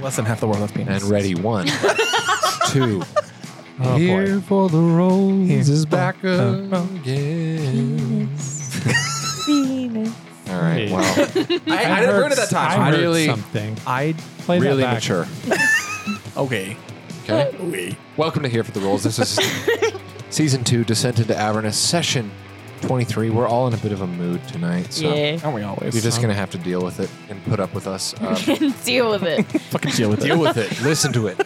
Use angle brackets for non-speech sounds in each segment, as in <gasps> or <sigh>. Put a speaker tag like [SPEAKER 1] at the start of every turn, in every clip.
[SPEAKER 1] Less than half the world has
[SPEAKER 2] and
[SPEAKER 1] penis.
[SPEAKER 2] ready
[SPEAKER 1] <laughs>
[SPEAKER 2] one, two.
[SPEAKER 1] Oh, boy.
[SPEAKER 2] Here for the rose
[SPEAKER 1] Here.
[SPEAKER 2] is back
[SPEAKER 1] Oh, oh.
[SPEAKER 2] again. All right.
[SPEAKER 3] Hey.
[SPEAKER 2] Wow.
[SPEAKER 1] <laughs> I, I didn't ruin it that time.
[SPEAKER 3] I
[SPEAKER 2] <laughs> I
[SPEAKER 3] heard
[SPEAKER 2] really-
[SPEAKER 3] something.
[SPEAKER 1] I
[SPEAKER 3] Play
[SPEAKER 2] really
[SPEAKER 3] that back.
[SPEAKER 2] mature.
[SPEAKER 1] <laughs> okay.
[SPEAKER 2] Okay. Welcome to Here for the Rolls. This is season two, Descent into Avernus, session 23. We're all in a bit of a mood tonight, so
[SPEAKER 4] yeah.
[SPEAKER 1] Aren't we always?
[SPEAKER 2] you're just going to have to deal with it and put up with us.
[SPEAKER 4] <laughs>
[SPEAKER 2] Um,
[SPEAKER 4] Deal with
[SPEAKER 2] <laughs>
[SPEAKER 4] it.
[SPEAKER 1] fucking deal with it.
[SPEAKER 2] deal with it. Listen to it.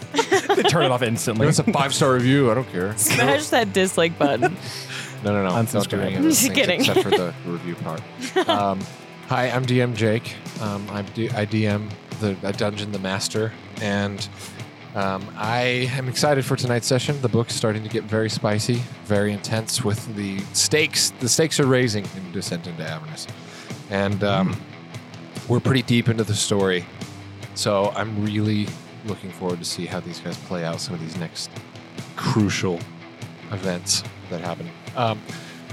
[SPEAKER 1] They turn it off instantly.
[SPEAKER 2] Give us a five star review. I don't care.
[SPEAKER 4] Smash that dislike <laughs> button.
[SPEAKER 2] No, no, no. I'm
[SPEAKER 1] Unsubscribe.
[SPEAKER 2] I'm
[SPEAKER 4] Just kidding.
[SPEAKER 2] Except for the review part. <laughs> Um, hi, I'm DM Jake. Um, I'm D- I DM the uh, Dungeon the Master, and um, I am excited for tonight's session. The book's starting to get very spicy, very intense with the stakes. The stakes are raising in Descent into Avernus, and um, we're pretty deep into the story. So I'm really looking forward to see how these guys play out some of these next crucial events that happen. Um,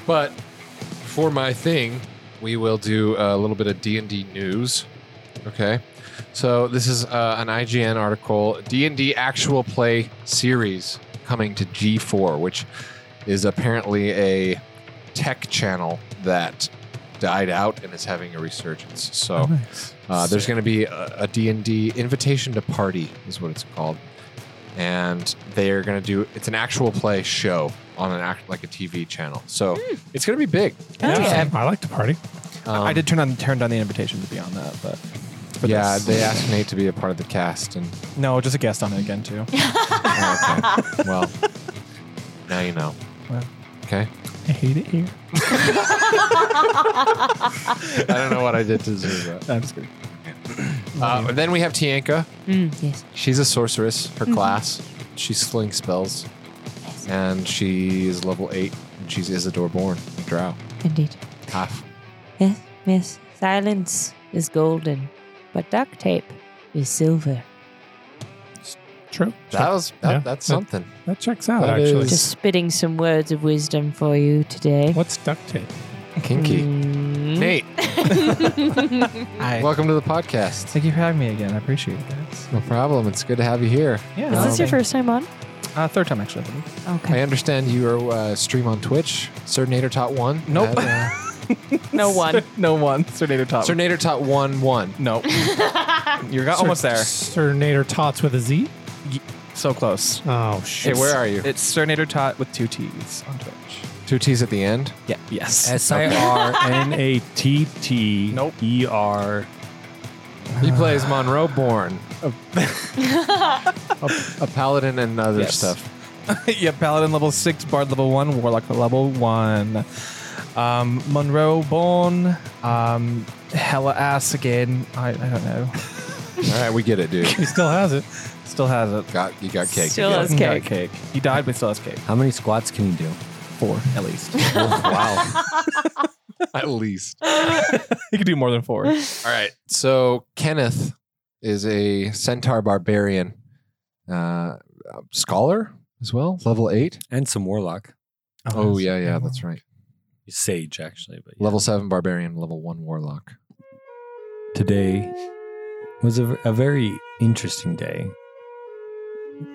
[SPEAKER 2] but for my thing, we will do a little bit of D and D news. Okay, so this is uh, an IGN article: D and D actual play series coming to G4, which is apparently a tech channel that died out and is having a resurgence. So. Uh, there's going to be a, a D&D invitation to party is what it's called. And they are going to do it's an actual play show on an act like a TV channel. So it's going to be big.
[SPEAKER 3] Yeah,
[SPEAKER 4] Yeah.
[SPEAKER 3] I like to party.
[SPEAKER 2] Um,
[SPEAKER 1] Hmm. Oh, I did turn on turn down the invitation to be on that, but for
[SPEAKER 2] Yeah,
[SPEAKER 1] this.
[SPEAKER 2] they asked Nate to be a part of the cast
[SPEAKER 1] <laughs>
[SPEAKER 2] and
[SPEAKER 1] no, just a guest on it again too.
[SPEAKER 2] oh, okay. well, now you know.
[SPEAKER 1] Well.
[SPEAKER 2] Okay.
[SPEAKER 1] I hate it here.
[SPEAKER 2] <laughs> I don't know what I did to deserve that.
[SPEAKER 1] <laughs> No, I'm just kidding.
[SPEAKER 2] <clears throat> Uh, then we have Tianka.
[SPEAKER 4] Mm, yes.
[SPEAKER 2] She's a sorceress, her
[SPEAKER 1] Mm-hmm.
[SPEAKER 2] class. She slings spells. And she is level eight. And she's Isidore Born, a drow.
[SPEAKER 4] Indeed.
[SPEAKER 2] Half.
[SPEAKER 4] Yes. Yes. Silence is golden, but duct tape is silver.
[SPEAKER 3] True.
[SPEAKER 2] That was that,
[SPEAKER 3] Yeah.
[SPEAKER 2] that's
[SPEAKER 3] Yeah.
[SPEAKER 2] something.
[SPEAKER 3] That checks out,
[SPEAKER 2] That
[SPEAKER 3] actually.
[SPEAKER 2] is-
[SPEAKER 4] Just spitting some words of wisdom for you today.
[SPEAKER 3] What's duct tape?
[SPEAKER 2] Kinky.
[SPEAKER 4] Mm. <laughs>
[SPEAKER 2] Nate,
[SPEAKER 1] I,
[SPEAKER 2] welcome to the podcast.
[SPEAKER 1] thank you for having me again. I appreciate that.
[SPEAKER 2] No problem. It's good to have you here.
[SPEAKER 1] Yeah.
[SPEAKER 4] Is this your
[SPEAKER 1] um,
[SPEAKER 4] first time on?
[SPEAKER 1] Uh, third time actually. I believe.
[SPEAKER 2] I
[SPEAKER 4] Okay.
[SPEAKER 2] understand you are uh, stream on Twitch. Cernator Tot One.
[SPEAKER 1] Nope.
[SPEAKER 2] That,
[SPEAKER 4] <laughs>
[SPEAKER 1] <laughs>
[SPEAKER 4] No one.
[SPEAKER 1] no one. Sir Nader
[SPEAKER 2] uh,
[SPEAKER 1] Top.
[SPEAKER 2] Cernator Tot One One.
[SPEAKER 4] <laughs>
[SPEAKER 1] no. you
[SPEAKER 3] Sir-
[SPEAKER 1] got almost there.
[SPEAKER 3] Sir Nader Tots with a Z?
[SPEAKER 1] So close.
[SPEAKER 3] Oh,
[SPEAKER 2] Hey,
[SPEAKER 3] shit.
[SPEAKER 2] where are you?
[SPEAKER 1] It's Sir Nader Tot with two T's on Twitch.
[SPEAKER 2] Two T's at the end.
[SPEAKER 1] Yeah. Yes.
[SPEAKER 5] S I R N A T T
[SPEAKER 1] Nope.
[SPEAKER 5] E R.
[SPEAKER 2] He plays Monroe
[SPEAKER 1] <laughs>
[SPEAKER 2] Born, a, a paladin and other
[SPEAKER 1] Yes.
[SPEAKER 2] stuff.
[SPEAKER 1] <laughs> yeah, Paladin level six, Bard level one, Warlock level one. Um, Monroe Born, um, Hella Ass again. I, I don't know.
[SPEAKER 2] All right, we get
[SPEAKER 1] <laughs>
[SPEAKER 2] it, dude.
[SPEAKER 3] He still has it.
[SPEAKER 1] Still has it.
[SPEAKER 2] Got you. Got cake.
[SPEAKER 4] Still has
[SPEAKER 1] He got
[SPEAKER 4] cake.
[SPEAKER 1] cake. He died, but still has cake.
[SPEAKER 5] How many squats can you do?
[SPEAKER 1] Four,
[SPEAKER 2] <laughs>
[SPEAKER 1] at least.
[SPEAKER 3] <laughs>
[SPEAKER 2] wow. at least.
[SPEAKER 1] he could do more than four.
[SPEAKER 2] All right. So Kenneth is a centaur barbarian uh, scholar as well, level eight.
[SPEAKER 5] And some warlock.
[SPEAKER 2] Oh, yeah, yeah, that's right.
[SPEAKER 5] Sage, actually. But yeah.
[SPEAKER 2] Level seven barbarian, level one warlock.
[SPEAKER 5] Today was a, a very interesting day.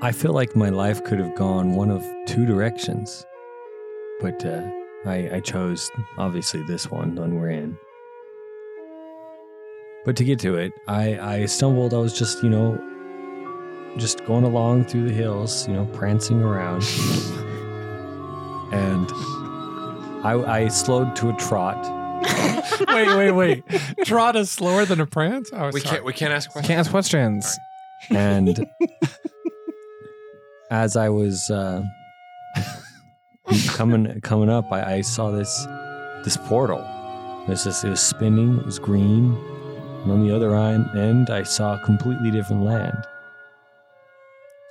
[SPEAKER 5] I feel like my life could have gone one of two directions, but uh, I, I chose obviously this one, one we're in. But to get to it, I, I stumbled. I was just, you know, just going along through the hills, you know, prancing around. <laughs> and I, I slowed to a trot.
[SPEAKER 3] wait, wait,
[SPEAKER 2] <laughs>
[SPEAKER 3] wait. Trot is slower than a prance? Oh,
[SPEAKER 2] We
[SPEAKER 3] sorry.
[SPEAKER 2] can't we can't ask questions.
[SPEAKER 1] Can't ask questions.
[SPEAKER 5] And as I was uh, coming coming up, I, I saw this this portal. It was, just, it was spinning. It was green. And on the other en- end, I saw a completely different land.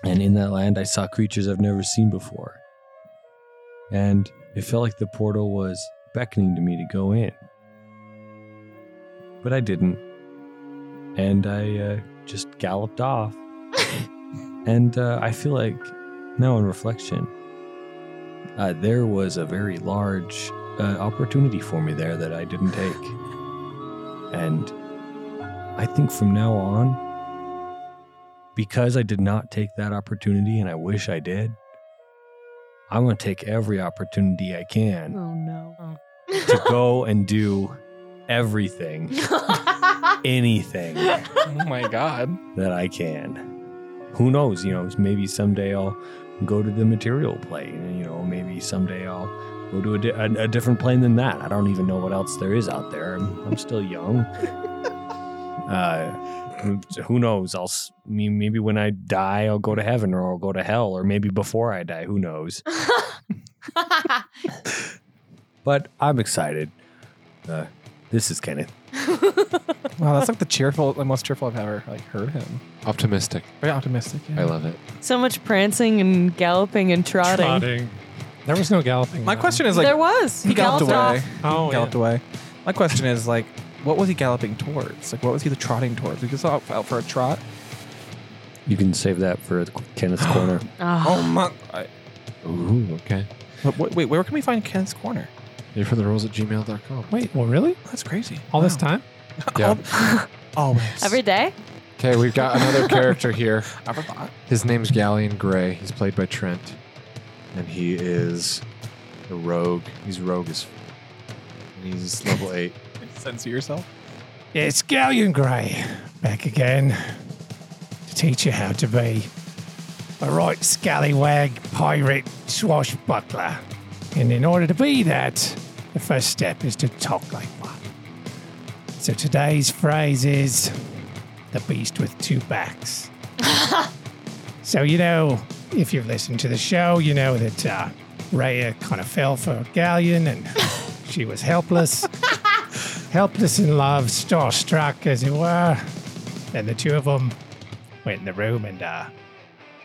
[SPEAKER 5] And in that land, I saw creatures I've never seen before. And it felt like the portal was beckoning to me to go in. But I didn't. And I uh, just galloped off. and uh, I feel like now, in reflection, uh, there was a very large uh, opportunity for me there that I didn't take. And I think from now on, because I did not take that opportunity, and I wish I did, I'm going to take every opportunity I
[SPEAKER 6] <laughs>
[SPEAKER 5] can
[SPEAKER 4] Oh no.
[SPEAKER 5] to go and do everything, <laughs> anything
[SPEAKER 1] Oh my god.
[SPEAKER 5] that I can. Who knows? You know, maybe someday I'll go to the material plane, and you know, maybe someday I'll go to a, di- a, a different plane than that. I don't even know what else there is out there. I'm, I'm
[SPEAKER 1] <laughs>
[SPEAKER 5] still young. uh, who knows? I'll s- me- maybe when I die, I'll go to heaven, or I'll go to hell, or maybe before I die. Who knows?
[SPEAKER 1] <laughs>
[SPEAKER 5] <laughs> But I'm excited. Uh, this is Kenneth.
[SPEAKER 1] Wow, that's like the cheerful, the most cheerful I've ever like heard him.
[SPEAKER 2] Optimistic.
[SPEAKER 1] Very optimistic. Yeah.
[SPEAKER 2] I love it.
[SPEAKER 4] so much prancing and galloping and trotting.
[SPEAKER 3] There was no galloping.
[SPEAKER 1] My
[SPEAKER 3] though.
[SPEAKER 1] question is like
[SPEAKER 4] there was.
[SPEAKER 1] he galloped away.
[SPEAKER 4] off.
[SPEAKER 3] Oh,
[SPEAKER 1] he galloped away. My question is like, what was he galloping towards? Like, what was he trotting towards? He was out, out for a trot.
[SPEAKER 5] You can save that for <gasps> Kenneth's corner.
[SPEAKER 1] Oh
[SPEAKER 4] Ah.
[SPEAKER 1] my! I,
[SPEAKER 2] Ooh, okay.
[SPEAKER 1] but wait, wait, where can we find Ken's corner?
[SPEAKER 2] You're for the rules
[SPEAKER 3] <laughs>
[SPEAKER 2] at gmail.com.
[SPEAKER 3] Wait, well, really?
[SPEAKER 1] That's crazy.
[SPEAKER 3] All this
[SPEAKER 1] Wow.
[SPEAKER 3] time? Oh.
[SPEAKER 2] Yeah.
[SPEAKER 1] always.
[SPEAKER 4] Every day?
[SPEAKER 2] Okay, we've got
[SPEAKER 1] <laughs>
[SPEAKER 2] another character here.
[SPEAKER 1] I never thought.
[SPEAKER 2] His name's Galleon Gray. He's played by Trent, and he is a rogue. He's rogue as. And he's level eight.
[SPEAKER 4] <laughs>
[SPEAKER 1] Censor yourself.
[SPEAKER 3] <laughs> It's Galleon Grey back again to teach you how to be a right scallywag, pirate, swashbuckler. And in order to be that, the first step is to talk like one. So today's phrase is the beast with two backs. so, you know, if you've listened to the show, you know that uh, Raya kind of fell for Galleon and <laughs> she was helpless helpless in love, starstruck as it were. Then the two of them went <laughs> in the room and uh,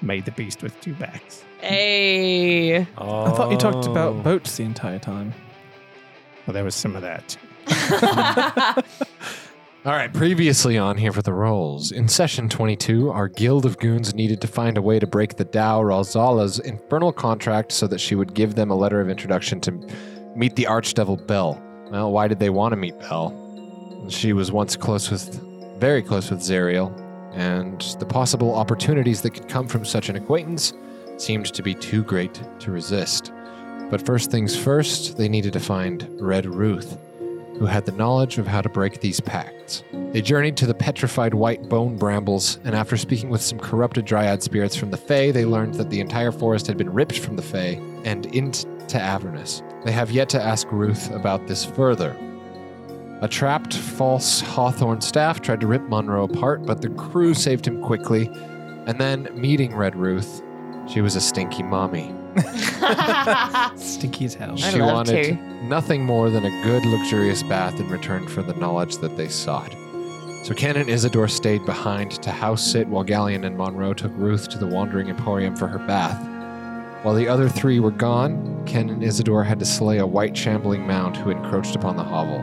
[SPEAKER 3] made the beast with two backs.
[SPEAKER 4] Hey.
[SPEAKER 5] Oh.
[SPEAKER 1] I thought you talked about boats the entire time.
[SPEAKER 3] Well, there was some of that.
[SPEAKER 2] <laughs> All right, previously on here for the rolls. In session 22, our guild of goons needed to find a way to break the Dao Rosala's infernal contract so that she would give them a letter of introduction to meet the archdevil Bell. Well, why did they want to meet Bell? She was once close with, very close with Zariel, and the possible opportunities that could come from such an acquaintance seemed to be too great to resist. But first things first, they needed to find Red Ruth who had the knowledge of how to break these pacts. They journeyed to the petrified white bone brambles, and after speaking with some corrupted dryad spirits from the Fae, they learned that the entire forest had been ripped from the Fae and into Avernus. They have yet to ask Ruth about this further. A trapped, false Hawthorn staff tried to rip Monroe apart, but the crew saved him quickly. And then, meeting Red Ruth, she was a stinky mommy.
[SPEAKER 1] Stinky as hell.
[SPEAKER 4] I'd
[SPEAKER 2] She
[SPEAKER 4] love
[SPEAKER 2] wanted
[SPEAKER 4] to.
[SPEAKER 2] nothing more than a good, luxurious bath in return for the knowledge that they sought. So Ken and Isidore stayed behind to house sit while Galleon and Monroe took Ruth to the Wandering Emporium for her bath. While the other three were gone, Ken and Isidore had to slay a white shambling mound who encroached upon the hovel.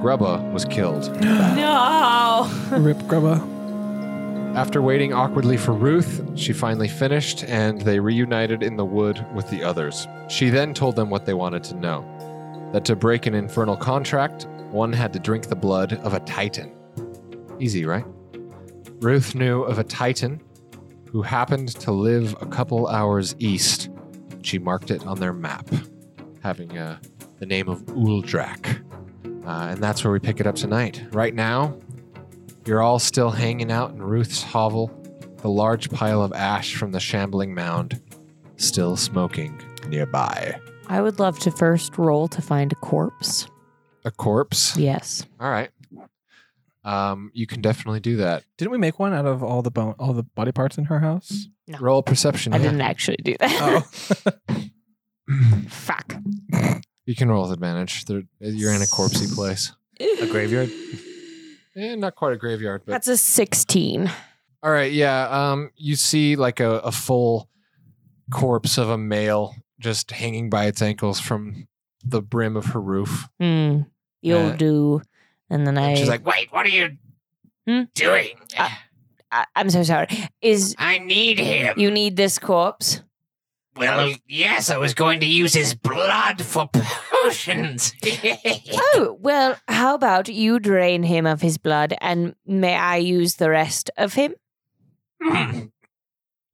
[SPEAKER 2] Grubba was killed. <gasps>
[SPEAKER 4] no.
[SPEAKER 1] <laughs> Rip grubber.
[SPEAKER 2] After waiting awkwardly for Ruth, she finally finished and they reunited in the wood with the others. She then told them what they wanted to know that to break an infernal contract, one had to drink the blood of a titan. Easy, right? Ruth knew of a titan who happened to live a couple hours east. She marked it on their map, having uh, the name of Uldrak. Uh, and that's where we pick it up tonight. Right now, you're all still hanging out in Ruth's hovel, the large pile of ash from the shambling mound still smoking nearby.
[SPEAKER 4] I would love to first roll to find a corpse.
[SPEAKER 2] A corpse?
[SPEAKER 4] Yes.
[SPEAKER 2] All right. Um, you can definitely do that.
[SPEAKER 1] Didn't we make one out of all the bone, all the body parts in her house?
[SPEAKER 2] Roll a perception.
[SPEAKER 4] I
[SPEAKER 2] yeah.
[SPEAKER 4] didn't actually do that.
[SPEAKER 1] Oh,
[SPEAKER 4] <laughs>
[SPEAKER 1] <laughs>
[SPEAKER 4] Fuck.
[SPEAKER 2] You can roll with advantage. There- You're in a corpsey place.
[SPEAKER 4] A
[SPEAKER 5] graveyard?
[SPEAKER 2] Eh, not quite a graveyard, but
[SPEAKER 4] That's a 16.
[SPEAKER 2] all right. Yeah. Um, you see like a, a full corpse of a male just hanging by its ankles from the brim of her roof.
[SPEAKER 4] Hmm. You'll
[SPEAKER 2] Uh,
[SPEAKER 4] do. And then I.
[SPEAKER 2] And she's like, "Wait, what are you
[SPEAKER 4] Hmm?
[SPEAKER 2] doing?
[SPEAKER 4] Uh, I, I'm so sorry. Is
[SPEAKER 7] I need him.
[SPEAKER 4] you need this corpse?
[SPEAKER 2] <laughs>
[SPEAKER 7] Well, yes, I was going to use his blood for potions. <laughs>
[SPEAKER 4] Oh, well, how about you drain him of his blood and may I use the rest of him?
[SPEAKER 7] Hmm.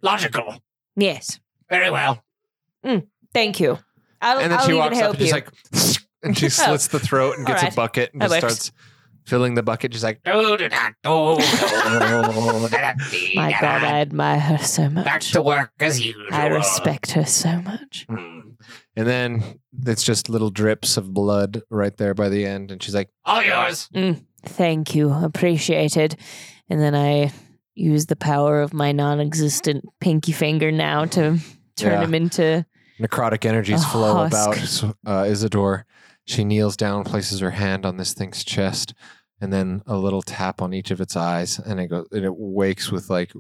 [SPEAKER 7] Logical.
[SPEAKER 4] Yes. Mm,
[SPEAKER 7] Very well.
[SPEAKER 4] Thank you. I'll,
[SPEAKER 2] and then
[SPEAKER 4] I'll
[SPEAKER 2] she
[SPEAKER 4] even
[SPEAKER 2] walks up
[SPEAKER 4] help
[SPEAKER 2] and
[SPEAKER 4] you. Oh.
[SPEAKER 2] she's like, <laughs>
[SPEAKER 4] <laughs>
[SPEAKER 2] and she slits the throat and gets
[SPEAKER 4] Alright.
[SPEAKER 2] a bucket and
[SPEAKER 4] That
[SPEAKER 2] just
[SPEAKER 4] works.
[SPEAKER 2] starts filling the bucket. She's like,
[SPEAKER 7] Do do da, do, do, da, da, dee,
[SPEAKER 4] My
[SPEAKER 7] da,
[SPEAKER 4] God,
[SPEAKER 7] da.
[SPEAKER 4] I admire her so much.
[SPEAKER 7] Back to work as usual.
[SPEAKER 4] I respect her so much.
[SPEAKER 7] Hmm.
[SPEAKER 2] <laughs> and then it's just little drips of blood right there by the end. And she's like,
[SPEAKER 7] All yours.
[SPEAKER 4] Mm, Thank you. Appreciated. And then I use the power of my non existent pinky finger now to turn
[SPEAKER 2] Yeah.
[SPEAKER 4] him into.
[SPEAKER 2] necrotic energies
[SPEAKER 4] A
[SPEAKER 2] flow
[SPEAKER 4] Oh, husk.
[SPEAKER 2] about uh, Isidore. She kneels down, places her hand on this thing's chest, and then a little tap on each of its eyes, and it goes and it wakes with like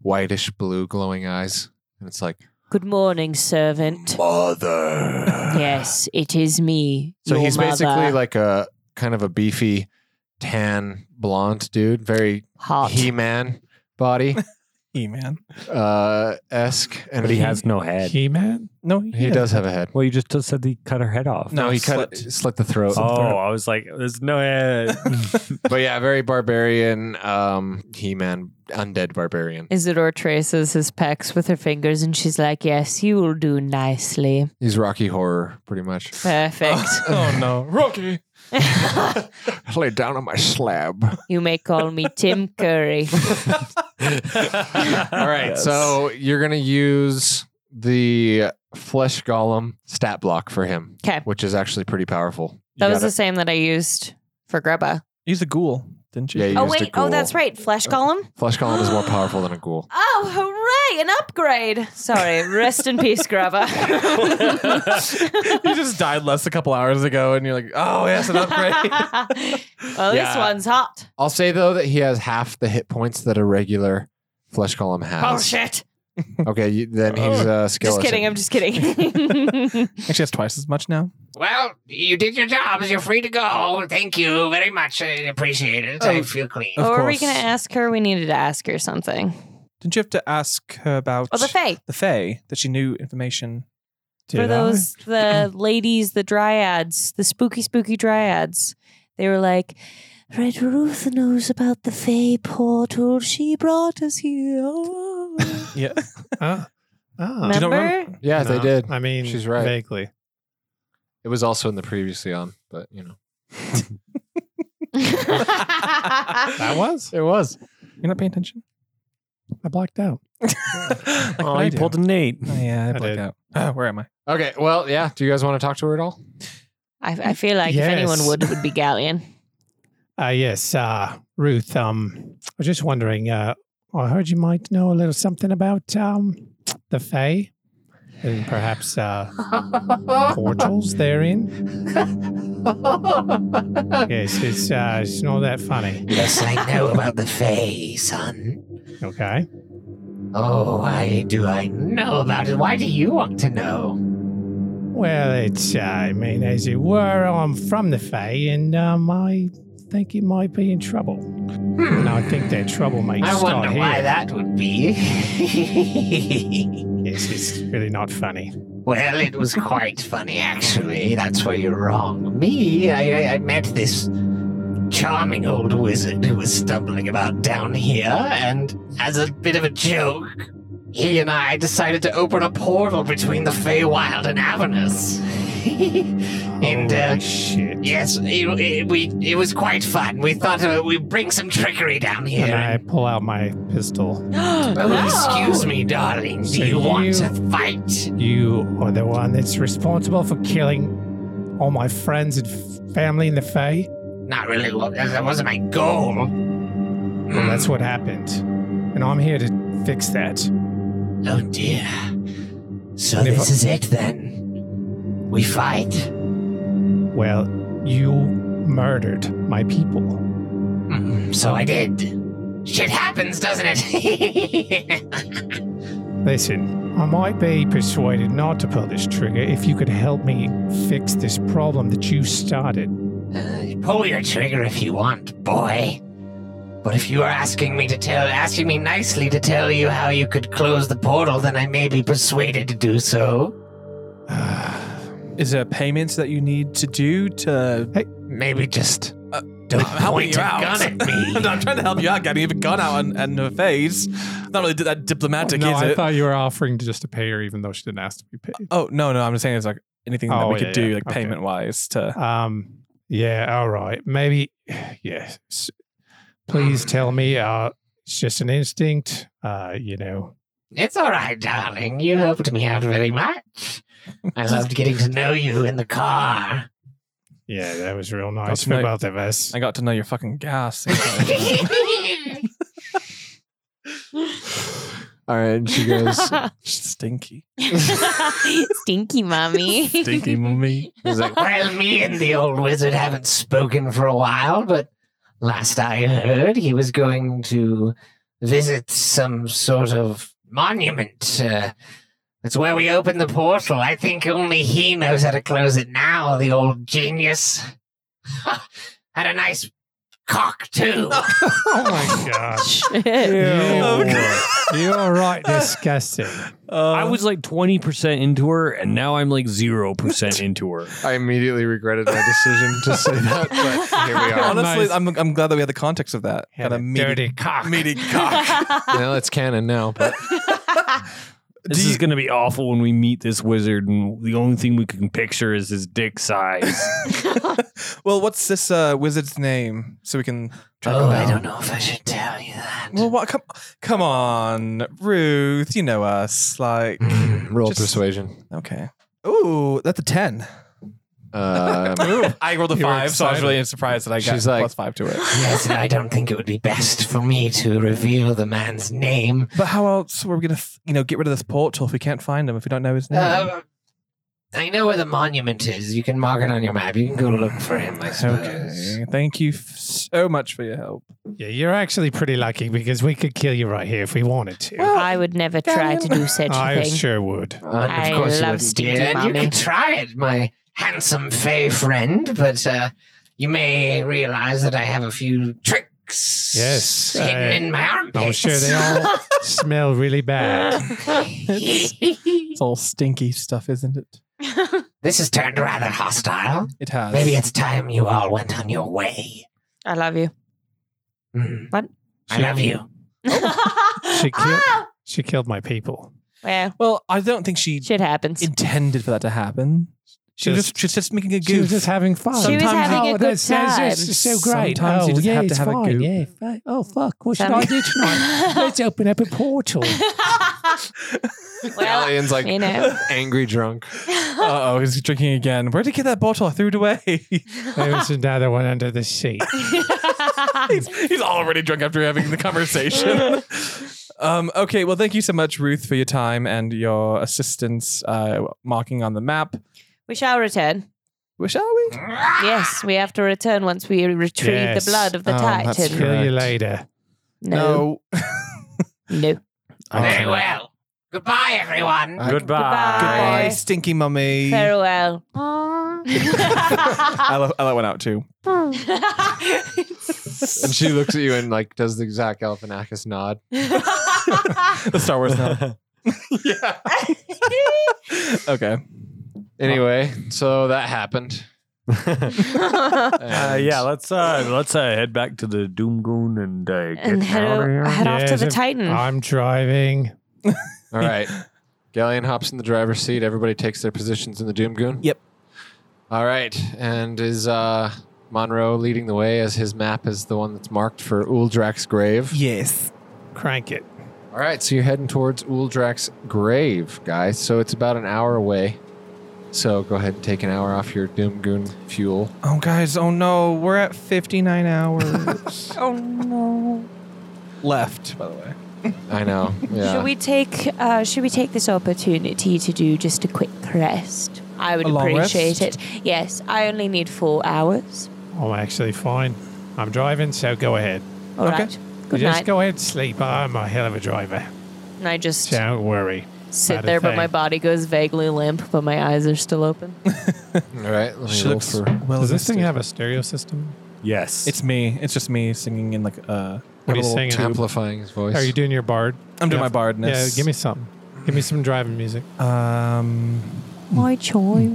[SPEAKER 2] whitish blue glowing eyes, and it's like
[SPEAKER 4] Good morning, servant.
[SPEAKER 2] mother.
[SPEAKER 4] Yes, it is me.
[SPEAKER 2] So
[SPEAKER 4] your
[SPEAKER 2] he's basically
[SPEAKER 4] mother.
[SPEAKER 2] like a kind of a beefy, tan blonde dude, very
[SPEAKER 4] hot.
[SPEAKER 2] He-Man
[SPEAKER 4] <laughs>
[SPEAKER 2] body
[SPEAKER 1] E man.
[SPEAKER 2] uh, esque, and
[SPEAKER 5] But he has no head.
[SPEAKER 8] He man?
[SPEAKER 1] No,
[SPEAKER 2] he does have a head.
[SPEAKER 5] Oh, well, you just said he cut her head off.
[SPEAKER 1] No,
[SPEAKER 2] No, he
[SPEAKER 1] slit.
[SPEAKER 2] cut it, slit the throat.
[SPEAKER 5] Oh, I was like, there's no head.
[SPEAKER 2] but yeah, very barbarian, um, He Man, undead barbarian.
[SPEAKER 4] Isidore traces his pecs with her fingers and she's like, Yes, you will do nicely.
[SPEAKER 2] He's Rocky Horror, pretty much. <laughs>
[SPEAKER 4] Perfect.
[SPEAKER 1] Oh no,
[SPEAKER 4] <laughs>
[SPEAKER 1] Rocky.
[SPEAKER 2] Lay down on my slab.
[SPEAKER 4] you may call me Tim
[SPEAKER 2] <laughs>
[SPEAKER 4] Curry.
[SPEAKER 2] All right, so you're gonna use the flesh golem stat block for him,
[SPEAKER 4] 'Kay.
[SPEAKER 2] which is actually pretty powerful. You
[SPEAKER 4] That was
[SPEAKER 2] gotta-
[SPEAKER 4] the same that I used for Grubba.
[SPEAKER 1] He's a ghoul, didn't you?
[SPEAKER 2] Yeah, you-
[SPEAKER 4] Oh,
[SPEAKER 2] used a
[SPEAKER 4] wait. Oh, that's
[SPEAKER 2] ghoul.
[SPEAKER 4] right. Flesh Golem?
[SPEAKER 2] flesh golem is more powerful than
[SPEAKER 4] <laughs>
[SPEAKER 2] a ghoul.
[SPEAKER 4] Oh, hooray! An upgrade.
[SPEAKER 2] <laughs>
[SPEAKER 4] Sorry. Rest in peace, Grava.
[SPEAKER 1] you just died less a couple hours ago, and you're like, oh,
[SPEAKER 4] <laughs>
[SPEAKER 1] yes, an upgrade.
[SPEAKER 4] well, this
[SPEAKER 2] Yeah.
[SPEAKER 4] one's hot.
[SPEAKER 2] I'll say though that he has half the hit points that a regular flesh golem has.
[SPEAKER 4] Oh, shit!
[SPEAKER 2] <laughs>
[SPEAKER 4] Oh.
[SPEAKER 2] Okay, you, then he's a
[SPEAKER 4] Just
[SPEAKER 2] skeleton.
[SPEAKER 4] kidding. I'm just kidding. <laughs>
[SPEAKER 1] Actually, that's twice as much now.
[SPEAKER 7] Well, you did your jobs. You're free to go. Thank you very much. I appreciate it. I
[SPEAKER 1] Oh.
[SPEAKER 7] feel clean.
[SPEAKER 1] Of
[SPEAKER 4] or are we
[SPEAKER 1] course.
[SPEAKER 4] gonna ask her? We needed to ask her something.
[SPEAKER 1] Didn't you have to ask her about
[SPEAKER 4] Oh, the Fae.
[SPEAKER 1] the Fae that she knew information?
[SPEAKER 8] Did
[SPEAKER 4] For those
[SPEAKER 2] <clears throat>
[SPEAKER 4] the ladies, the dryads, the spooky, spooky dryads. They were like, Red Ruth knows about the Fae portal. She brought us here. Oh.
[SPEAKER 3] <laughs>
[SPEAKER 1] Yeah.
[SPEAKER 8] I? Huh?
[SPEAKER 3] Ah.
[SPEAKER 8] Oh.
[SPEAKER 1] you not remember?
[SPEAKER 4] Remember?
[SPEAKER 2] Yeah, they
[SPEAKER 8] No,
[SPEAKER 2] did.
[SPEAKER 8] I mean,
[SPEAKER 2] She's right.
[SPEAKER 8] Vaguely.
[SPEAKER 2] It was also in the previously on, but you know.
[SPEAKER 1] <gasps>
[SPEAKER 4] that
[SPEAKER 2] was? It was.
[SPEAKER 1] You're not paying attention.
[SPEAKER 8] I blacked out.
[SPEAKER 1] Like
[SPEAKER 5] oh,
[SPEAKER 1] what I
[SPEAKER 5] he
[SPEAKER 1] do.
[SPEAKER 5] pulled an eight.
[SPEAKER 1] Oh, yeah, I
[SPEAKER 8] I
[SPEAKER 1] blacked
[SPEAKER 8] did.
[SPEAKER 1] out. Ah, where am I?
[SPEAKER 2] Okay. Well, yeah. Do you guys want to talk to her at all?
[SPEAKER 4] I, I feel like if anyone
[SPEAKER 8] Yes.
[SPEAKER 4] would, it would be Galleon.
[SPEAKER 8] Uh, yes, uh, Ruth. Um, I was just wondering. Uh, I heard you might know a little something about um, the Fae, and perhaps
[SPEAKER 7] <laughs>
[SPEAKER 8] uh, portals therein. Yes, it's uh, it's not that funny.
[SPEAKER 7] Yes, I know about the Fae, son.
[SPEAKER 8] Okay.
[SPEAKER 7] Oh, why do I know about it? Why do you want to know?
[SPEAKER 8] Well, it's uh, I mean, as it were, I'm from the Fae, and um, I think it might be in trouble. And
[SPEAKER 7] Hmm.
[SPEAKER 8] I think that trouble may
[SPEAKER 7] I
[SPEAKER 8] start
[SPEAKER 7] wonder
[SPEAKER 8] here.
[SPEAKER 7] why that would <laughs> be.
[SPEAKER 8] Yes, it's really not funny.
[SPEAKER 7] Well, it was quite funny, actually. That's where you're wrong. Me, I, I, I met this charming old wizard who was stumbling about down here, and as a bit of a joke, he and I decided to open a portal between the Feywild and Avernus. <laughs> and, uh,
[SPEAKER 8] Holy shit.
[SPEAKER 7] yes, it, it, we, it was quite fun. We thought uh, we'd bring some trickery down here.
[SPEAKER 8] And I pull out my pistol. <gasps>
[SPEAKER 7] Oh, excuse me, darling. Do
[SPEAKER 8] So
[SPEAKER 7] you want
[SPEAKER 8] you-
[SPEAKER 7] to fight?
[SPEAKER 8] You are the one that's responsible for killing all my friends and f- family in the Fae.
[SPEAKER 7] Not really. Well, That wasn't my goal.
[SPEAKER 8] Well, that's what happened, and I'm here to fix that.
[SPEAKER 7] Oh dear. So
[SPEAKER 8] And if
[SPEAKER 7] this
[SPEAKER 8] I-
[SPEAKER 7] is it then. We fight.
[SPEAKER 8] Well, you murdered my people.
[SPEAKER 7] Mm, So I did. Shit happens, doesn't
[SPEAKER 9] <laughs>
[SPEAKER 7] it?
[SPEAKER 8] Listen, I might be persuaded not to pull this trigger if you could help me fix this problem that you started.
[SPEAKER 7] Uh, Pull your trigger if you want, boy. But if you are asking me to tell, asking me nicely to tell you how you could close the portal, then I may be persuaded to do so.
[SPEAKER 1] Is there payments that you need to do to?
[SPEAKER 7] Maybe just Don't
[SPEAKER 1] Uh, I'm helping
[SPEAKER 7] point
[SPEAKER 1] you
[SPEAKER 7] a
[SPEAKER 1] out.
[SPEAKER 7] gun at me.
[SPEAKER 1] <laughs> No, I'm trying to help you out, Gabby. You have a gun out and, and her face. Not really that diplomatic,
[SPEAKER 8] Oh, no,
[SPEAKER 1] is
[SPEAKER 8] I
[SPEAKER 1] it?
[SPEAKER 8] thought you were offering to just to pay her, even though she didn't ask to be paid.
[SPEAKER 1] oh no, no. I'm just saying it's like anything that
[SPEAKER 8] Oh,
[SPEAKER 1] we
[SPEAKER 8] yeah,
[SPEAKER 1] could do,
[SPEAKER 8] yeah.
[SPEAKER 1] like
[SPEAKER 8] Okay.
[SPEAKER 1] payment wise, to
[SPEAKER 8] Um, yeah, all right, maybe. <sighs> Yes, please tell me. Uh, it's just an instinct. Uh, you know,
[SPEAKER 7] It's all right, darling. You helped me out very much. I loved getting to know you in the car.
[SPEAKER 8] yeah, that was real nice
[SPEAKER 1] tonight.
[SPEAKER 8] for both of us.
[SPEAKER 1] I got to know your
[SPEAKER 2] <laughs>
[SPEAKER 1] fucking gas.
[SPEAKER 7] <laughs>
[SPEAKER 2] All right, and she goes,
[SPEAKER 1] <laughs> Stinky.
[SPEAKER 2] <laughs>
[SPEAKER 4] <laughs> Stinky mommy. <laughs>
[SPEAKER 1] Stinky mummy.
[SPEAKER 2] she's like,
[SPEAKER 7] well, me and the old wizard haven't spoken for a while, but last I heard, he was going to visit some sort of
[SPEAKER 9] <laughs>
[SPEAKER 7] monument. Uh, that's where we opened the portal. I think only he knows how to close it now, the old genius. <laughs> Had a nice cock, too.
[SPEAKER 8] <laughs> Oh my god,
[SPEAKER 4] Shit.
[SPEAKER 8] Ew. you
[SPEAKER 1] <laughs>
[SPEAKER 8] are right, disgusting.
[SPEAKER 1] Uh,
[SPEAKER 5] I was like 20% into her, and now I'm like 0% into her.
[SPEAKER 2] I immediately regretted my decision to say that, but
[SPEAKER 1] <laughs>
[SPEAKER 8] <laughs>
[SPEAKER 2] here we are.
[SPEAKER 1] Honestly,
[SPEAKER 8] Nice.
[SPEAKER 1] I'm, I'm glad that we had the context
[SPEAKER 2] <laughs>
[SPEAKER 1] of that.
[SPEAKER 8] Had
[SPEAKER 1] Got a
[SPEAKER 8] a
[SPEAKER 1] meaty-
[SPEAKER 8] dirty cock.
[SPEAKER 1] meaty
[SPEAKER 8] <laughs>
[SPEAKER 1] cock.
[SPEAKER 2] You know, it's canon now, but
[SPEAKER 5] <laughs> This
[SPEAKER 1] Do
[SPEAKER 5] is
[SPEAKER 1] you-
[SPEAKER 5] going to be awful when we meet this wizard, and the only thing we can picture is his dick size.
[SPEAKER 1] <laughs> well, what's this uh, wizard's name? So we can track
[SPEAKER 7] Oh,
[SPEAKER 1] him
[SPEAKER 7] I
[SPEAKER 1] down.
[SPEAKER 7] don't know if I should tell you that.
[SPEAKER 1] Well, what? Come, come on, Ruth. You know us.
[SPEAKER 7] <laughs>
[SPEAKER 1] Like,
[SPEAKER 2] roll
[SPEAKER 1] Just-
[SPEAKER 2] persuasion.
[SPEAKER 1] okay. Ooh, that's a ten.
[SPEAKER 2] Um,
[SPEAKER 1] <laughs> I rolled a
[SPEAKER 8] You were
[SPEAKER 1] five, so I was
[SPEAKER 8] excited.
[SPEAKER 1] really surprised that I got
[SPEAKER 2] She's like-
[SPEAKER 1] plus five to it.
[SPEAKER 7] Yes, and I don't think it would be best for me to reveal the man's name.
[SPEAKER 1] But how else were we gonna, f- you know, get rid of this portal if we can't find him if we don't know his name?
[SPEAKER 7] Uh, I know where the monument is. You can mark it on your map. You can go look for him, I suppose.
[SPEAKER 1] okay. Thank you f- so much for your help.
[SPEAKER 8] Yeah, you're actually pretty lucky because we could kill you right here if we wanted to.
[SPEAKER 4] I would never try to do such
[SPEAKER 8] I
[SPEAKER 4] a thing.
[SPEAKER 8] sure would.
[SPEAKER 7] And
[SPEAKER 4] I love
[SPEAKER 7] wouldn't,
[SPEAKER 4] stinky
[SPEAKER 7] dear, and you
[SPEAKER 4] mommy.
[SPEAKER 7] can try it, my handsome fey friend, but uh, you may realize that I have a few tricks
[SPEAKER 8] Yes,
[SPEAKER 7] hidden
[SPEAKER 8] I-
[SPEAKER 7] in my armpits.
[SPEAKER 8] I'm sure they
[SPEAKER 4] <laughs>
[SPEAKER 7] <laughs>
[SPEAKER 8] all smell really bad.
[SPEAKER 1] <laughs> It's all stinky stuff, isn't it?
[SPEAKER 7] this has turned rather hostile.
[SPEAKER 1] It
[SPEAKER 8] Uh,
[SPEAKER 1] has.
[SPEAKER 7] Maybe it's time you all went on your way.
[SPEAKER 4] I love you.
[SPEAKER 7] Mm.
[SPEAKER 4] What?
[SPEAKER 7] I love you.
[SPEAKER 8] <laughs> She killed,
[SPEAKER 4] Ah!
[SPEAKER 8] she killed my people.
[SPEAKER 4] Well,
[SPEAKER 1] Well, I don't think she
[SPEAKER 4] shit happens.
[SPEAKER 1] intended for that to happen. She was
[SPEAKER 8] Just-
[SPEAKER 1] just, she's just making a goof.
[SPEAKER 8] She was just having fun.
[SPEAKER 4] She was
[SPEAKER 1] Sometimes-
[SPEAKER 4] having
[SPEAKER 8] oh,
[SPEAKER 4] a good
[SPEAKER 8] that's, that's
[SPEAKER 4] time.
[SPEAKER 8] just so great.
[SPEAKER 1] Sometimes
[SPEAKER 8] oh,
[SPEAKER 1] you just
[SPEAKER 8] yeah,
[SPEAKER 1] have to
[SPEAKER 8] it's
[SPEAKER 1] have a
[SPEAKER 8] fine.
[SPEAKER 1] goop.
[SPEAKER 8] yeah. fi- Oh, fuck. What should
[SPEAKER 4] Some-
[SPEAKER 8] I do tonight? Let's open up
[SPEAKER 4] <laughs>
[SPEAKER 8] a portal.
[SPEAKER 4] well,
[SPEAKER 2] Galleon's like
[SPEAKER 4] you know.
[SPEAKER 2] <laughs> angry drunk.
[SPEAKER 1] Uh oh, he's drinking again. Where'd he get that bottle? I threw it away. he's,
[SPEAKER 8] there was another one under the seat.
[SPEAKER 1] <laughs> he's already drunk after having the
[SPEAKER 8] <laughs>
[SPEAKER 1] conversation. um, okay, well, thank you so much, Ruth, for your time and your assistance uh, marking on the map.
[SPEAKER 4] we shall return.
[SPEAKER 1] Well, Shall we?
[SPEAKER 4] Yes, we have to return once we retrieve
[SPEAKER 8] Yes.
[SPEAKER 4] the blood of the
[SPEAKER 1] Oh, that's
[SPEAKER 4] Titan.
[SPEAKER 8] Kill you
[SPEAKER 1] Correct.
[SPEAKER 8] later.
[SPEAKER 4] No, <laughs> no.
[SPEAKER 7] Very well. Goodbye, everyone.
[SPEAKER 2] I-
[SPEAKER 1] Goodbye,
[SPEAKER 4] Goodbye.
[SPEAKER 1] stinky mummy.
[SPEAKER 7] <laughs>
[SPEAKER 4] Farewell.
[SPEAKER 7] Uh,
[SPEAKER 1] I let, I let one out too.
[SPEAKER 2] <laughs> And she looks at you and like does the Zach Galifianakis nod.
[SPEAKER 1] The Star Wars
[SPEAKER 2] <laughs>
[SPEAKER 1] nod. yeah. okay.
[SPEAKER 2] Anyway, so that happened.
[SPEAKER 5] Uh,
[SPEAKER 2] And-
[SPEAKER 5] yeah, let's uh, let's uh, head back to the Doom Goon and uh, get
[SPEAKER 4] and head,
[SPEAKER 5] out of
[SPEAKER 4] o-
[SPEAKER 5] here.
[SPEAKER 4] head off to
[SPEAKER 8] Yes,
[SPEAKER 4] the
[SPEAKER 8] if-
[SPEAKER 4] Titan.
[SPEAKER 8] I'm driving.
[SPEAKER 2] <laughs> All right. Galleon hops in the driver's seat. Everybody takes their positions in the Doom Goon.
[SPEAKER 1] Yep.
[SPEAKER 2] All right. And is uh, Monroe leading the way as his map is the one that's marked for Uldrak's grave?
[SPEAKER 1] Yes.
[SPEAKER 8] Crank it.
[SPEAKER 2] All right, so you're heading towards Uldrak's grave, guys. So it's about an hour away. So go ahead and take an hour off your Doom Goon fuel.
[SPEAKER 1] Oh, guys. Oh, no. We're at
[SPEAKER 2] <laughs>
[SPEAKER 1] 59 hours.
[SPEAKER 4] oh no!
[SPEAKER 1] Left, by the way.
[SPEAKER 2] I
[SPEAKER 4] <laughs>
[SPEAKER 2] know. Yeah.
[SPEAKER 4] Should we take? Uh, should we take this opportunity to do just a quick rest? I would
[SPEAKER 1] A long
[SPEAKER 4] appreciate
[SPEAKER 1] rest?
[SPEAKER 4] it. Yes, I only need four hours.
[SPEAKER 8] I'm actually fine. I'm driving, so go ahead.
[SPEAKER 4] All right.
[SPEAKER 1] Okay.
[SPEAKER 4] Good
[SPEAKER 8] Just
[SPEAKER 4] night.
[SPEAKER 8] go ahead and sleep. I'm a hell of a driver.
[SPEAKER 4] and I just
[SPEAKER 8] Don't worry.
[SPEAKER 4] sit
[SPEAKER 8] not a
[SPEAKER 4] there, but my
[SPEAKER 8] thing.
[SPEAKER 4] body goes vaguely limp, but my eyes are still open.
[SPEAKER 2] All right, let me
[SPEAKER 1] She
[SPEAKER 2] roll
[SPEAKER 1] looks
[SPEAKER 2] for.
[SPEAKER 1] well.
[SPEAKER 8] Does this thing
[SPEAKER 1] rested.
[SPEAKER 8] have a stereo system?
[SPEAKER 5] Yes,
[SPEAKER 1] It's me. It's just me singing in like uh.
[SPEAKER 8] What are you
[SPEAKER 1] little
[SPEAKER 8] singing?
[SPEAKER 1] tube.
[SPEAKER 2] Amplifying his voice.
[SPEAKER 8] Are you doing your bard?
[SPEAKER 1] I'm doing
[SPEAKER 8] Yeah.
[SPEAKER 1] my bardness.
[SPEAKER 8] Yeah, give me some. <laughs> Give me some driving music.
[SPEAKER 1] Um.
[SPEAKER 4] my choice.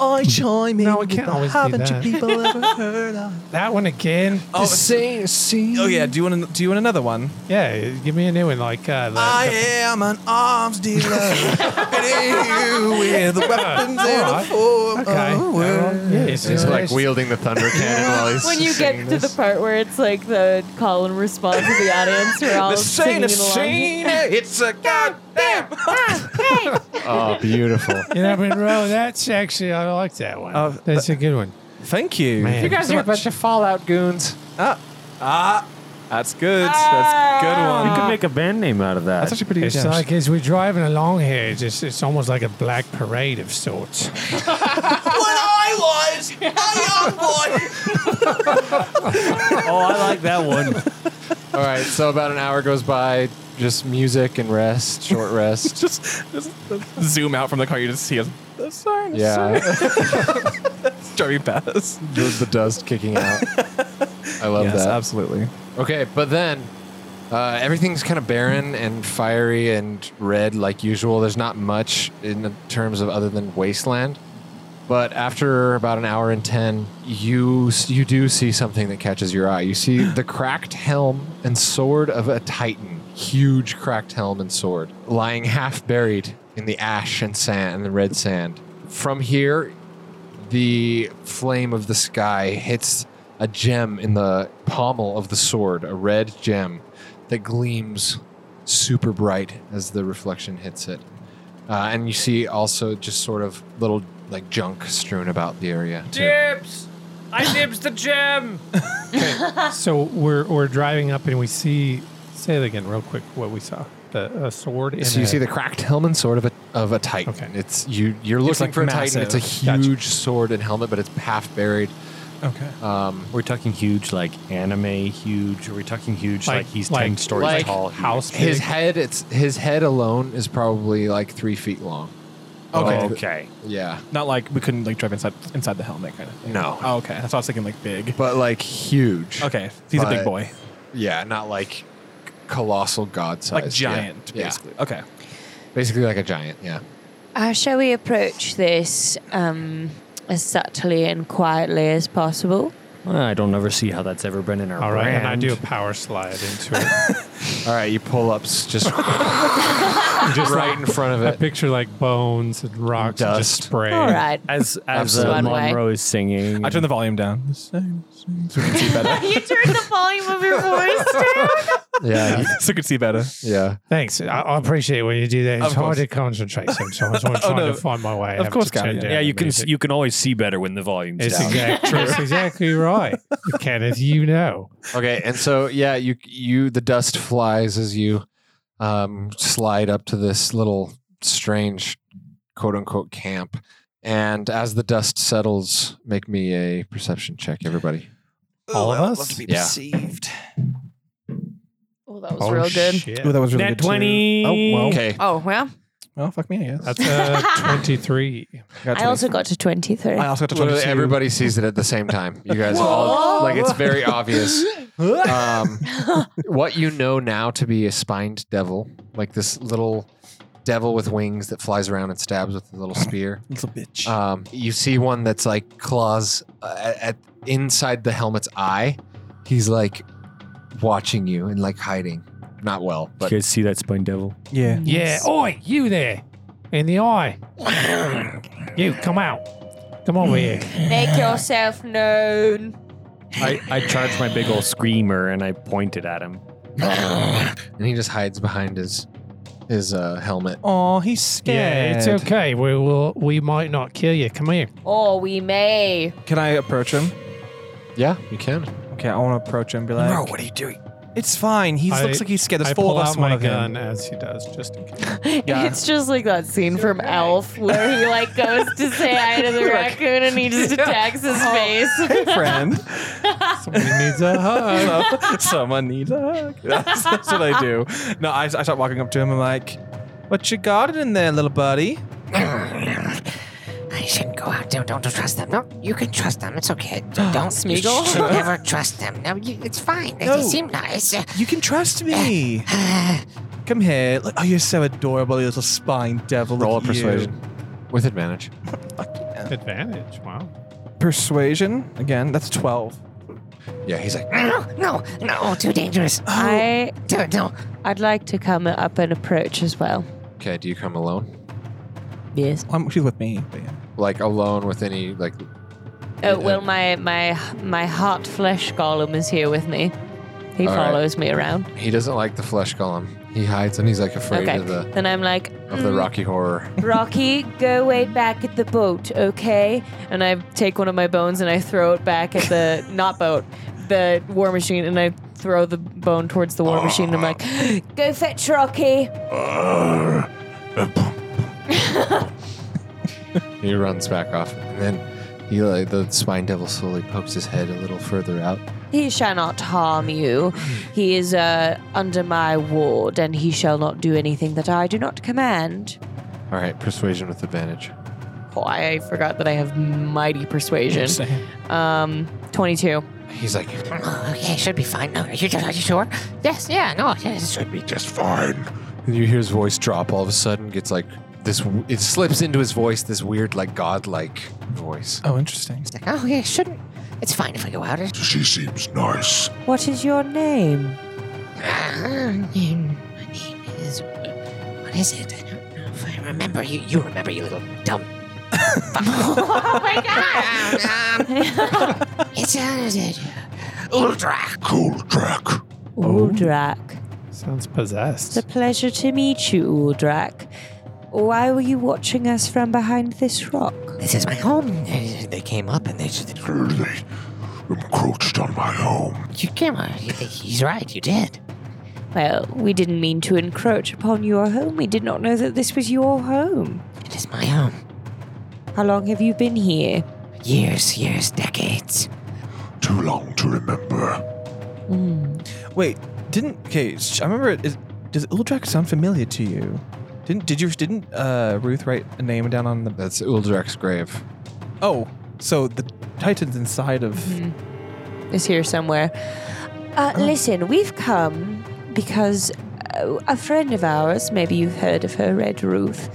[SPEAKER 6] I chime in
[SPEAKER 8] No, I
[SPEAKER 6] with
[SPEAKER 8] can't
[SPEAKER 6] a
[SPEAKER 8] always do
[SPEAKER 6] haven't you
[SPEAKER 8] that.
[SPEAKER 6] people ever heard of?
[SPEAKER 8] <laughs> That one again?
[SPEAKER 1] Oh,
[SPEAKER 2] see, see.
[SPEAKER 1] oh yeah. Do you want? An, do you want another one?
[SPEAKER 8] Yeah, give me a new one. Like uh, the,
[SPEAKER 6] I
[SPEAKER 8] the-
[SPEAKER 6] am an arms
[SPEAKER 1] <laughs>
[SPEAKER 6] dealer. and you
[SPEAKER 2] <laughs>
[SPEAKER 6] with weapons in a
[SPEAKER 8] alright.
[SPEAKER 6] form
[SPEAKER 8] Okay.
[SPEAKER 6] of
[SPEAKER 8] All right.
[SPEAKER 6] words.
[SPEAKER 8] Yeah,
[SPEAKER 2] He's like
[SPEAKER 8] we.
[SPEAKER 2] wielding the thunder cannon while he's
[SPEAKER 4] When you get
[SPEAKER 2] singing
[SPEAKER 4] to the
[SPEAKER 2] this.
[SPEAKER 4] part where it's like the call and response of the audience, we're
[SPEAKER 1] <laughs>
[SPEAKER 4] all
[SPEAKER 1] The
[SPEAKER 4] singing
[SPEAKER 1] scene
[SPEAKER 4] along.
[SPEAKER 1] is scene.
[SPEAKER 4] <laughs>
[SPEAKER 1] It's a goddamn.
[SPEAKER 2] Oh, beautiful.
[SPEAKER 8] You know, but bro, that's actually I like that one.
[SPEAKER 1] Oh,
[SPEAKER 8] that's a good one.
[SPEAKER 1] Thank you.
[SPEAKER 8] Man. You guys
[SPEAKER 1] so
[SPEAKER 8] are a
[SPEAKER 1] much.
[SPEAKER 2] bunch of Fallout goons.
[SPEAKER 1] Ah, that's good.
[SPEAKER 4] Ah.
[SPEAKER 1] That's a good one.
[SPEAKER 5] You could make a band name out of that.
[SPEAKER 1] that's actually pretty good.
[SPEAKER 8] It's
[SPEAKER 1] yeah.
[SPEAKER 8] like as we're driving along here, it's just, it's almost like a black parade of sorts.
[SPEAKER 6] When I was a young boy.
[SPEAKER 5] oh, I like that
[SPEAKER 1] <laughs>
[SPEAKER 5] one.
[SPEAKER 2] All right, so about an hour goes by, just music and rest, short rest.
[SPEAKER 1] <laughs> just, just <laughs> zoom out from the car. You just see us. The sign is <laughs>
[SPEAKER 2] yeah, <laughs>
[SPEAKER 1] driving past.
[SPEAKER 2] the, the dust kicking out. I love
[SPEAKER 1] Yes,
[SPEAKER 2] that.
[SPEAKER 1] absolutely.
[SPEAKER 2] Okay, but then uh, everything's kind of barren and fiery and red like usual. There's not much in the terms of other than wasteland. But after about an hour and ten, you s- you do see something that catches your eye. You see the cracked helm and sword of a titan, huge cracked helm and sword, lying half buried in the ash and sand and the red sand. From here, the flame of the sky hits a gem in the pommel of the sword, a red gem that gleams super bright as the reflection hits it. Uh, and you see also just sort of little like junk strewn about the area. too.
[SPEAKER 1] <laughs>
[SPEAKER 8] so we're we're driving up and we see. Say it again, real quick. What we saw the a sword. in
[SPEAKER 2] So you
[SPEAKER 8] a-
[SPEAKER 2] see the cracked
[SPEAKER 8] <laughs>
[SPEAKER 2] helm and sword of a of a titan.
[SPEAKER 8] Okay.
[SPEAKER 2] It's you you're looking
[SPEAKER 1] like,
[SPEAKER 2] for a titan. It's
[SPEAKER 1] massive.
[SPEAKER 2] a
[SPEAKER 8] Gotcha.
[SPEAKER 2] huge sword and helmet, but it's half buried.
[SPEAKER 1] Okay.
[SPEAKER 2] Um,
[SPEAKER 5] We're talking huge, like anime huge. Are we talking huge, like,
[SPEAKER 8] Like-
[SPEAKER 5] he's
[SPEAKER 8] like-
[SPEAKER 5] ten stories
[SPEAKER 2] like
[SPEAKER 5] tall?
[SPEAKER 8] house.
[SPEAKER 2] his
[SPEAKER 8] big.
[SPEAKER 2] head it's his head alone is probably like three feet long.
[SPEAKER 1] Okay.
[SPEAKER 5] Oh, okay.
[SPEAKER 2] Yeah.
[SPEAKER 1] Not like we couldn't like drive inside inside the helmet kind of thing.
[SPEAKER 2] No.
[SPEAKER 1] Oh, okay. That's what I was thinking. Like big.
[SPEAKER 2] But like huge.
[SPEAKER 1] Okay. He's a big
[SPEAKER 2] But-
[SPEAKER 1] boy.
[SPEAKER 2] Yeah, not like colossal god size.
[SPEAKER 1] Like giant,
[SPEAKER 2] Yeah.
[SPEAKER 1] basically. Okay.
[SPEAKER 2] Yeah. Basically like a giant, yeah.
[SPEAKER 4] Uh, shall we approach this um, as subtly and quietly as possible?
[SPEAKER 5] Well, I don't ever see how that's ever been in our
[SPEAKER 8] All right,
[SPEAKER 5] brand.
[SPEAKER 8] and I do a power slide into it.
[SPEAKER 5] <laughs>
[SPEAKER 2] All right, you pull up
[SPEAKER 4] <laughs>
[SPEAKER 2] s- just, just right in front
[SPEAKER 8] I
[SPEAKER 2] of it.
[SPEAKER 8] picture like bones and rocks and just
[SPEAKER 2] Dust.
[SPEAKER 8] spray.
[SPEAKER 4] All right.
[SPEAKER 5] As as uh,
[SPEAKER 2] Absolutely.
[SPEAKER 4] One way.
[SPEAKER 5] Monroe is singing,
[SPEAKER 1] I turn the volume down. So we can see better.
[SPEAKER 4] <laughs>
[SPEAKER 1] Oh,
[SPEAKER 4] you turned the volume of your voice
[SPEAKER 1] <laughs>
[SPEAKER 4] down.
[SPEAKER 2] Yeah,
[SPEAKER 1] so we can see better.
[SPEAKER 2] yeah.
[SPEAKER 8] Thanks. I, I appreciate when you do that. It's
[SPEAKER 1] Of
[SPEAKER 8] hard
[SPEAKER 1] course.
[SPEAKER 8] to concentrate sometimes. when I'm
[SPEAKER 5] <laughs> Oh,
[SPEAKER 8] trying
[SPEAKER 1] no.
[SPEAKER 8] to find my way. I
[SPEAKER 1] Of
[SPEAKER 8] have
[SPEAKER 1] course,
[SPEAKER 8] to turn
[SPEAKER 1] Gavin.
[SPEAKER 8] down
[SPEAKER 5] yeah,
[SPEAKER 8] the
[SPEAKER 5] you can
[SPEAKER 8] music.
[SPEAKER 5] you can always see better when the volume's
[SPEAKER 8] It's
[SPEAKER 5] down. <laughs>
[SPEAKER 8] exactly, that's exactly right, <laughs> Kenneth. You know.
[SPEAKER 2] Okay, and so yeah, you you the dust flies as you um, slide up to this little strange quote unquote camp. And as the dust settles, make me a perception check, everybody.
[SPEAKER 1] Uh,
[SPEAKER 8] All of
[SPEAKER 6] I would
[SPEAKER 8] us?
[SPEAKER 6] Love to be
[SPEAKER 2] Yeah.
[SPEAKER 6] perceived.
[SPEAKER 4] Oh, that was real good.
[SPEAKER 8] shit.
[SPEAKER 1] that was
[SPEAKER 5] Nat
[SPEAKER 1] too.
[SPEAKER 5] 20.
[SPEAKER 1] Oh well.
[SPEAKER 2] Okay,
[SPEAKER 4] Oh, well.
[SPEAKER 1] Well, fuck me. I guess.
[SPEAKER 4] <laughs>
[SPEAKER 8] That's
[SPEAKER 1] <laughs>
[SPEAKER 8] uh, 23.
[SPEAKER 1] got
[SPEAKER 4] I also got to 23.
[SPEAKER 1] I also got to
[SPEAKER 2] Literally
[SPEAKER 1] 22.
[SPEAKER 2] everybody sees it at the same time. You guys all like it's
[SPEAKER 1] <laughs>
[SPEAKER 2] very obvious. Um, what you know now to be a spined devil, like this little devil with wings that flies around and stabs with a
[SPEAKER 1] <laughs>
[SPEAKER 2] little spear.
[SPEAKER 1] Little bitch.
[SPEAKER 2] Um, you see one that's like claws uh, at, at inside the helmet's eye. He's like watching you and like hiding. Not well, but
[SPEAKER 5] you guys see that spine devil?
[SPEAKER 1] yeah.
[SPEAKER 8] Yeah. Oi, you there. In the eye. you, come out. Come over here.
[SPEAKER 4] Make yourself known.
[SPEAKER 5] I, I charge my big old screamer and I pointed at him.
[SPEAKER 2] <laughs> and he just hides behind his his uh, helmet.
[SPEAKER 1] Oh, he's
[SPEAKER 8] Yeah,
[SPEAKER 1] scared.
[SPEAKER 8] it's okay. We will. We might not kill you. Come here.
[SPEAKER 4] Or we may.
[SPEAKER 1] Can I approach him?
[SPEAKER 2] Yeah, you can.
[SPEAKER 1] Okay, I want to approach him. and Be like,
[SPEAKER 6] Bro, what are you doing?
[SPEAKER 1] It's fine. He
[SPEAKER 8] I-
[SPEAKER 1] looks like he's scared. There's
[SPEAKER 8] I
[SPEAKER 1] four
[SPEAKER 8] pull
[SPEAKER 1] of us.
[SPEAKER 8] out my
[SPEAKER 1] One of
[SPEAKER 8] gun
[SPEAKER 1] him.
[SPEAKER 8] as he does, just in case.
[SPEAKER 4] It's just like that scene from Elf where he like goes to say hi
[SPEAKER 9] <laughs>
[SPEAKER 4] to the raccoon and he just attacks his
[SPEAKER 9] Oh.
[SPEAKER 4] face. <laughs>
[SPEAKER 2] <laughs>
[SPEAKER 1] Friend,
[SPEAKER 8] Somebody needs a hug.
[SPEAKER 1] So- <laughs> someone needs a hug. <laughs> That's, that's what I do. No, I, I start walking up to him. I'm like, "What you got in there, little buddy?"
[SPEAKER 7] I shouldn't go out. Don't, don't trust them. No, you can trust them.
[SPEAKER 1] <gasps>
[SPEAKER 7] It's okay. Don't, don't Smeagol. should never trust them. No, you, it's fine. They,
[SPEAKER 1] No.
[SPEAKER 7] they seem nice.
[SPEAKER 1] <laughs> You can trust
[SPEAKER 7] <sighs>
[SPEAKER 1] me. Come here. Look, oh, you're so adorable, you little spine devil.
[SPEAKER 2] Roll a
[SPEAKER 1] Look at you.
[SPEAKER 2] persuasion with advantage.
[SPEAKER 1] Fuck you.
[SPEAKER 8] Advantage. Wow.
[SPEAKER 1] Persuasion again. That's twelve.
[SPEAKER 2] Yeah, he's like,
[SPEAKER 9] No, no, no, too dangerous. Oh.
[SPEAKER 4] I
[SPEAKER 9] Don't, no.
[SPEAKER 4] I'd like to come up and approach as well.
[SPEAKER 2] okay, do you come alone?
[SPEAKER 4] Yes.
[SPEAKER 1] Um, she's with me. But yeah.
[SPEAKER 2] Like alone with any like?
[SPEAKER 4] Oh well, my my my heart flesh golem is here with me. He
[SPEAKER 2] All right.
[SPEAKER 4] follows me around.
[SPEAKER 2] He doesn't like the flesh column. He hides and he's like afraid
[SPEAKER 4] okay.
[SPEAKER 2] of the
[SPEAKER 4] then I'm like,
[SPEAKER 2] of the
[SPEAKER 4] "Mm,
[SPEAKER 2] Rocky
[SPEAKER 4] <laughs>
[SPEAKER 2] Horror.
[SPEAKER 4] Rocky, go wait back at the boat, okay? And I take one of my bones and I throw it back at
[SPEAKER 9] <laughs>
[SPEAKER 4] the not boat, the war machine, and I throw the bone towards the war machine. And I'm
[SPEAKER 9] <gasps>
[SPEAKER 4] like, go fetch Rocky.
[SPEAKER 2] He runs back off, and then he like, the spine devil slowly pokes his head a little further out.
[SPEAKER 4] He shall not harm you.
[SPEAKER 9] Hmm.
[SPEAKER 4] He is uh, under my ward, and he shall not do anything that I do not command.
[SPEAKER 2] All right, persuasion with advantage.
[SPEAKER 4] Oh, I forgot that I have mighty persuasion. Um, 22.
[SPEAKER 2] He's like,
[SPEAKER 9] Okay, should be fine. No, you, are you sure? Yes, yeah, no, yes, should be just
[SPEAKER 2] fine. And you hear his voice drop all of a sudden, gets like this, it slips into his voice, this weird, like, godlike voice.
[SPEAKER 1] Oh, interesting.
[SPEAKER 9] like, oh, yeah, shouldn't. It's fine if I go out. It's-
[SPEAKER 10] She seems nice.
[SPEAKER 4] What is your name?
[SPEAKER 9] Ah, you- my name is. What is it? I don't know if I remember. You, you remember, you little dumb.
[SPEAKER 7] <laughs>
[SPEAKER 9] oh my god! um, <laughs> it's uh, Uldrak.
[SPEAKER 10] Cool track.
[SPEAKER 4] Uldrak. It's
[SPEAKER 8] Sounds
[SPEAKER 4] a
[SPEAKER 8] possessed.
[SPEAKER 4] pleasure to meet you, Uldrak. Why were you watching us from behind this rock?
[SPEAKER 9] This is my home. They they came up and they just.
[SPEAKER 10] They encroached on my home.
[SPEAKER 9] You came up. He's right. You did.
[SPEAKER 4] Well, we didn't mean to encroach upon your home. We did not know that this was your home.
[SPEAKER 9] It is my home.
[SPEAKER 4] How long have you been here?
[SPEAKER 9] Years, years, decades.
[SPEAKER 10] Too long to remember.
[SPEAKER 1] Mm. Wait, didn't okay? sh- I remember. It, is, does Ildrak sound familiar to you? Didn't did you didn't uh, Ruth write a name down on the?
[SPEAKER 2] That's Uldrek's grave.
[SPEAKER 1] Oh, so the Titan's inside of.
[SPEAKER 4] Mm-hmm. Is here somewhere. Uh, Listen, we've come because uh, a friend of ours, maybe you've heard of her, Red Ruth,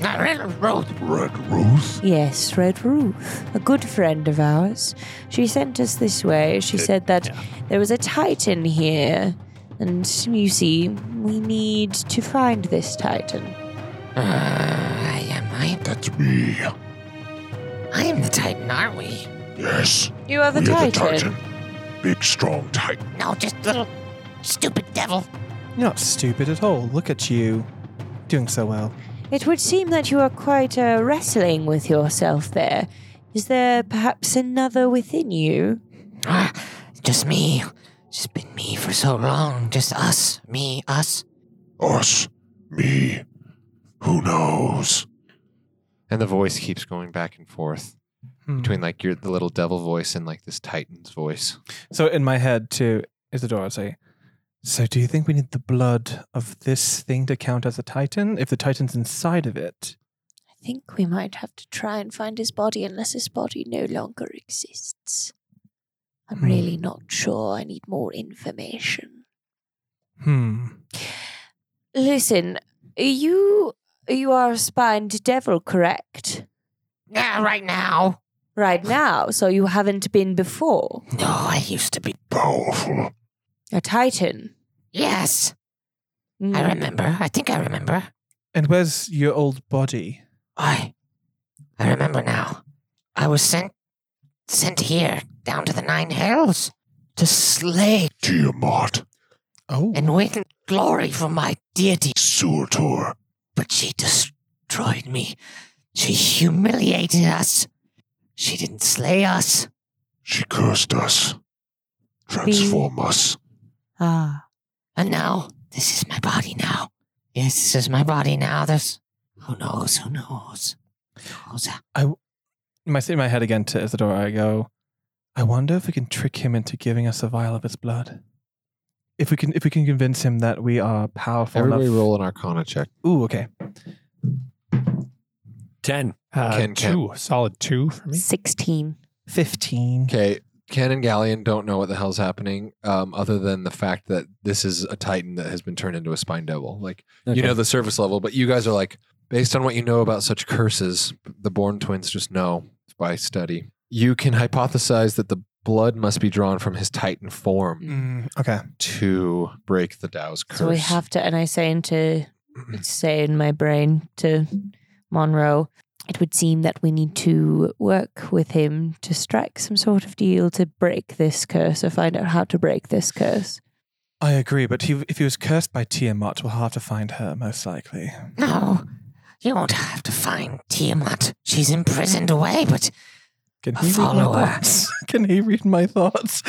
[SPEAKER 9] Road.
[SPEAKER 10] Red Ruth?
[SPEAKER 4] Yes, Red Ruth, a good friend of ours. She sent us this way. She said that there was a Titan here. And you see, we need to find this Titan.
[SPEAKER 9] Uh, I am. I am.
[SPEAKER 10] That's me.
[SPEAKER 9] I am the Titan, aren't we?
[SPEAKER 10] Yes.
[SPEAKER 4] You are the,
[SPEAKER 10] we are the
[SPEAKER 4] titan.
[SPEAKER 2] <laughs>
[SPEAKER 10] Titan. Big, strong Titan.
[SPEAKER 9] No, just little stupid devil.
[SPEAKER 1] You're not stupid at all. Look at you, doing so well.
[SPEAKER 4] It would seem that you are quite uh, wrestling with yourself there. Is there perhaps another within <gasps> you?
[SPEAKER 9] Ah, just me. Just been me for so long. Just us. Me, us.
[SPEAKER 10] Us. Me. Who knows?
[SPEAKER 2] And the voice keeps going back and forth
[SPEAKER 1] Hmm.
[SPEAKER 2] between like your the little devil voice and like this Titan's voice.
[SPEAKER 1] So in my head, too, Isadora would say, "So do you think we need the blood of this thing to count as a Titan? If the Titan's inside of it,
[SPEAKER 4] I think we might have to try and find his body unless his body no longer exists. I'm
[SPEAKER 1] Hmm.
[SPEAKER 4] really not sure. I need more information.
[SPEAKER 1] hmm."
[SPEAKER 4] Listen, you you are a spined devil, correct?
[SPEAKER 9] Yeah, right now.
[SPEAKER 4] Right now, so you haven't been before.
[SPEAKER 9] No, I used to be.
[SPEAKER 10] Powerful.
[SPEAKER 4] A titan.
[SPEAKER 9] Yes, I
[SPEAKER 4] Mm.
[SPEAKER 9] remember. I think I remember.
[SPEAKER 1] And where's your old body?
[SPEAKER 9] I, I remember now. I was sent, sent here down to the Nine Hells to slay
[SPEAKER 10] Tiamat.
[SPEAKER 1] Oh,
[SPEAKER 9] and win glory for my deity.
[SPEAKER 10] Surtur.
[SPEAKER 9] But she destroyed me. She humiliated us. She didn't slay us.
[SPEAKER 10] She cursed us. Transform us.
[SPEAKER 4] Ah.
[SPEAKER 9] And now, this is my body now. Yes, this is my body now. There's. Who knows? Who knows? Who knows?
[SPEAKER 1] in my, in my head again to Isadora, I go, I wonder if we can trick him into giving us a vial of his blood. If we can, if we can convince him that we are powerful
[SPEAKER 2] Everybody
[SPEAKER 1] enough.
[SPEAKER 2] roll an Arcana check.
[SPEAKER 1] Ooh, okay.
[SPEAKER 11] 10.
[SPEAKER 8] Uh,
[SPEAKER 2] Ken, Ken.
[SPEAKER 8] two. Solid two for me.
[SPEAKER 4] 16.
[SPEAKER 1] Fifteen.
[SPEAKER 2] Okay, Ken and Galleon don't know what the hell's happening, um, other than the fact that this is a Titan that has been turned into a spine devil. Like you know the surface level, but you guys are like, based on what you know about such curses, the Born twins just know by study, you can hypothesize that the blood must be drawn from his Titan form
[SPEAKER 1] Mm,
[SPEAKER 12] okay.
[SPEAKER 2] to break the Dow's curse.
[SPEAKER 4] So we have to, and I say into, say in my brain to Monroe, it would seem that we need to work with him to strike some sort of deal to break this curse or find out how to break this curse.
[SPEAKER 1] I agree, but he, if he was cursed by Tiamat, we'll have to find her, most likely.
[SPEAKER 9] No, you won't have to find Tiamat. She's imprisoned away, but
[SPEAKER 1] Can
[SPEAKER 9] a
[SPEAKER 1] he read
[SPEAKER 9] follower.
[SPEAKER 1] my thoughts? <laughs> Can he read my thoughts?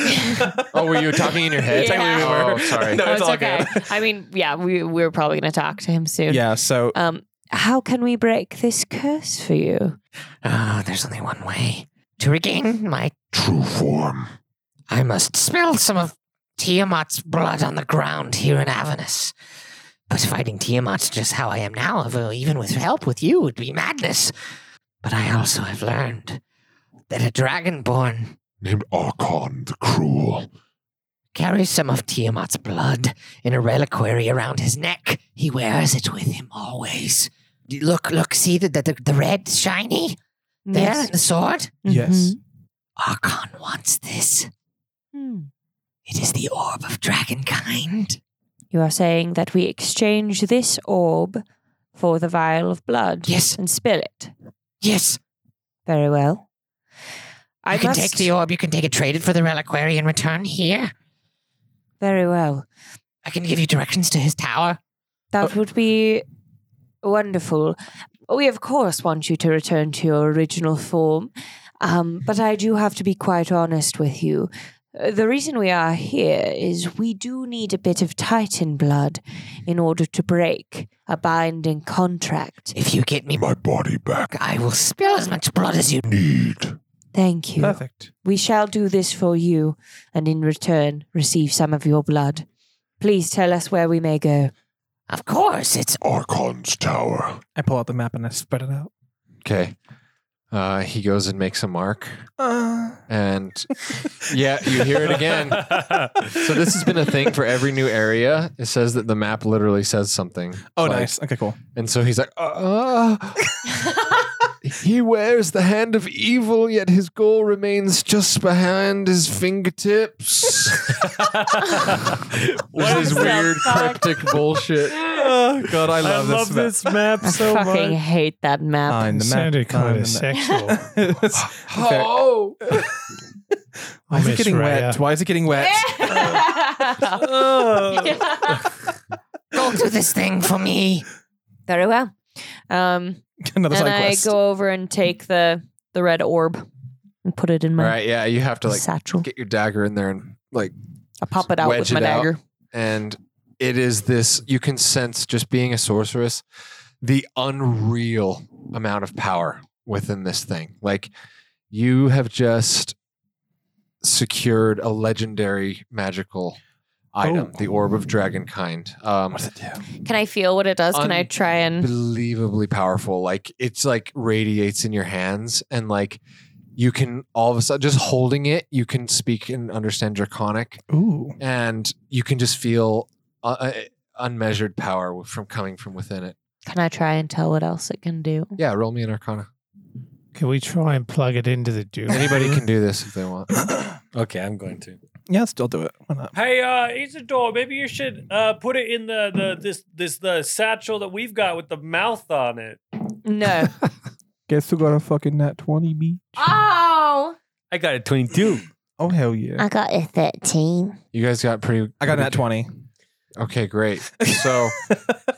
[SPEAKER 2] Oh, were you talking in your
[SPEAKER 4] <laughs>
[SPEAKER 2] head?
[SPEAKER 4] Yeah.
[SPEAKER 2] Oh, sorry.
[SPEAKER 1] <laughs> No, it's all good.
[SPEAKER 4] I mean, yeah, we we're probably going to talk to him soon.
[SPEAKER 1] Yeah, so
[SPEAKER 4] Um, how can we break this curse for you?
[SPEAKER 9] Ah, there's only one way. To regain my true form, I must spill some of Tiamat's blood on the ground here in Avernus. But fighting Tiamat just how I am now, if- even with help with you, would be madness. But I also have learned that a dragonborn
[SPEAKER 2] Named Archon the Cruel.
[SPEAKER 9] carries some of Tiamat's blood in a reliquary around his neck. He wears it with him always. Look, look, see the, the, the red shiny there in the sword?
[SPEAKER 1] yes.
[SPEAKER 9] Archon wants this.
[SPEAKER 4] Mhm. Hmm.
[SPEAKER 9] It is the orb of dragonkind.
[SPEAKER 4] You are saying that we exchange this orb for the vial of blood
[SPEAKER 9] Yes,
[SPEAKER 4] and spill it.
[SPEAKER 9] yes.
[SPEAKER 4] Very well. I
[SPEAKER 9] you can
[SPEAKER 4] must-
[SPEAKER 9] take the orb. You can take it traded for the reliquary in return here.
[SPEAKER 4] Very well.
[SPEAKER 9] I can give you directions to his tower.
[SPEAKER 4] That would be wonderful. We, of course, want you to return to your original form, um, but I do have to be quite honest with you. Uh, The reason we are here is we do need a bit of Titan blood in order to break a binding contract.
[SPEAKER 9] If you get me my body back, I will spill as much blood as you need.
[SPEAKER 4] Thank you.
[SPEAKER 1] Perfect.
[SPEAKER 4] We shall do this for you, and in return, receive some of your blood. Please tell us where we may go.
[SPEAKER 9] Of course, it's
[SPEAKER 2] Archon's Tower.
[SPEAKER 1] I pull out the map and I spread it out.
[SPEAKER 2] Okay. Uh, he goes and makes a mark.
[SPEAKER 1] Uh,
[SPEAKER 2] And yeah, you hear it again. So this has been a thing for every new area. It says that the map literally says something.
[SPEAKER 1] Oh,
[SPEAKER 2] Like,
[SPEAKER 1] nice. Okay, cool.
[SPEAKER 2] And so he's like, uh, he wears the hand of evil, yet his goal remains just behind his fingertips.
[SPEAKER 13] What
[SPEAKER 2] this is
[SPEAKER 13] the
[SPEAKER 2] weird
[SPEAKER 4] fuck?
[SPEAKER 2] cryptic bullshit.
[SPEAKER 1] Oh, God, I love,
[SPEAKER 13] I love this map,
[SPEAKER 4] I
[SPEAKER 1] <laughs>
[SPEAKER 13] so
[SPEAKER 4] fucking
[SPEAKER 13] much.
[SPEAKER 4] hate that map.
[SPEAKER 1] Map. Find the map. um,
[SPEAKER 8] sounded
[SPEAKER 1] find
[SPEAKER 8] kind of
[SPEAKER 1] the
[SPEAKER 4] <laughs>
[SPEAKER 1] map. <laughs>
[SPEAKER 8] sexual.
[SPEAKER 1] Fair.
[SPEAKER 2] Oh,
[SPEAKER 1] <laughs> Why is it
[SPEAKER 8] Miss
[SPEAKER 1] getting wet?
[SPEAKER 8] Raya.
[SPEAKER 1] Why is it getting wet? <laughs>
[SPEAKER 9] go do this thing for me.
[SPEAKER 4] Very well. Um,
[SPEAKER 1] Another
[SPEAKER 4] and
[SPEAKER 1] side
[SPEAKER 4] I
[SPEAKER 1] quest.
[SPEAKER 4] go over and take the the red orb and put it in
[SPEAKER 2] All
[SPEAKER 4] my
[SPEAKER 2] right, yeah, you have to like
[SPEAKER 4] satchel.
[SPEAKER 2] get your dagger in there and like
[SPEAKER 4] I pop it out
[SPEAKER 2] wedge
[SPEAKER 4] with my
[SPEAKER 2] it out.
[SPEAKER 4] dagger.
[SPEAKER 2] and it is this you can sense just being a sorceress the unreal amount of power within this thing like you have just secured a legendary magical item the orb of dragonkind um
[SPEAKER 1] What does it do?
[SPEAKER 4] Can I feel what it does? Can I try and?
[SPEAKER 2] unbelievably powerful like it's like radiates in your hands and like you can all of a sudden just holding it you can speak and understand draconic
[SPEAKER 1] Ooh.
[SPEAKER 2] and you can just feel uh, uh, unmeasured power from coming from within it.
[SPEAKER 4] Can I try and tell what else it can do?
[SPEAKER 2] Yeah, roll me an Arcana.
[SPEAKER 8] Can we try and plug it into the dude?
[SPEAKER 2] Anybody can
[SPEAKER 8] <laughs>
[SPEAKER 2] do this if they want.
[SPEAKER 1] <coughs>
[SPEAKER 13] Okay, I'm going to.
[SPEAKER 1] Yeah, still do it. Why not?
[SPEAKER 5] Hey, uh, Isidore, maybe you should uh, put it in the, the this this the satchel that we've got with the mouth on it. <laughs>
[SPEAKER 4] No.
[SPEAKER 1] Guess who got a fucking nat 20 B?
[SPEAKER 4] oh,
[SPEAKER 13] I got a 22.
[SPEAKER 1] Oh, hell yeah.
[SPEAKER 4] got a thirteen.
[SPEAKER 2] You guys got pretty.
[SPEAKER 1] I got a nat 20.
[SPEAKER 2] Okay,
[SPEAKER 1] <laughs>
[SPEAKER 2] great. So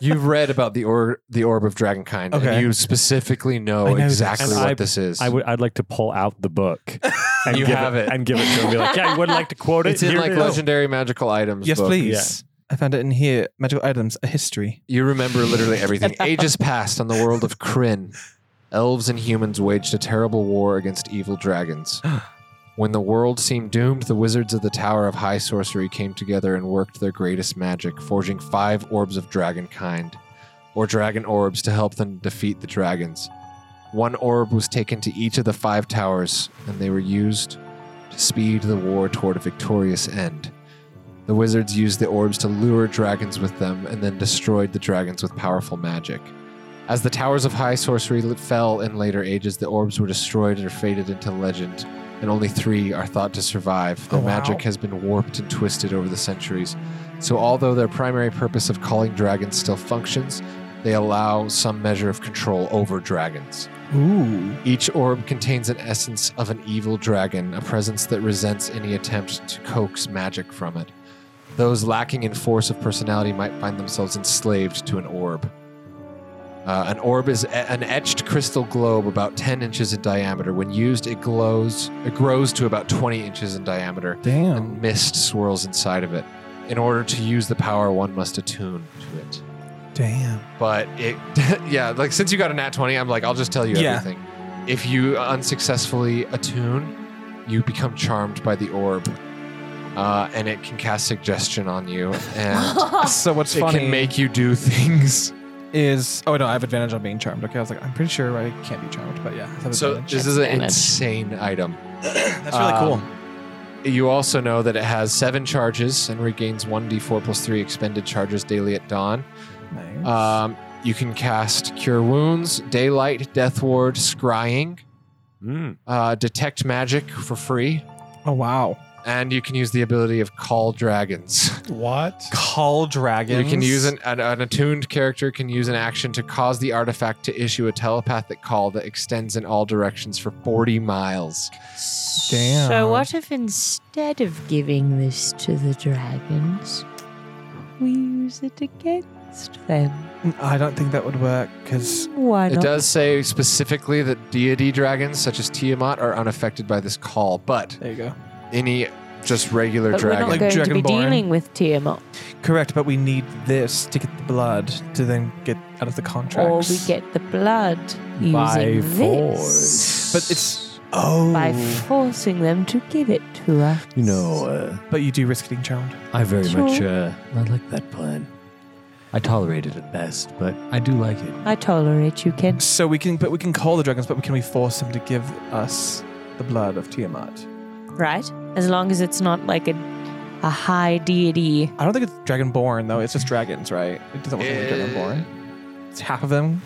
[SPEAKER 2] you've read about the or the orb of dragonkind,
[SPEAKER 1] Okay.
[SPEAKER 2] and you specifically know,
[SPEAKER 1] I know this.
[SPEAKER 2] exactly
[SPEAKER 13] And
[SPEAKER 2] what
[SPEAKER 13] I-
[SPEAKER 2] this is.
[SPEAKER 13] I would. I'd like to pull out the
[SPEAKER 2] <laughs>
[SPEAKER 13] book. And
[SPEAKER 2] You
[SPEAKER 13] give
[SPEAKER 2] have it.
[SPEAKER 13] and give it to him. Be like, yeah, you would like to
[SPEAKER 2] <laughs>
[SPEAKER 13] quote
[SPEAKER 2] it's
[SPEAKER 13] it.
[SPEAKER 2] in
[SPEAKER 13] Here
[SPEAKER 2] like
[SPEAKER 13] it is."
[SPEAKER 2] legendary magical items.
[SPEAKER 1] Yes,
[SPEAKER 2] book.
[SPEAKER 1] please. I found it in here. Magical items, a history.
[SPEAKER 2] You remember literally
[SPEAKER 1] <laughs>
[SPEAKER 2] everything. Ages passed on the world of Kryn. Elves and humans waged a terrible war against evil
[SPEAKER 1] <gasps>
[SPEAKER 2] dragons. When the world seemed doomed, the wizards of the Tower of High Sorcery came together and worked their greatest magic, forging five orbs of dragon kind, or dragon orbs, to help them defeat the dragons. One orb was taken to each of the five towers, and they were used to speed the war toward a victorious end. The wizards used the orbs to lure dragons with them and then destroyed the dragons with powerful magic. As the towers of high sorcery li- fell in later ages, the orbs were destroyed or faded into legend, and only three are thought to survive. Their
[SPEAKER 3] Oh, wow.
[SPEAKER 2] magic has been warped and twisted over the centuries. So, although their primary purpose of calling dragons still functions, they allow some measure of control over dragons.
[SPEAKER 3] Ooh.
[SPEAKER 2] Each orb contains an essence of an evil dragon, a presence that resents any attempt to coax magic from it. Those lacking in force of personality might find themselves enslaved to an orb. Uh, an orb is a- an etched crystal globe about 10 inches in diameter. When used, it glows. It grows to about 20 inches in diameter, and
[SPEAKER 3] Damn.
[SPEAKER 2] mist swirls inside of it. In order to use the power, one must attune to it.
[SPEAKER 6] Damn.
[SPEAKER 2] But it, <laughs> yeah, like since you got a nat 20, I'm like, I'll just tell you
[SPEAKER 1] Yeah.
[SPEAKER 2] everything. If you unsuccessfully attune, you become charmed by the orb, uh, and it can cast suggestion on you, and
[SPEAKER 1] So what's
[SPEAKER 2] it
[SPEAKER 1] funny
[SPEAKER 2] can make you do things.
[SPEAKER 1] is oh no, I have advantage on being charmed. Okay, I was like, I'm pretty sure I can't be charmed, but yeah. I have
[SPEAKER 2] So
[SPEAKER 1] advantage.
[SPEAKER 2] this is an
[SPEAKER 4] Advantage.
[SPEAKER 2] insane item.
[SPEAKER 1] <clears throat>
[SPEAKER 2] Um,
[SPEAKER 1] that's really cool.
[SPEAKER 2] You also know that it has seven charges and regains 1d4 plus three expended charges daily at dawn.
[SPEAKER 1] Nice.
[SPEAKER 2] Um, you can cast Cure Wounds, Daylight, Death Ward, Scrying,
[SPEAKER 1] Hmm.
[SPEAKER 2] uh, Detect Magic for free,
[SPEAKER 1] oh wow.
[SPEAKER 2] and you can use the ability of Call Dragons.
[SPEAKER 8] What?
[SPEAKER 1] Call
[SPEAKER 2] <laughs>
[SPEAKER 1] dragons.
[SPEAKER 2] You can use an, an, an attuned character can use an action to cause the artifact to issue a telepathic call that extends in all directions for 40 miles.
[SPEAKER 1] Damn.
[SPEAKER 4] So what if instead of giving this to the dragons, we use it against them?
[SPEAKER 1] I don't think that would work because
[SPEAKER 4] Why
[SPEAKER 2] It
[SPEAKER 4] not?
[SPEAKER 2] does say specifically that deity dragons such as Tiamat are unaffected by this call, but
[SPEAKER 1] there you go.
[SPEAKER 2] any just regular
[SPEAKER 4] But we're
[SPEAKER 2] dragon.
[SPEAKER 4] not
[SPEAKER 1] Like
[SPEAKER 4] going to be
[SPEAKER 1] Dragonborn.
[SPEAKER 4] dealing with Tiamat,
[SPEAKER 1] Correct, but we need this to get the blood to then get out of the
[SPEAKER 4] or
[SPEAKER 1] contracts.
[SPEAKER 4] we get the blood using
[SPEAKER 5] By
[SPEAKER 4] this
[SPEAKER 5] force.
[SPEAKER 1] But it's oh,
[SPEAKER 4] by forcing them to give it to us.
[SPEAKER 5] You know, uh,
[SPEAKER 1] but you do risk getting charmed.
[SPEAKER 5] I very
[SPEAKER 4] Sure.
[SPEAKER 5] much uh, not like that plan. I tolerate it at best, but I do like it.
[SPEAKER 4] I tolerate you, Ken.
[SPEAKER 1] So we can, but we can call the dragons, but can we force them to give us the blood of Tiamat?
[SPEAKER 4] Right? As long as it's not like a a high deity.
[SPEAKER 1] I don't think it's dragonborn though. Oh, It's just dragons, right? It doesn't want to be
[SPEAKER 2] Eh.
[SPEAKER 1] dragonborn. It's half of them.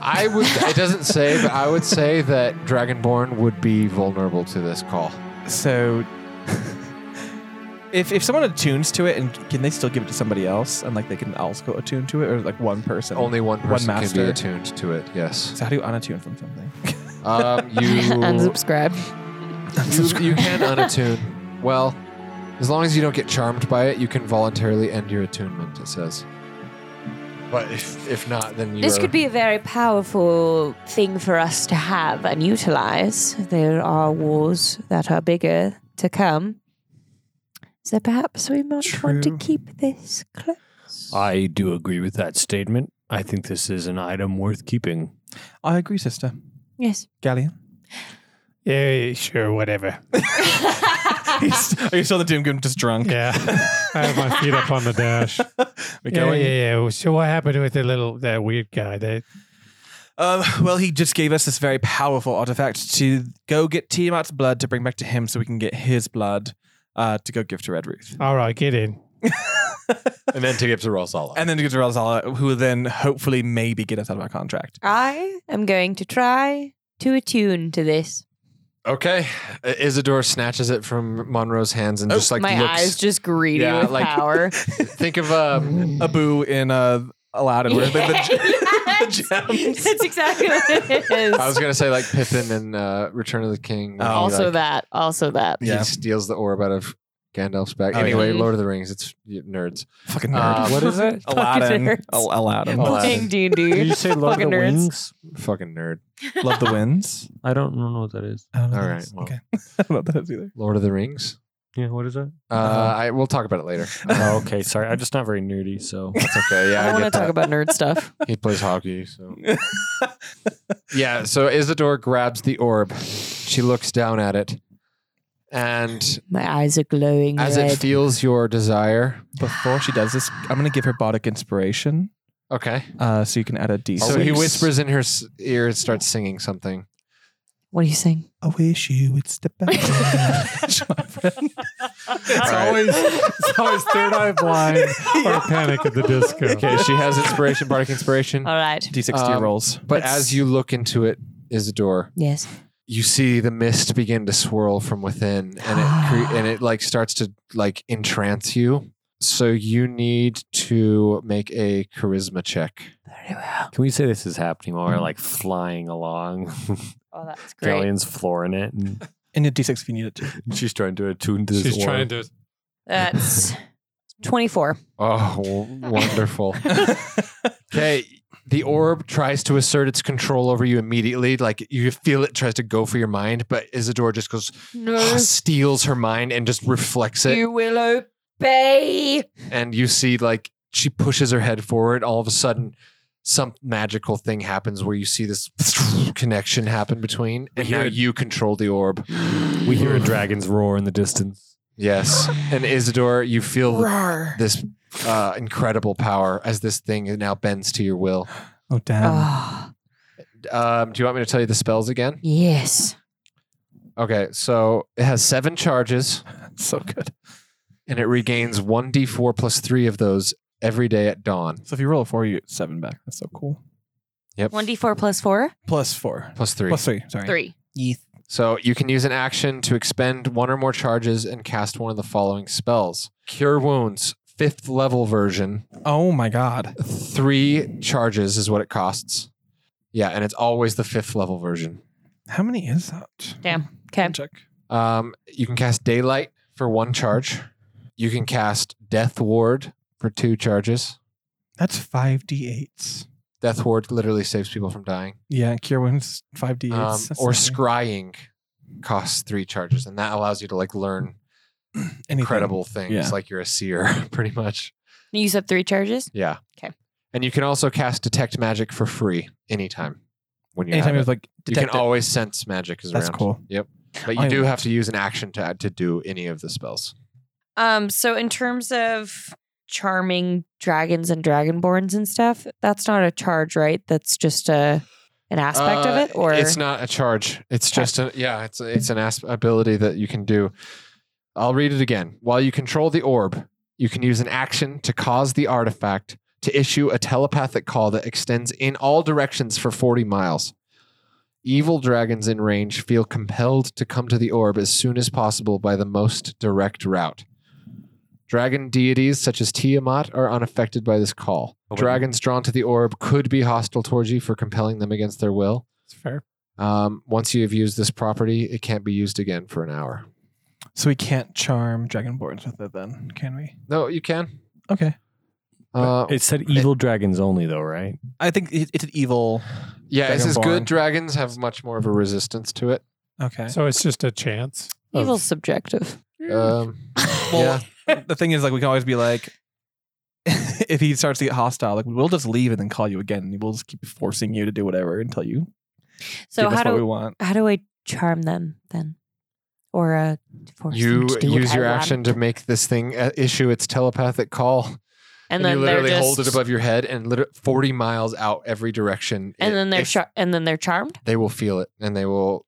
[SPEAKER 2] I would. It doesn't say, but I would say that Dragonborn would be vulnerable to this call.
[SPEAKER 1] So if if someone attunes to it, and can they still give it to somebody else, and like they can also attune to it, or like one person
[SPEAKER 2] Only one person can
[SPEAKER 1] master.
[SPEAKER 2] be attuned to it. Yes.
[SPEAKER 1] So how do you unattune from something?
[SPEAKER 4] <laughs>
[SPEAKER 2] <laughs> Um, you,
[SPEAKER 4] Unsubscribe.
[SPEAKER 2] you you can unattune. Well, as long as you don't get charmed by it, you can voluntarily end your attunement. It says. But if, if not, then you.
[SPEAKER 4] This
[SPEAKER 2] are-
[SPEAKER 4] could be a very powerful thing for us to have and utilize. There are wars that are bigger to come. So perhaps we might want to
[SPEAKER 1] True.
[SPEAKER 4] keep this close.
[SPEAKER 5] I do agree with that statement. I think this is an item worth keeping.
[SPEAKER 1] I agree, sister.
[SPEAKER 4] Yes.
[SPEAKER 1] Galleon.
[SPEAKER 8] Yeah, sure,
[SPEAKER 1] <laughs>
[SPEAKER 8] whatever.
[SPEAKER 1] Are you still the Doom Goon just drunk?
[SPEAKER 8] Yeah. I have my feet up on the dash.
[SPEAKER 1] We
[SPEAKER 8] Yeah, yeah,
[SPEAKER 1] going?
[SPEAKER 8] yeah. So what happened with the little that weird guy? That
[SPEAKER 1] Um, <laughs> well, he just gave us this very powerful artifact to go get Tiamat's blood to bring back to him so we can get his blood uh, to go give to Red Ruth.
[SPEAKER 8] all right, get in.
[SPEAKER 2] <laughs> and then to give to Rosala.
[SPEAKER 1] And then to give to Ralzala, who will then hopefully maybe get us out of our contract.
[SPEAKER 4] I am going to try to attune to this.
[SPEAKER 2] okay, I- Isidore snatches it from Monroe's hands and just like
[SPEAKER 4] Oh, My
[SPEAKER 2] looks.
[SPEAKER 4] eyes just greedy
[SPEAKER 2] Yeah,
[SPEAKER 4] with
[SPEAKER 2] like-
[SPEAKER 4] power.
[SPEAKER 2] <laughs> think of um,
[SPEAKER 1] Abu in uh, Aladdin. where they- the,
[SPEAKER 4] <laughs> Yes. <laughs>
[SPEAKER 1] the gems.
[SPEAKER 4] That's exactly what it is.
[SPEAKER 2] I was gonna say like Pippin in uh, Return of the King.
[SPEAKER 1] Oh,
[SPEAKER 2] when he,
[SPEAKER 4] also
[SPEAKER 2] like,
[SPEAKER 4] that. Also that.
[SPEAKER 2] he
[SPEAKER 1] Yeah.
[SPEAKER 2] steals the orb out of Gandalf's back.
[SPEAKER 1] Oh, yeah.
[SPEAKER 2] anyway,
[SPEAKER 5] Mm-hmm.
[SPEAKER 4] Mhm.
[SPEAKER 2] Lord of the Rings. It's y- nerds.
[SPEAKER 1] Fucking
[SPEAKER 2] Uh,
[SPEAKER 1] nerd.
[SPEAKER 2] what
[SPEAKER 4] is
[SPEAKER 5] <laughs>
[SPEAKER 4] it? Fucking
[SPEAKER 1] Aladdin.
[SPEAKER 4] nerds.
[SPEAKER 1] Al- Aladdin.
[SPEAKER 2] Aladdin.
[SPEAKER 4] Playing D&D.
[SPEAKER 5] Did you say Lord of
[SPEAKER 4] Fucking
[SPEAKER 5] the
[SPEAKER 4] nerds.
[SPEAKER 5] Wings?
[SPEAKER 2] Fucking nerd.
[SPEAKER 1] Love the winds.
[SPEAKER 5] I don't know what that is.
[SPEAKER 1] I don't know
[SPEAKER 2] All
[SPEAKER 1] what that
[SPEAKER 2] right,
[SPEAKER 1] is.
[SPEAKER 2] well.
[SPEAKER 1] Okay. I don't know what that is either.
[SPEAKER 2] <laughs> Lord of the Rings.
[SPEAKER 5] Yeah, what is that?
[SPEAKER 2] Uh,
[SPEAKER 1] Uh-huh.
[SPEAKER 2] I we'll talk about it later.
[SPEAKER 5] <laughs> oh, okay, sorry. I'm just not very
[SPEAKER 2] <laughs>
[SPEAKER 5] nerdy, so
[SPEAKER 2] It's okay. Yeah,
[SPEAKER 4] I
[SPEAKER 2] I,
[SPEAKER 4] want to
[SPEAKER 2] get that.
[SPEAKER 4] talk about nerd stuff.
[SPEAKER 2] <laughs> he plays hockey.
[SPEAKER 5] <laughs>
[SPEAKER 2] So yeah, so Isidore grabs the orb. She looks down at it, and
[SPEAKER 4] My eyes are glowing
[SPEAKER 2] as
[SPEAKER 4] red.
[SPEAKER 2] it feels your desire.
[SPEAKER 1] Before she does this, I'm going to give her bardic inspiration
[SPEAKER 2] Okay.
[SPEAKER 1] uh, so you can add a D6.
[SPEAKER 2] So he whispers in her s- ear and starts singing something.
[SPEAKER 4] What do you sing?
[SPEAKER 6] I wish you would step out.
[SPEAKER 1] <laughs>
[SPEAKER 2] All
[SPEAKER 1] It's
[SPEAKER 2] right.
[SPEAKER 8] <laughs>
[SPEAKER 1] always
[SPEAKER 8] it's always third eye <laughs> blind or panic at the disco.
[SPEAKER 2] Okay, she has inspiration, bardic inspiration.
[SPEAKER 4] All right.
[SPEAKER 1] d60
[SPEAKER 2] Um,
[SPEAKER 1] rolls.
[SPEAKER 2] But as you look into it, Isidore,
[SPEAKER 4] Yes.
[SPEAKER 2] you see the mist begin to swirl from within, and it
[SPEAKER 4] Ah.
[SPEAKER 2] cre- and it like starts to like entrance you. So you need to make a charisma check.
[SPEAKER 4] Very well.
[SPEAKER 5] Can we say this is happening while we're like flying along?
[SPEAKER 4] Oh,
[SPEAKER 5] <laughs>
[SPEAKER 4] that's great.
[SPEAKER 5] Galleon's
[SPEAKER 1] <laughs>
[SPEAKER 5] flooring it, and
[SPEAKER 1] And a d6 if you need it too.
[SPEAKER 5] she's trying to attune to this.
[SPEAKER 8] She's
[SPEAKER 5] war.
[SPEAKER 8] trying to.
[SPEAKER 4] That's 24.
[SPEAKER 2] Oh, w- wonderful. Okay. The orb tries to assert its control over you immediately. Like you feel it tries to go for your mind, but Isidore just goes,
[SPEAKER 4] No,
[SPEAKER 2] steals her mind and just reflects it.
[SPEAKER 4] you will obey.
[SPEAKER 2] and you see like she pushes her head forward. All of a sudden, some magical thing happens where you see this <sniffs> connection happen between, and now you control the orb.
[SPEAKER 5] <gasps> We hear a dragon's roar in the distance.
[SPEAKER 2] Yes, and Isidore, you feel th- this uh, incredible power as this thing now bends to your will.
[SPEAKER 6] Oh, damn.
[SPEAKER 4] Ah,
[SPEAKER 2] Um, do you want me to tell you the spells again?
[SPEAKER 4] yes.
[SPEAKER 2] Okay, so it has seven charges,
[SPEAKER 1] <laughs> so good.
[SPEAKER 2] and it regains one d4 plus three of those every day at dawn.
[SPEAKER 1] So if you roll a four, you get seven back. That's so cool.
[SPEAKER 4] 1d4 plus 4?
[SPEAKER 1] Plus four.
[SPEAKER 2] Plus three.
[SPEAKER 1] Plus three. Sorry.
[SPEAKER 4] 3.
[SPEAKER 2] So you can use an action to expend one or more charges and cast one of the following spells Cure Wounds, fifth level version.
[SPEAKER 1] Oh my god.
[SPEAKER 2] Three charges is what it costs. Yeah, and it's always the fifth level version.
[SPEAKER 1] How many is that?
[SPEAKER 4] Damn. Okay.
[SPEAKER 1] Check.
[SPEAKER 2] Um, you can cast Daylight for one charge. You can cast Death Ward for
[SPEAKER 4] <laughs>
[SPEAKER 2] two charges.
[SPEAKER 1] That's five d8s.
[SPEAKER 2] Death Ward literally saves people from dying.
[SPEAKER 1] Yeah, cure wounds five d8s.
[SPEAKER 2] Um,
[SPEAKER 1] That's
[SPEAKER 2] or
[SPEAKER 1] nothing.
[SPEAKER 2] Scrying costs three charges, and that allows you to like learn
[SPEAKER 1] <clears throat> Anything.
[SPEAKER 2] incredible things
[SPEAKER 1] Yeah.
[SPEAKER 2] like you're a seer, <laughs> pretty much.
[SPEAKER 4] You use up three charges?
[SPEAKER 2] Yeah.
[SPEAKER 4] 'Kay.
[SPEAKER 2] And you can also cast detect magic for free anytime when you
[SPEAKER 1] Anytime
[SPEAKER 2] have
[SPEAKER 1] it's
[SPEAKER 2] it.
[SPEAKER 1] like
[SPEAKER 2] you
[SPEAKER 1] detect
[SPEAKER 2] can
[SPEAKER 1] it.
[SPEAKER 2] always sense magic is
[SPEAKER 1] That's
[SPEAKER 2] around.
[SPEAKER 1] cool.
[SPEAKER 2] Yep. But you
[SPEAKER 1] I-
[SPEAKER 2] do have to use an action to to do any of the spells.
[SPEAKER 4] Um, so in terms of charming dragons and dragonborns and stuff, that's not a charge, right? That's just a an aspect
[SPEAKER 2] Uh,
[SPEAKER 4] of it or
[SPEAKER 2] it's not a charge. It's just a yeah. It's a, it's an asp- ability that you can do. I'll read it again. While you control the orb, you can use an action to cause the artifact to issue a telepathic call that extends in all directions for 40 miles. Evil dragons in range feel compelled to come to the orb as soon as possible by the most direct route. Dragon deities such as Tiamat are unaffected by this call.
[SPEAKER 5] Oh, wait.
[SPEAKER 2] Dragons drawn to the orb could be hostile towards you for compelling them against their will.
[SPEAKER 8] It's fair.
[SPEAKER 2] Um, once you have used this property, it can't be used again for an hour.
[SPEAKER 1] So we can't charm dragonborns with it then, can we?
[SPEAKER 2] No, you can.
[SPEAKER 1] Okay.
[SPEAKER 2] Uh,
[SPEAKER 5] It said evil dragons only, though, right?
[SPEAKER 1] I think it, it's an evil.
[SPEAKER 2] yeah, it says good
[SPEAKER 1] Dragonborn.
[SPEAKER 2] dragons have much more of a resistance to it.
[SPEAKER 1] Okay.
[SPEAKER 8] So it's just a chance. of-
[SPEAKER 4] evil's subjective.
[SPEAKER 1] <laughs>
[SPEAKER 2] Um,
[SPEAKER 1] Well, the thing is, like, we can always be like, <laughs> if he starts to get hostile, like, we'll just leave and then call you again. And we'll just keep forcing you to do whatever until you
[SPEAKER 4] So
[SPEAKER 1] give us
[SPEAKER 4] how
[SPEAKER 1] what we
[SPEAKER 4] do
[SPEAKER 1] want.
[SPEAKER 4] how do I charm them then? Or uh force
[SPEAKER 2] you
[SPEAKER 4] them to do what
[SPEAKER 2] use
[SPEAKER 4] I
[SPEAKER 2] your
[SPEAKER 4] want?
[SPEAKER 2] action to make this thing uh, issue its telepathic call, and,
[SPEAKER 4] and, then
[SPEAKER 2] you literally
[SPEAKER 4] they're just,
[SPEAKER 2] hold it above your head and liter- forty miles out every direction.
[SPEAKER 4] and
[SPEAKER 2] it-
[SPEAKER 4] then they're
[SPEAKER 2] if-
[SPEAKER 4] char- and then they're charmed.
[SPEAKER 2] they will feel it, and they will.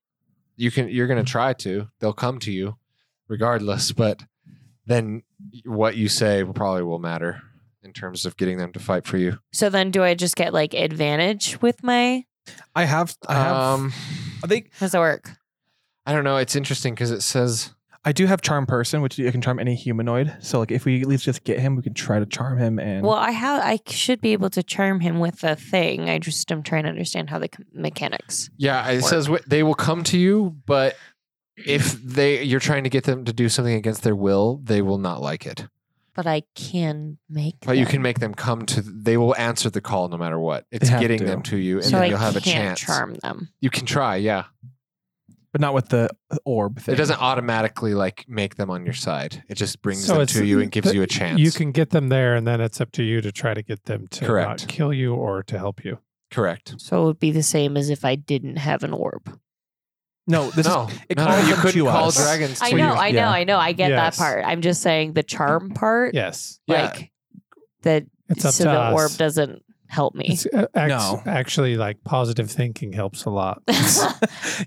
[SPEAKER 2] You can. You're going to try to. They'll come to you, regardless. <laughs> But then, what you say probably will matter in terms of getting them to fight for you.
[SPEAKER 4] So then, do I just get like advantage with my?
[SPEAKER 1] I have, I have,
[SPEAKER 2] Um,
[SPEAKER 1] I think
[SPEAKER 4] How's that work?
[SPEAKER 2] I don't know. It's interesting because it says
[SPEAKER 1] I do have charm person, which I can charm any humanoid. So, like, if we at least just get him, we can try to charm him. And
[SPEAKER 4] Well, I have. I should be able to charm him with a thing. I just am trying to understand how the c- mechanics.
[SPEAKER 2] yeah, it
[SPEAKER 4] Work.
[SPEAKER 2] says wh- they will come to you, but if they you're trying to get them to do something against their will, they will not like it.
[SPEAKER 4] But I can make.
[SPEAKER 2] But you
[SPEAKER 4] them.
[SPEAKER 2] can make them come to. They will answer the call no matter what.
[SPEAKER 1] They
[SPEAKER 2] It's
[SPEAKER 1] have
[SPEAKER 2] getting
[SPEAKER 1] to.
[SPEAKER 2] them to you, and
[SPEAKER 4] So
[SPEAKER 2] then
[SPEAKER 4] I
[SPEAKER 2] you'll have a
[SPEAKER 4] can't
[SPEAKER 2] chance.
[SPEAKER 4] charm them.
[SPEAKER 2] You can try, yeah.
[SPEAKER 1] but not with the uh, orb. Thing.
[SPEAKER 2] It doesn't automatically like make them on your side. It just brings
[SPEAKER 8] So
[SPEAKER 2] them
[SPEAKER 8] it's-
[SPEAKER 2] to you and gives
[SPEAKER 8] the-
[SPEAKER 2] you a chance.
[SPEAKER 8] You can get them there, and then it's up to you to try to get them to
[SPEAKER 2] Correct.
[SPEAKER 8] not kill you or to help you.
[SPEAKER 2] correct.
[SPEAKER 4] So it would be the same as if I didn't have an orb.
[SPEAKER 1] No, this
[SPEAKER 2] no,
[SPEAKER 1] is, it
[SPEAKER 2] no,
[SPEAKER 1] calls
[SPEAKER 2] you
[SPEAKER 1] them
[SPEAKER 2] couldn't
[SPEAKER 1] to
[SPEAKER 2] call
[SPEAKER 1] us.
[SPEAKER 2] dragons.
[SPEAKER 4] I
[SPEAKER 2] to
[SPEAKER 4] know,
[SPEAKER 2] you.
[SPEAKER 4] I know,
[SPEAKER 1] yeah.
[SPEAKER 4] I know. I get
[SPEAKER 8] Yes.
[SPEAKER 4] that part. I'm just saying the charm part.
[SPEAKER 8] Yes,
[SPEAKER 2] Yeah.
[SPEAKER 4] Like that.
[SPEAKER 8] it's up
[SPEAKER 4] so
[SPEAKER 8] to
[SPEAKER 4] the
[SPEAKER 8] us.
[SPEAKER 4] orb doesn't help me.
[SPEAKER 8] It's, uh, act-
[SPEAKER 1] No.
[SPEAKER 8] Actually, like positive thinking helps
[SPEAKER 4] <laughs>
[SPEAKER 2] <laughs>
[SPEAKER 8] a lot.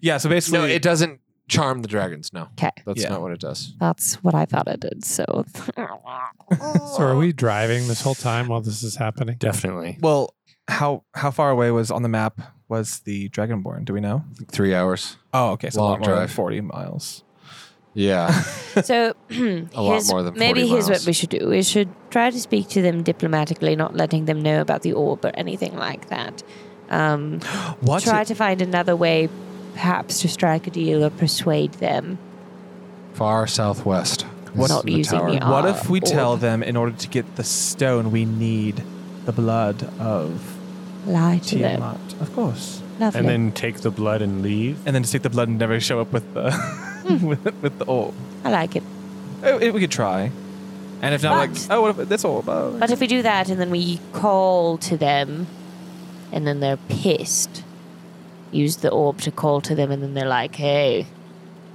[SPEAKER 1] yeah, so basically,
[SPEAKER 2] No, it doesn't charm the dragons. No.
[SPEAKER 4] 'Kay.
[SPEAKER 2] That's
[SPEAKER 1] Yeah.
[SPEAKER 2] not what it does.
[SPEAKER 4] That's what I thought it did. So, <laughs>
[SPEAKER 8] so, are we driving this whole time while this is happening?
[SPEAKER 2] Definitely.
[SPEAKER 1] well, how how far away was on the map was the Dragonborn? Do we know?
[SPEAKER 2] Three hours.
[SPEAKER 1] Oh, okay, so a
[SPEAKER 2] Long
[SPEAKER 1] lot more than
[SPEAKER 2] drive.
[SPEAKER 1] forty miles.
[SPEAKER 2] Yeah.
[SPEAKER 1] <laughs>
[SPEAKER 4] so <clears throat>
[SPEAKER 2] A lot
[SPEAKER 4] here's-
[SPEAKER 2] more than 40
[SPEAKER 4] maybe here's what
[SPEAKER 2] miles.
[SPEAKER 4] we should do. We should try to speak to them diplomatically, not letting them know about the orb or anything like that. Um,
[SPEAKER 1] What?
[SPEAKER 4] try to find another way, perhaps to strike a deal or persuade them.
[SPEAKER 2] Far southwest.
[SPEAKER 4] What- Not
[SPEAKER 2] the
[SPEAKER 4] using
[SPEAKER 2] tower.
[SPEAKER 4] the
[SPEAKER 1] what
[SPEAKER 4] Uh,
[SPEAKER 1] if we tell
[SPEAKER 4] orb.
[SPEAKER 1] them in order to get the stone we need the blood of
[SPEAKER 4] Lie to them.
[SPEAKER 1] Tiamat? Of course.
[SPEAKER 4] Lovely.
[SPEAKER 5] And then take the blood and leave.
[SPEAKER 1] And then just take the blood and never show up with the
[SPEAKER 4] Hmm.
[SPEAKER 1] <laughs> with, with the orb.
[SPEAKER 4] I like it.
[SPEAKER 1] Oh, it- we could try. And if not,
[SPEAKER 4] But-
[SPEAKER 1] like, oh, what if this orb? Oh,
[SPEAKER 4] But if we do that and then we call to them and then they're pissed, use the orb to call to them and then they're like, hey,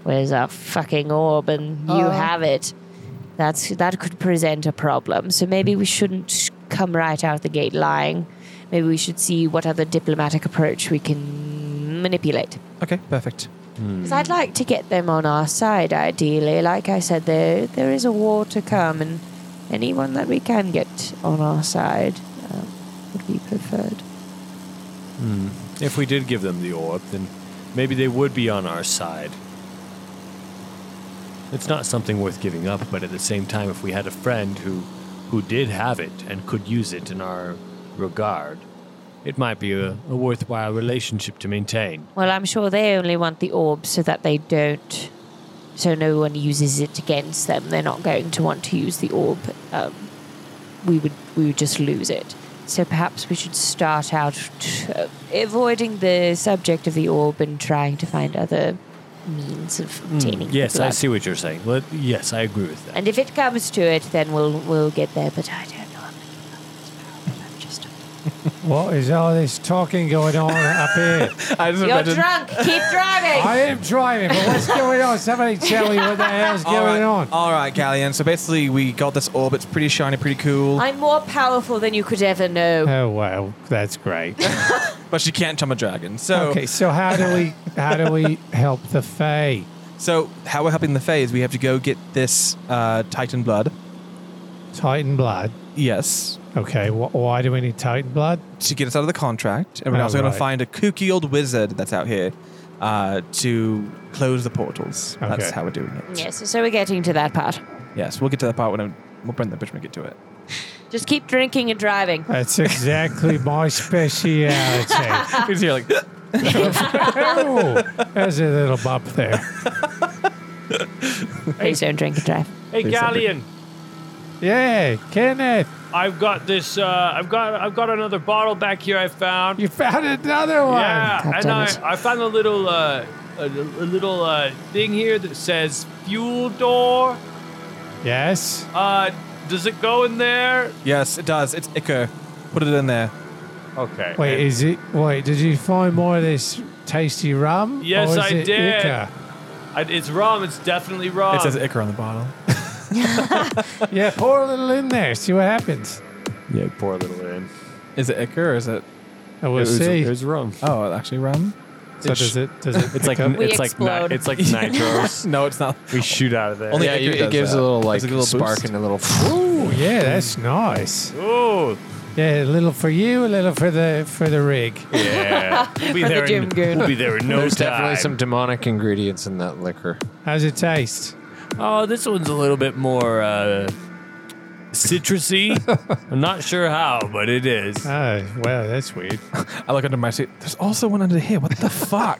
[SPEAKER 4] where's our fucking orb? And you have it. That's That could present a problem. So maybe we shouldn't come right out the gate lying. Maybe we should see what other diplomatic approach we can manipulate.
[SPEAKER 1] okay, perfect. Hmm.
[SPEAKER 4] Because I'd like to get them on our side, ideally. Like I said, there there is a war to come, and anyone that we can get on our side um, would be preferred.
[SPEAKER 5] Hmm. If we did give them the orb, then maybe they would be on our side. It's not something worth giving up, but at the same time, if we had a friend who, who did have it and could use it in our regard, it might be a, a worthwhile relationship to maintain.
[SPEAKER 4] Well, I'm sure they only want the orb so that they don't, so no one uses it against them. They're not going to want to use the orb. Um, we would we would just lose it. So perhaps we should start out t- uh, avoiding the subject of the orb and trying to find other means of obtaining. the
[SPEAKER 5] Hmm. Yes, I
[SPEAKER 4] blood.
[SPEAKER 5] see what you're saying. Let, yes, I agree with that.
[SPEAKER 4] And if it comes to it, then we'll we'll get there. But I don't know. I'm I'm just.
[SPEAKER 8] <laughs> What is all this talking going on up
[SPEAKER 2] <laughs>
[SPEAKER 8] here?
[SPEAKER 1] I just
[SPEAKER 4] You're
[SPEAKER 1] imagine-
[SPEAKER 4] drunk. Keep driving.
[SPEAKER 8] I am driving, but what's going on? Somebody tell me what the
[SPEAKER 2] <laughs>
[SPEAKER 8] hell's
[SPEAKER 1] All right,
[SPEAKER 8] going on.
[SPEAKER 1] All right, Galleon. So basically, we got this orb. It's pretty shiny, pretty cool.
[SPEAKER 4] I'm more powerful than you could ever know.
[SPEAKER 8] Oh wow, that's great.
[SPEAKER 1] <laughs> but she can't chum a dragon. So,
[SPEAKER 8] Okay, so how do we how do we help the Fae?
[SPEAKER 1] so how we're helping the Fae is we have to go get this uh, Titan blood.
[SPEAKER 8] Titan blood.
[SPEAKER 1] Yes.
[SPEAKER 8] Okay, wh- why do we need Titan blood?
[SPEAKER 1] To get us out of the contract. And we're
[SPEAKER 8] Oh,
[SPEAKER 1] also going
[SPEAKER 8] right.
[SPEAKER 1] to find a kooky old wizard that's out here uh, to close the portals. That's
[SPEAKER 8] Okay.
[SPEAKER 1] how we're doing it.
[SPEAKER 4] Yes. So we're getting to that part.
[SPEAKER 1] Yes, we'll get to that part when I'm, we'll bring the bridge when we get to it.
[SPEAKER 4] Just keep drinking and driving.
[SPEAKER 8] That's exactly
[SPEAKER 1] <laughs>
[SPEAKER 4] <laughs>
[SPEAKER 8] my speciality.
[SPEAKER 1] Because you're like,
[SPEAKER 8] oh, there's a little bump there.
[SPEAKER 4] <laughs> Please don't drink and drive.
[SPEAKER 9] Hey, Galleon,
[SPEAKER 8] Yeah, Kenneth,
[SPEAKER 9] I've got this. Uh, I've got. I've got another bottle back here. I found.
[SPEAKER 8] you found another one.
[SPEAKER 9] Yeah,
[SPEAKER 4] God
[SPEAKER 9] and
[SPEAKER 4] damn
[SPEAKER 9] I,
[SPEAKER 4] it.
[SPEAKER 9] I found a little uh, a, a little uh, thing here that says fuel door.
[SPEAKER 8] Yes.
[SPEAKER 9] Uh, does it go in there?
[SPEAKER 1] yes, it does. It's Icker. Put it in there.
[SPEAKER 9] Okay.
[SPEAKER 8] Wait, is it? Wait, did you find more of this tasty rum?
[SPEAKER 9] Yes,
[SPEAKER 8] or Oh, is
[SPEAKER 9] I
[SPEAKER 8] it
[SPEAKER 9] did.
[SPEAKER 8] Ica?
[SPEAKER 9] I, it's rum. It's definitely rum.
[SPEAKER 1] it says Icker on the bottle.
[SPEAKER 8] Yeah, pour a little in there. See what happens.
[SPEAKER 5] yeah, pour a little in.
[SPEAKER 1] Is it Icker or is it?
[SPEAKER 8] And
[SPEAKER 5] it
[SPEAKER 8] Oh, we'll
[SPEAKER 5] was,
[SPEAKER 8] see.
[SPEAKER 5] it was rum.
[SPEAKER 1] Oh, actually, rum?
[SPEAKER 8] so does it? Does it?
[SPEAKER 5] <laughs> It's like
[SPEAKER 8] pick up?
[SPEAKER 4] We
[SPEAKER 5] it's like ni-
[SPEAKER 4] explode.
[SPEAKER 5] it's like
[SPEAKER 1] <laughs>
[SPEAKER 5] nitros.
[SPEAKER 1] No, it's not.
[SPEAKER 5] we shoot out of there.
[SPEAKER 1] Only
[SPEAKER 2] yeah,
[SPEAKER 1] Iker
[SPEAKER 2] you-
[SPEAKER 1] does
[SPEAKER 2] it gives
[SPEAKER 1] that.
[SPEAKER 2] a little like
[SPEAKER 1] It's a little
[SPEAKER 2] spark
[SPEAKER 1] boost.
[SPEAKER 2] and a little. <laughs>
[SPEAKER 8] Ooh, yeah, that's nice.
[SPEAKER 9] Ooh.
[SPEAKER 8] Yeah, a little for you, a little for the for the rig.
[SPEAKER 4] <laughs>
[SPEAKER 5] yeah, we'll be
[SPEAKER 4] For the
[SPEAKER 5] there.
[SPEAKER 4] gym
[SPEAKER 5] in,
[SPEAKER 4] goon.
[SPEAKER 5] we'll be there in no
[SPEAKER 2] There's
[SPEAKER 5] time.
[SPEAKER 2] definitely some demonic ingredients in that liquor.
[SPEAKER 8] How's it taste?
[SPEAKER 5] Oh, this one's a little bit more uh,
[SPEAKER 8] <laughs>
[SPEAKER 5] citrusy. I'm not sure how, but it is.
[SPEAKER 8] Oh, well, that's weird.
[SPEAKER 1] <laughs> I look under my seat. There's also one under here. What the fuck?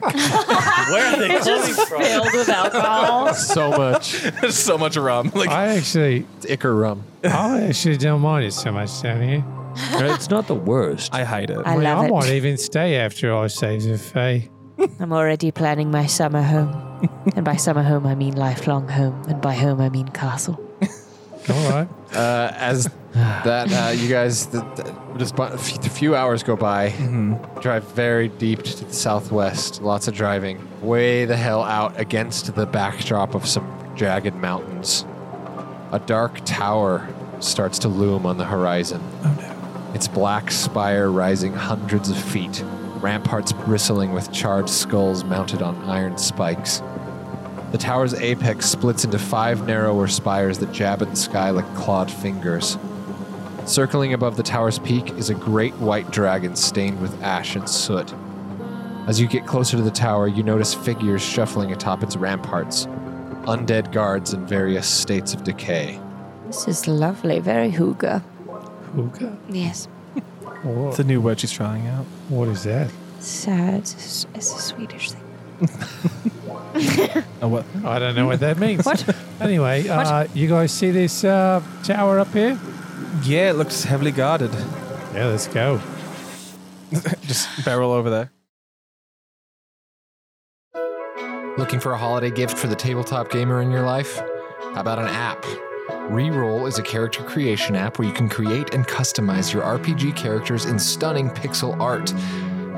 [SPEAKER 2] <laughs>
[SPEAKER 5] Where are they coming from?
[SPEAKER 4] Filled with
[SPEAKER 5] <laughs>
[SPEAKER 4] alcohol.
[SPEAKER 2] so much.
[SPEAKER 1] There's so much rum.
[SPEAKER 8] <laughs>
[SPEAKER 1] Like,
[SPEAKER 8] I actually,
[SPEAKER 2] It's Icar rum.
[SPEAKER 8] I actually don't mind it so much down here.
[SPEAKER 5] <laughs> it's not the worst.
[SPEAKER 1] I hide it.
[SPEAKER 4] I
[SPEAKER 8] Well, I
[SPEAKER 4] love
[SPEAKER 8] might
[SPEAKER 4] it.
[SPEAKER 8] even stay after I save the Fae.
[SPEAKER 4] <laughs> I'm already planning my summer home. and by summer home, I mean lifelong home. And by home, I mean castle.
[SPEAKER 8] All right.
[SPEAKER 2] Uh,
[SPEAKER 8] <sighs>
[SPEAKER 2] as that, uh, you guys, the, the, just bu- a few- a few hours go by.
[SPEAKER 8] Mm-hmm.
[SPEAKER 2] Drive very deep to the southwest. Lots of driving. Way the hell out against the backdrop of some jagged mountains. A dark tower starts to loom on the horizon.
[SPEAKER 1] oh,
[SPEAKER 2] its black spire rising hundreds of feet, ramparts bristling with charred skulls mounted on iron spikes. The tower's apex splits into five narrower spires that jab at the sky like clawed fingers. Circling above the tower's peak is a great white dragon stained with ash and soot. As you get closer to the tower, you notice figures shuffling atop its ramparts, undead guards in various states of decay.
[SPEAKER 4] This is lovely. Very hygge.
[SPEAKER 8] Hookah?
[SPEAKER 4] Yes.
[SPEAKER 1] It's
[SPEAKER 8] What,
[SPEAKER 1] a new word she's trying out.
[SPEAKER 8] what is that?
[SPEAKER 4] Sad. It's a Swedish thing.
[SPEAKER 1] Oh, what?
[SPEAKER 8] I don't know what that means.
[SPEAKER 4] <laughs> What?
[SPEAKER 8] Anyway, Uh, you guys see this uh, tower up here?
[SPEAKER 1] Yeah, it looks heavily guarded.
[SPEAKER 8] Yeah, let's go.
[SPEAKER 1] <laughs> Just barrel over there.
[SPEAKER 2] Looking for a holiday gift for the tabletop gamer in your life? How about an app? Reroll is a character creation app where you can create and customize your RPG characters in stunning pixel art.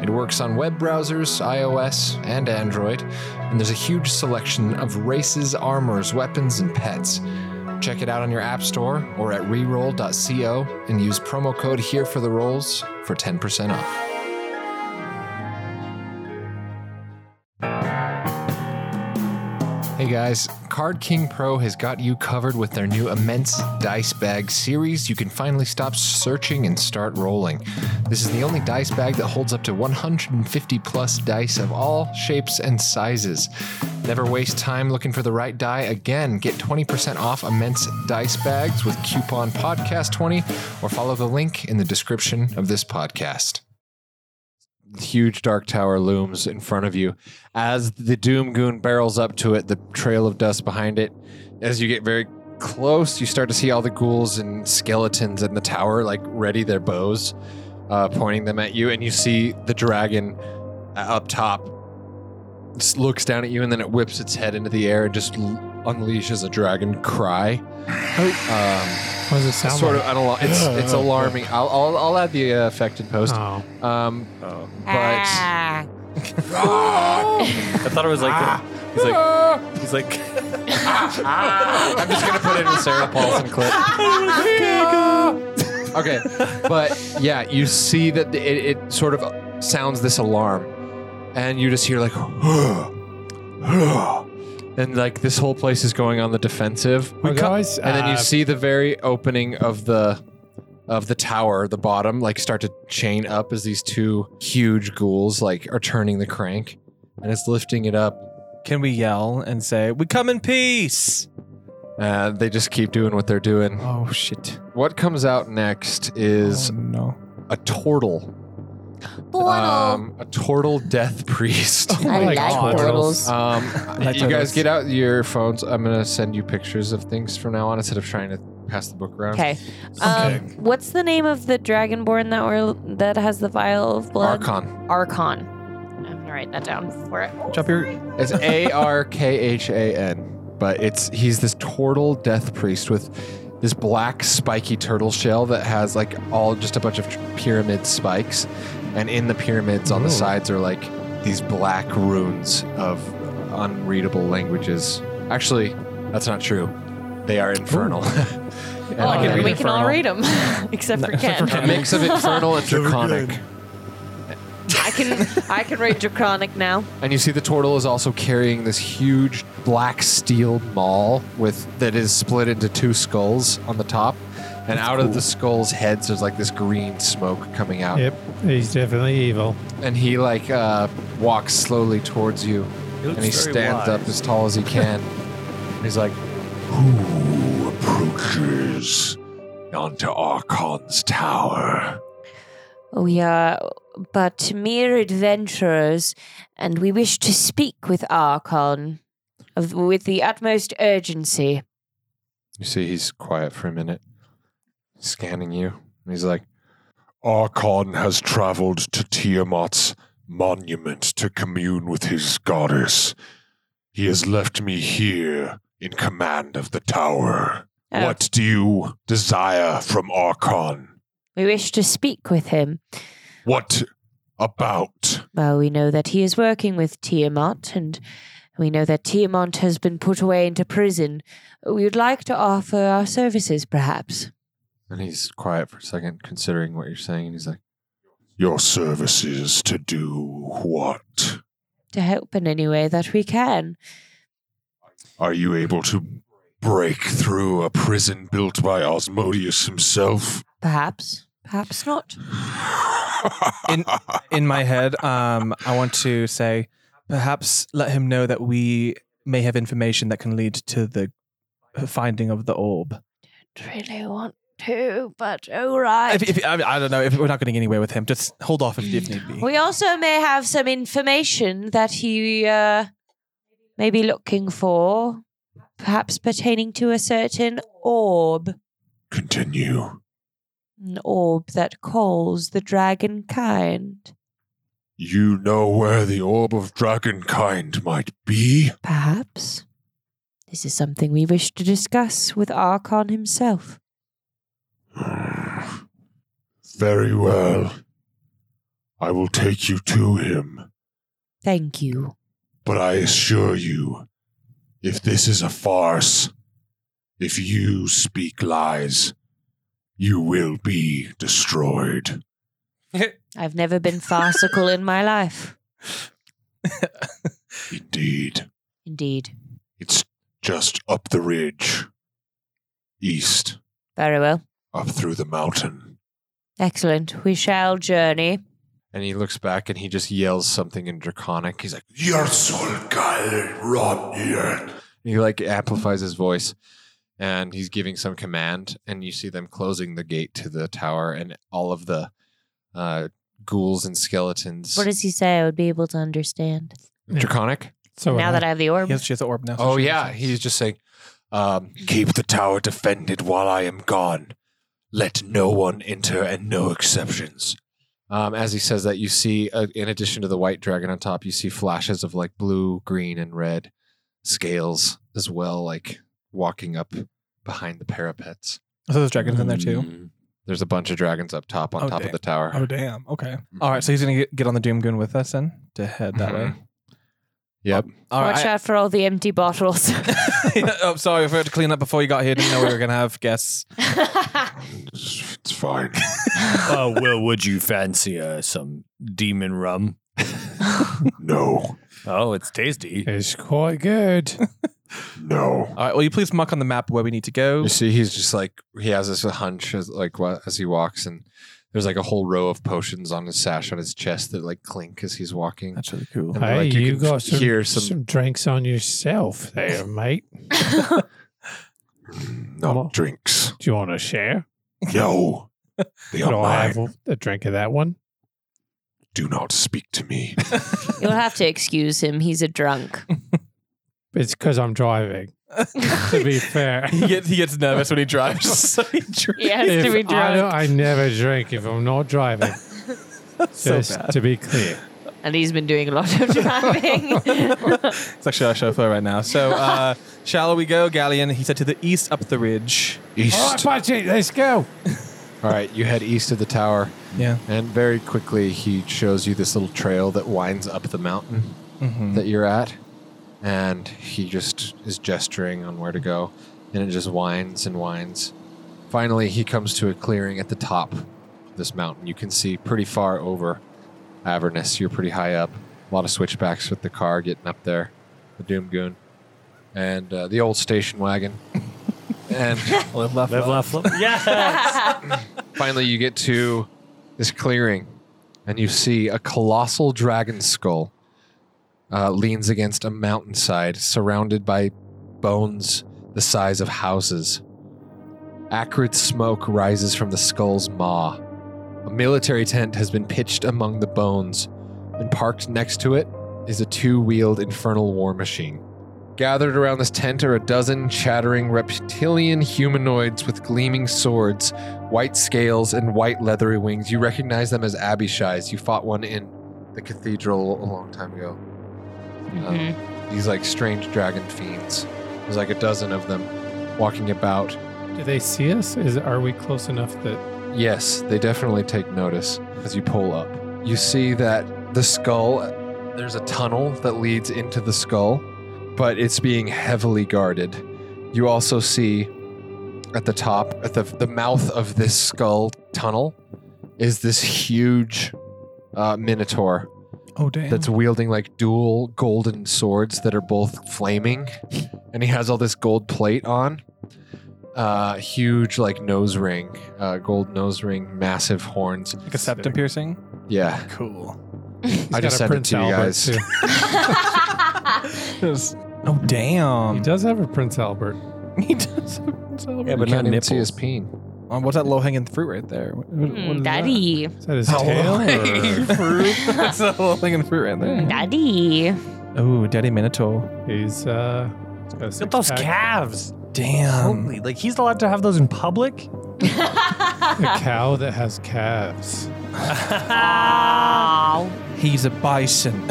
[SPEAKER 2] It works on web browsers, iOS, and Android, and there's a huge selection of races, armors, weapons, and pets. Check it out on your app store or at reroll.co and use promo code here for the rolls for 10% off. Hey guys, Card King Pro has got you covered with their new immense dice bag series. You can finally stop searching and start rolling. This is the only dice bag that holds up to 150 plus dice of all shapes and sizes. Never waste time looking for the right die again. Get 20% off immense dice bags with coupon podcast20 or follow the link in the description of this podcast huge dark tower looms in front of you. As the Doom Goon barrels up to it, the trail of dust behind it, as you get very close, you start to see all the ghouls and skeletons in the tower, like ready their bows, uh, pointing them at you. And you see the dragon uh, up top s- looks down at you, and then it whips its head into the air and just l- unleashes a dragon
[SPEAKER 8] <laughs>
[SPEAKER 2] cry. Um,
[SPEAKER 8] What does it sound
[SPEAKER 2] sort of
[SPEAKER 8] like?
[SPEAKER 2] an alar- it's,
[SPEAKER 8] <laughs>
[SPEAKER 2] it's alarming. I'll, I'll, I'll add the uh, effect in post.
[SPEAKER 8] oh,
[SPEAKER 2] Um, but.
[SPEAKER 4] Ah.
[SPEAKER 9] I thought it was like
[SPEAKER 1] Ah.
[SPEAKER 9] that. <laughs> He's like, "Ah." he's like,
[SPEAKER 2] I'm just gonna put in a
[SPEAKER 1] <laughs>
[SPEAKER 2] Sarah Paulson clip. okay, but yeah, you see that the- it, it sort of sounds this alarm, and you just hear like, <gasps> and like this whole place is going on the defensive.
[SPEAKER 8] Well, guys,
[SPEAKER 2] and then you
[SPEAKER 8] uh,
[SPEAKER 2] see the very opening of the of the tower, the bottom, like start to chain up as these two huge ghouls like are turning the crank, and it's lifting it up.
[SPEAKER 1] Can we yell and say, We come in peace?
[SPEAKER 2] Uh, they just keep doing what they're doing.
[SPEAKER 1] Oh, shit.
[SPEAKER 2] What comes out next is
[SPEAKER 1] no.
[SPEAKER 2] a turtle. Um, a turtle death <laughs> priest.
[SPEAKER 4] I
[SPEAKER 8] my
[SPEAKER 4] like
[SPEAKER 8] God.
[SPEAKER 4] turtles.
[SPEAKER 2] Um,
[SPEAKER 1] like
[SPEAKER 2] you guys
[SPEAKER 1] turtles.
[SPEAKER 2] get out your phones. I'm gonna send you pictures of things from now on instead of trying to pass the book around.
[SPEAKER 4] Okay. Um, what's the name of the dragonborn that we that has the vial of blood?
[SPEAKER 2] Archon.
[SPEAKER 4] Archon. I'm gonna write that down for it.
[SPEAKER 1] Drop your.
[SPEAKER 2] It's A
[SPEAKER 4] <laughs>
[SPEAKER 2] R K H A N, but it's he's this turtle death priest with this black spiky turtle shell that has like all just a bunch of tr- pyramid spikes, and in the pyramids on the sides are like these black runes of unreadable languages. Actually, that's not true. They are infernal. <laughs> And
[SPEAKER 4] Oh,
[SPEAKER 2] I can
[SPEAKER 4] then
[SPEAKER 2] read
[SPEAKER 4] we can all
[SPEAKER 2] infernal.
[SPEAKER 4] read them, <laughs> except
[SPEAKER 2] <laughs>
[SPEAKER 4] for Ken.
[SPEAKER 2] A mix of
[SPEAKER 4] <laughs>
[SPEAKER 2] infernal and draconic.
[SPEAKER 4] I can I can read draconic now.
[SPEAKER 2] And you see the turtle is also carrying this huge black steel maul with that is split into two skulls on the top. And out of the skull's heads there's like this green smoke coming out.
[SPEAKER 8] yep, he's definitely evil.
[SPEAKER 2] And he like uh, walks slowly towards you.
[SPEAKER 9] looks
[SPEAKER 2] And he
[SPEAKER 9] very
[SPEAKER 2] stands up
[SPEAKER 9] wise.
[SPEAKER 2] as tall as he can. and he's like,
[SPEAKER 6] Who approaches onto Archon's tower?
[SPEAKER 4] We are but mere adventurers, and we wish to speak with Archon of, with the utmost urgency.
[SPEAKER 2] You see he's quiet for a minute, scanning you. And he's like,
[SPEAKER 6] Archon has traveled to Tiamat's monument to commune with his goddess. He has left me here in command of the tower.
[SPEAKER 4] Oh.
[SPEAKER 6] What do you desire from Archon?
[SPEAKER 4] We wish to speak with him.
[SPEAKER 6] What about?
[SPEAKER 4] Well, we know that he is working with Tiamat, and we know that Tiamat has been put away into prison. We would like to offer our services, perhaps.
[SPEAKER 2] And he's quiet for a second, considering what you're saying. And he's like,
[SPEAKER 6] Your services to do what?
[SPEAKER 4] to help in any way that we can.
[SPEAKER 6] Are you able to break through a prison built by Osmodius himself?
[SPEAKER 4] Perhaps, perhaps not.
[SPEAKER 1] In- in my head, um, I want to say, perhaps let him know that we may have information that can lead to the finding of the orb.
[SPEAKER 4] Really want to, but all right.
[SPEAKER 1] If, if, I, I don't know if we're not getting anywhere with him. Just hold off if, if need be.
[SPEAKER 4] we also may have some information that he uh, may be looking for, perhaps pertaining to a certain orb,
[SPEAKER 6] Continue.
[SPEAKER 4] an orb that calls the dragon kind.
[SPEAKER 6] You know where the orb of dragonkind might be?
[SPEAKER 4] Perhaps. This is something we wish to discuss with Archon himself.
[SPEAKER 6] Very well. I will take you to him,
[SPEAKER 4] Thank you.
[SPEAKER 6] but I assure you, if this is a farce, if you speak lies, you will be destroyed.
[SPEAKER 4] I've never been farcical in my life.
[SPEAKER 6] Indeed.
[SPEAKER 4] Indeed.
[SPEAKER 6] It's just up the ridge, east,
[SPEAKER 4] Very well.
[SPEAKER 6] up through the mountain.
[SPEAKER 4] Excellent. We shall journey.
[SPEAKER 2] and he looks back and he just yells something in draconic. He's like,
[SPEAKER 6] Yersulgal Ronir.
[SPEAKER 2] he like amplifies his voice, and he's giving some command. And you see them closing the gate to the tower, and all of the uh, ghouls and skeletons.
[SPEAKER 4] What does he say? I would be able to understand
[SPEAKER 2] draconic?
[SPEAKER 8] So
[SPEAKER 4] now
[SPEAKER 8] am
[SPEAKER 4] that I have the orb.
[SPEAKER 1] He has, she has the orb now. so
[SPEAKER 2] Oh
[SPEAKER 1] she-
[SPEAKER 2] yeah, he's just saying, um,
[SPEAKER 6] Keep the tower defended while I am gone. Let no one enter and no exceptions.
[SPEAKER 2] Um, as he says that, you see, uh, in addition to the white dragon on top, you see flashes of like blue, green, and red scales as well, like walking up behind the parapets.
[SPEAKER 1] So there's dragons in there too.
[SPEAKER 2] Mm. There's a bunch of dragons up top on
[SPEAKER 1] Oh,
[SPEAKER 2] top
[SPEAKER 1] damn.
[SPEAKER 2] of the tower.
[SPEAKER 1] damn. Okay. All right. So he's gonna get, get on the Doom Goon with us then to head that way.
[SPEAKER 8] Mm-hmm.
[SPEAKER 2] Yep.
[SPEAKER 1] All right.
[SPEAKER 4] Watch out for all the empty <laughs> bottles.
[SPEAKER 1] <laughs> <laughs> oh, sorry. I forgot to clean up before you got here. Didn't know we were gonna have guests.
[SPEAKER 6] It's it's
[SPEAKER 5] <laughs>
[SPEAKER 6] fine.
[SPEAKER 5] uh, well, would you fancy uh, some
[SPEAKER 1] <laughs>
[SPEAKER 5] demon rum?
[SPEAKER 6] No,
[SPEAKER 5] Oh, it's tasty.
[SPEAKER 8] it's quite good.
[SPEAKER 2] <laughs>
[SPEAKER 6] no.
[SPEAKER 1] All right. Will you please mark on the map where we need to go?
[SPEAKER 2] You see, he's just like he has this hunch as like wa- as he walks, and there's like a whole row of potions on his sash on his chest that like clink as he's walking.
[SPEAKER 1] That's really cool.
[SPEAKER 2] And
[SPEAKER 8] Hey,
[SPEAKER 2] like,
[SPEAKER 8] you
[SPEAKER 2] can
[SPEAKER 8] got
[SPEAKER 2] f-
[SPEAKER 8] some-
[SPEAKER 2] hear
[SPEAKER 8] Some,
[SPEAKER 2] some
[SPEAKER 8] drinks on yourself
[SPEAKER 2] <laughs>
[SPEAKER 8] there, mate.
[SPEAKER 6] Not
[SPEAKER 8] Well-
[SPEAKER 6] drinks.
[SPEAKER 8] Do you want
[SPEAKER 1] <laughs>
[SPEAKER 8] to share?
[SPEAKER 6] No. They are
[SPEAKER 8] Could I
[SPEAKER 6] mine.
[SPEAKER 8] have a drink of that one?
[SPEAKER 6] Do not speak to me.
[SPEAKER 4] You'll have to excuse him. He's a drunk.
[SPEAKER 8] <laughs> It's because
[SPEAKER 1] <laughs>
[SPEAKER 8] I'm driving, to be fair.
[SPEAKER 1] he gets he gets nervous when he drives. <laughs>
[SPEAKER 8] <laughs>
[SPEAKER 1] so he drinks
[SPEAKER 4] He has to be
[SPEAKER 8] If I, don't-
[SPEAKER 4] drunk.
[SPEAKER 8] I never drink if I'm not driving,
[SPEAKER 1] <laughs> so
[SPEAKER 8] just
[SPEAKER 1] bad.
[SPEAKER 8] to be clear.
[SPEAKER 4] And he's been doing a lot of driving.
[SPEAKER 1] It's actually our chauffeur right now. So
[SPEAKER 8] <laughs>
[SPEAKER 1] uh, shall we go, Galleon? He said to the east up the ridge.
[SPEAKER 8] All right, budget, let's go.
[SPEAKER 2] All right, you head east of the tower.
[SPEAKER 1] Yeah.
[SPEAKER 2] And very quickly, he shows you this little trail that winds up the mountain that you're at. And he just is gesturing on where to go. And it just winds and winds. Finally, he comes to a clearing at the top of this mountain. You can see pretty far over Avernus. You're pretty high up. A lot of switchbacks with the car getting up there, the Doom Goon, and uh, the old station wagon.
[SPEAKER 8] <laughs>
[SPEAKER 2] and.
[SPEAKER 1] Live, laugh, love.
[SPEAKER 9] Yeah.
[SPEAKER 2] Finally, you get to this clearing, and you see a colossal dragon skull uh, leans against a mountainside surrounded by bones the size of houses. Acrid smoke rises from the skull's maw. A military tent has been pitched among the bones, and parked next to it is a two wheeled infernal war machine. Gathered around this tent are a dozen chattering reptilian humanoids with gleaming swords white scales and white leathery wings. You recognize them as Abishai's. You fought one in the cathedral a long time ago. Um, these like strange dragon fiends. There's like a dozen of them walking about.
[SPEAKER 8] Do they see us? Is Are we close enough that.
[SPEAKER 2] Yes, they definitely take notice as you pull up. You see that the skull, there's a tunnel that leads into the skull, but it's being heavily guarded. You also see at the top, at the the mouth of this skull tunnel, is this huge uh, minotaur
[SPEAKER 1] Oh damn.
[SPEAKER 2] that's wielding like dual golden swords that are both flaming, and he has all this gold plate on. Uh, huge like nose ring, uh, gold nose ring, massive horns.
[SPEAKER 1] like a septum piercing.
[SPEAKER 2] Yeah,
[SPEAKER 1] Cool.
[SPEAKER 2] I just sent it to you guys.
[SPEAKER 1] Oh damn.
[SPEAKER 8] He does have a Prince Albert.
[SPEAKER 1] He does.
[SPEAKER 5] Yeah, but
[SPEAKER 2] you
[SPEAKER 4] <laughs>
[SPEAKER 2] can't
[SPEAKER 5] not
[SPEAKER 2] even see
[SPEAKER 5] nipples.
[SPEAKER 2] his peen.
[SPEAKER 1] Um, what's that low hanging fruit right there? What- what- what is that?
[SPEAKER 4] Hmm, Daddy.
[SPEAKER 8] Is that his
[SPEAKER 1] <laughs>
[SPEAKER 8] tail?
[SPEAKER 1] Low-hanging fruit. <laughs>
[SPEAKER 8] <laughs>
[SPEAKER 1] That's that low hanging fruit right there.
[SPEAKER 4] Daddy.
[SPEAKER 1] Oh, Daddy Minotaur.
[SPEAKER 8] He's uh. he's got a
[SPEAKER 9] Look at
[SPEAKER 8] six
[SPEAKER 9] those
[SPEAKER 8] pack.
[SPEAKER 9] calves.
[SPEAKER 1] Damn.
[SPEAKER 9] Holy, like he's allowed to have those
[SPEAKER 4] <laughs>
[SPEAKER 9] in public?
[SPEAKER 8] A cow that has
[SPEAKER 9] <laughs>
[SPEAKER 8] calves.
[SPEAKER 4] Wow.
[SPEAKER 1] He's a bison. <laughs>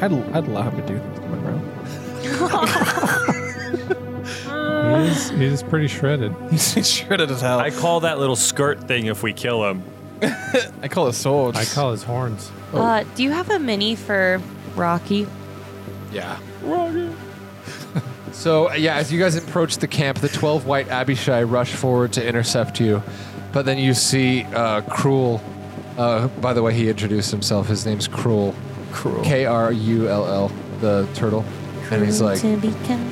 [SPEAKER 1] I'd, I'd allow him to do things to Monroe.
[SPEAKER 8] He's he's pretty shredded.
[SPEAKER 1] He's <laughs> shredded as hell.
[SPEAKER 9] I
[SPEAKER 1] I,
[SPEAKER 9] call that little skirt thing if we kill
[SPEAKER 1] <laughs>
[SPEAKER 9] him.
[SPEAKER 1] call it swords.
[SPEAKER 8] I call his horns.
[SPEAKER 4] Uh, do you have a mini for Rocky?
[SPEAKER 2] <laughs> Yeah. so yeah, as you guys approach the camp, the twelve white Abishai rush forward to intercept you, but then you see uh, Cruel. Uh, by the way, he introduced himself. His name's Cruel. Cruel. K R U L L. The turtle. And he's like,
[SPEAKER 4] To be con-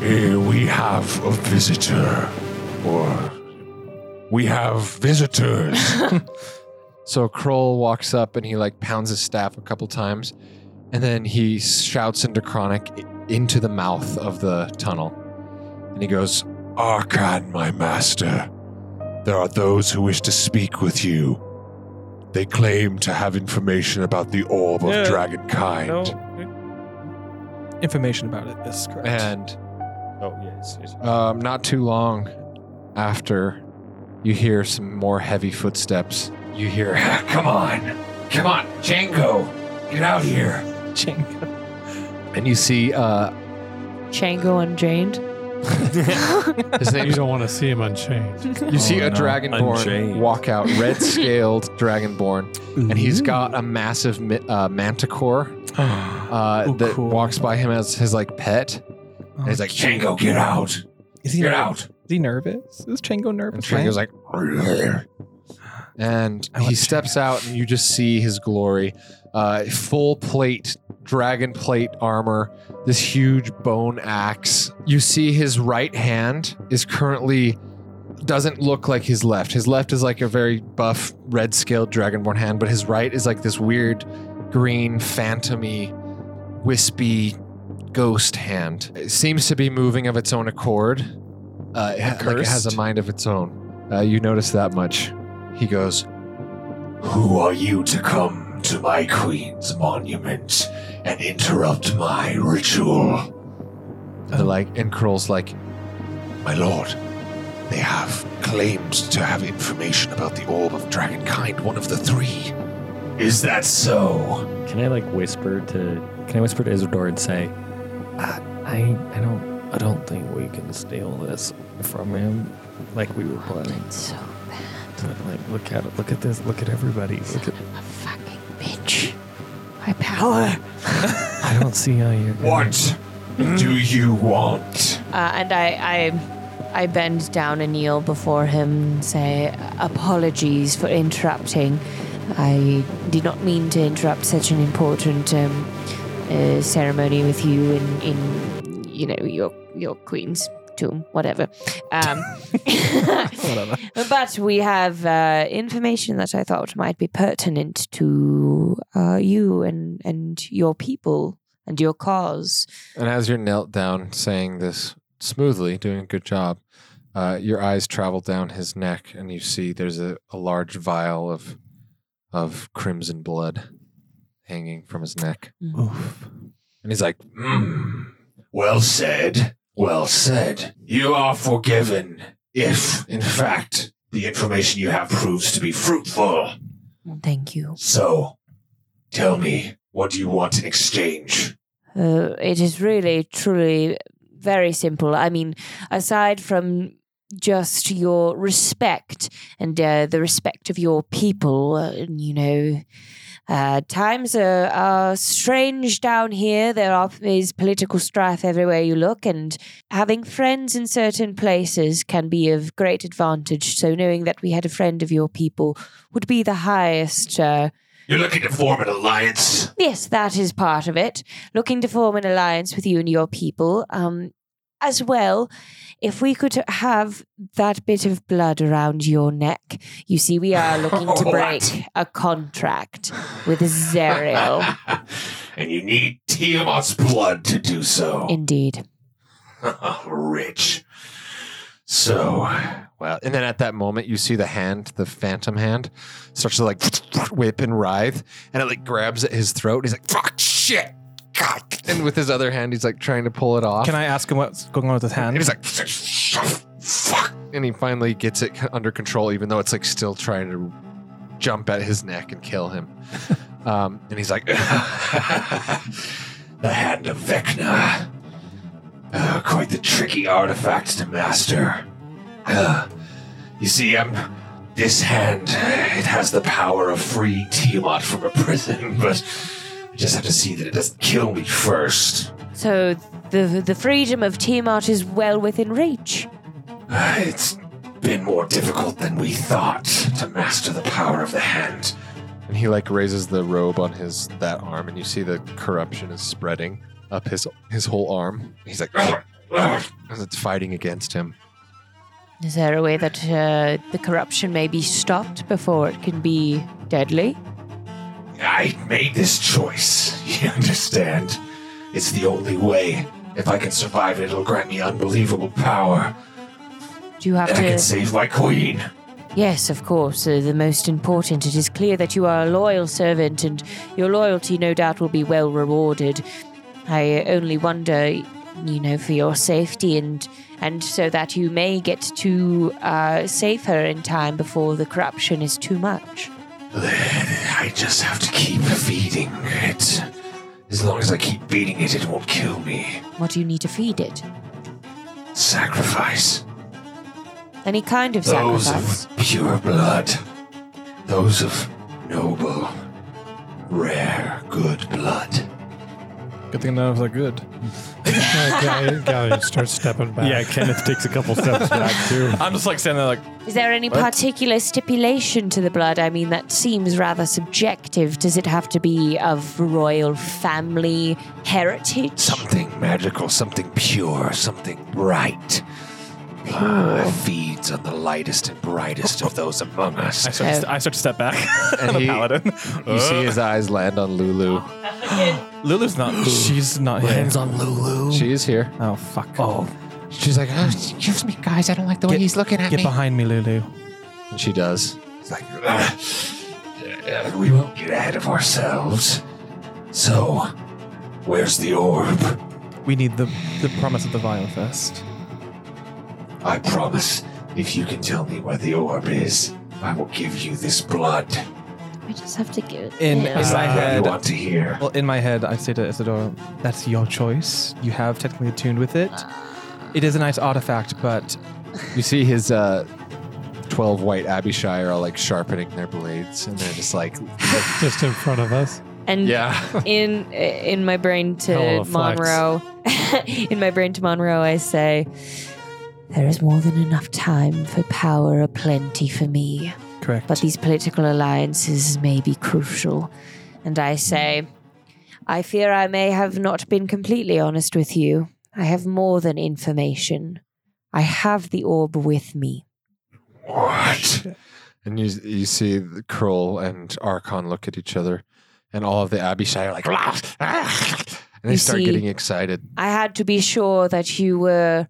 [SPEAKER 6] Here Eh, we have a visitor. Or we have visitors.
[SPEAKER 2] so Kroll walks up and he like pounds his staff a couple times, and then he shouts into Chronic i- into the mouth of the tunnel, and he goes,
[SPEAKER 6] Arkan, my master, there are those who wish to speak with you. They claim to have information about the orb of
[SPEAKER 9] Yeah.
[SPEAKER 6] dragonkind.
[SPEAKER 9] No.
[SPEAKER 1] Information about it is correct.
[SPEAKER 2] and
[SPEAKER 9] Oh, yes. yes.
[SPEAKER 2] Um, not too long after, you hear some more heavy footsteps. You
[SPEAKER 6] <sighs>
[SPEAKER 2] hear, <laughs>
[SPEAKER 6] Come on. Come on, Django. Get out here.
[SPEAKER 2] and you see uh,
[SPEAKER 4] Chango Unchained.
[SPEAKER 2] his
[SPEAKER 8] You
[SPEAKER 2] name.
[SPEAKER 8] don't want to see him unchained.
[SPEAKER 2] <laughs> you see
[SPEAKER 5] Oh,
[SPEAKER 2] a
[SPEAKER 5] no.
[SPEAKER 2] dragonborn
[SPEAKER 5] Unchained.
[SPEAKER 2] walk out,
[SPEAKER 5] <laughs>
[SPEAKER 2] red-scaled dragonborn, and he's got a massive mi- uh,
[SPEAKER 5] <gasps>
[SPEAKER 2] manticore uh,
[SPEAKER 1] Ooh,
[SPEAKER 2] that
[SPEAKER 1] cool.
[SPEAKER 2] walks by him as his like pet. And he's like,
[SPEAKER 6] Django, get out.
[SPEAKER 1] Is he
[SPEAKER 6] Get
[SPEAKER 1] nervous?
[SPEAKER 6] out.
[SPEAKER 1] Is he nervous? Is Chango
[SPEAKER 2] And
[SPEAKER 1] nervous?
[SPEAKER 2] Django's like, and
[SPEAKER 1] I
[SPEAKER 2] he
[SPEAKER 1] like
[SPEAKER 2] steps out, and you just see his glory. Uh, full plate, dragon plate armor, this huge bone axe. You see his right hand is currently doesn't look like his left. His left is like a very buff, red scaled dragonborn hand, but his right is like this weird green, phantomy, wispy ghost hand. It seems to be moving of its own accord. Uh, it, ha- like it has a
[SPEAKER 1] Accursed?
[SPEAKER 2] mind of its own. Uh, you notice that much. He goes,
[SPEAKER 6] Who are you to come to my queen's monument and interrupt my ritual?
[SPEAKER 2] and like, and Kroll's like,
[SPEAKER 6] My lord, they have claimed to have information about the orb of dragonkind, one of the three. Is that so?
[SPEAKER 5] Can I like whisper to? Can I whisper to Isidore and say, I, I, I don't, I don't think we can steal this from him, like we were planning.
[SPEAKER 4] Oh, It's so
[SPEAKER 5] But, like, look at it. Look at this. Look at everybody. Look at.
[SPEAKER 4] a fucking bitch. My power.
[SPEAKER 5] <laughs> I don't see how you're. gonna-
[SPEAKER 6] What do you want?
[SPEAKER 4] Uh, and I, I, I bend down and kneel before him and say, Apologies for interrupting. I did not mean to interrupt such an important um, uh, ceremony with you in, in, you know, your, your queen's tomb, <laughs> whatever. Um,
[SPEAKER 1] Whatever.
[SPEAKER 4] but we have uh, information that I thought might be pertinent to uh, you and, and your people and your cause.
[SPEAKER 2] And as you're knelt down saying this smoothly, doing a good job, uh, your eyes travel down his neck and you see there's a, a large vial of of crimson blood hanging from his neck. And he's like,
[SPEAKER 6] Mm. Well said. Well said. You are forgiven if, in fact, the information you have proves to be fruitful.
[SPEAKER 4] Thank you.
[SPEAKER 6] So, tell me, what do you want in exchange?
[SPEAKER 4] Uh, it is really, truly very simple. I mean, aside from just your respect and uh, the respect of your people, uh, you know, Uh, times are, are strange down here. There are, is political strife everywhere you look, and having friends in certain places can be of great advantage. So, knowing that we had a friend of your people would be the highest. Uh,
[SPEAKER 6] You're looking to form an alliance.
[SPEAKER 4] yes, that is part of it. Looking to form an alliance with you and your people. Um, as well, if we could have that bit of blood around your neck, you see, we are
[SPEAKER 6] <laughs>
[SPEAKER 4] looking to break a contract with
[SPEAKER 6] <laughs>
[SPEAKER 4] Zerial.
[SPEAKER 6] and you need Tiamat's blood to do so.
[SPEAKER 4] Indeed.
[SPEAKER 6] <laughs> Rich. So,
[SPEAKER 2] Well, and then at that moment, you see the hand, the phantom hand, starts to like <sniffs> whip and writhe, and it like grabs at his throat. And he's like, <sniffs> "Fuck, shit, God!" And with his other hand, he's like trying to pull it off.
[SPEAKER 1] Can I ask him what's going on with his
[SPEAKER 2] And
[SPEAKER 1] hand?
[SPEAKER 2] he's like, "Fuck!" And he finally gets it <laughs> under control, even though it's like still trying to jump at his neck and kill
[SPEAKER 8] <laughs>
[SPEAKER 2] him. um, and he's like,
[SPEAKER 6] the hand of Vecna. Uh, quite the tricky artifact to master. Uh, you see, I'm. This hand, it has the power of freeing Tiamat from a prison, <laughs> but I just have to see that it doesn't kill me first.
[SPEAKER 4] So the the freedom of Tiamat is well within reach.
[SPEAKER 6] Uh, It's been more difficult than we thought to master the power of the hand.
[SPEAKER 2] and he like raises the robe on his that arm, and you see the corruption is spreading up his his whole arm. He's
[SPEAKER 8] <laughs>
[SPEAKER 2] like, as it's fighting against him.
[SPEAKER 4] Is there a way that uh, the corruption may be stopped before it can be deadly?
[SPEAKER 6] I made this choice, <laughs> you understand? It's the only way. If I can survive it, it'll grant me unbelievable power.
[SPEAKER 4] Do you have
[SPEAKER 6] And I can
[SPEAKER 4] to?
[SPEAKER 6] save my queen.
[SPEAKER 4] Yes, of course. Uh, the most important. It is clear that you are a loyal servant, and your loyalty, no doubt, will be well rewarded. I only wonder, you know, for your safety and and so that you may get to uh, save her in time before the corruption is too much.
[SPEAKER 6] I just have to keep feeding it. As long as I keep beating it, it won't kill me.
[SPEAKER 4] What do you need to feed it?
[SPEAKER 6] Sacrifice.
[SPEAKER 4] Any kind of
[SPEAKER 6] Those
[SPEAKER 4] sacrifice.
[SPEAKER 6] of pure blood. Those of noble, rare, good blood.
[SPEAKER 1] Good thing none of us are good.
[SPEAKER 8] Okay, Galleon starts stepping back.
[SPEAKER 14] Yeah, Kenneth takes a couple steps back too.
[SPEAKER 1] I'm just like standing there, like
[SPEAKER 4] Is there any particular stipulation to the blood? I mean, that seems rather subjective. Does it have to be of royal family heritage?
[SPEAKER 6] Something magical, something pure, something bright.
[SPEAKER 2] Oh.
[SPEAKER 6] Ah, feeds on the lightest and brightest of those among us.
[SPEAKER 1] I start, to, st- I start to step back. <laughs> I'm a
[SPEAKER 2] Oh. he-
[SPEAKER 1] paladin. Uh.
[SPEAKER 2] You see his eyes land on Lulu.
[SPEAKER 1] Lulu's not. She's not here.
[SPEAKER 7] Hands on Lulu.
[SPEAKER 2] She is here.
[SPEAKER 1] Oh fuck. Oh,
[SPEAKER 2] She's like, "Ah,"
[SPEAKER 7] <laughs> Excuse me, guys. I don't like the way
[SPEAKER 1] Get-
[SPEAKER 7] he's looking at
[SPEAKER 1] get
[SPEAKER 7] me. <laughs>
[SPEAKER 1] behind me, Lulu.
[SPEAKER 2] and she does.
[SPEAKER 6] It's like, "Ah, uh, we won't get ahead of ourselves. So, where's the orb?
[SPEAKER 1] We need the the promise of the vial first.
[SPEAKER 6] I promise, if you can tell me where the orb is, I will give you this blood.
[SPEAKER 4] We just have to give it.
[SPEAKER 1] In
[SPEAKER 4] Yeah.
[SPEAKER 1] in my
[SPEAKER 6] What you
[SPEAKER 1] head.
[SPEAKER 6] want to hear?
[SPEAKER 1] Well, in my head, I say to Isadora, "That's your choice. You have technically attuned with it. It is a nice artifact, but
[SPEAKER 2] You see his uh, twelve white Abishai are like sharpening their blades, and they're just like,
[SPEAKER 8] <laughs> just in front of us.
[SPEAKER 4] and
[SPEAKER 8] <laughs>
[SPEAKER 2] yeah.
[SPEAKER 4] in in my brain
[SPEAKER 8] Hell
[SPEAKER 4] to
[SPEAKER 8] of a flex.
[SPEAKER 4] Monroe, <laughs> in my brain to Monroe, I say, there is more than enough time for power aplenty for me.
[SPEAKER 1] correct.
[SPEAKER 4] but these political alliances may be crucial. And I say, I fear I may have not been completely honest with you. I have more than information. I have the orb with me.
[SPEAKER 6] What?
[SPEAKER 2] And you you see the Kroll and Archon look at each other, and all of the Abishai are like, "Ah, ah," and
[SPEAKER 4] You
[SPEAKER 2] they start
[SPEAKER 4] see-
[SPEAKER 2] getting excited.
[SPEAKER 4] I had to be sure that you were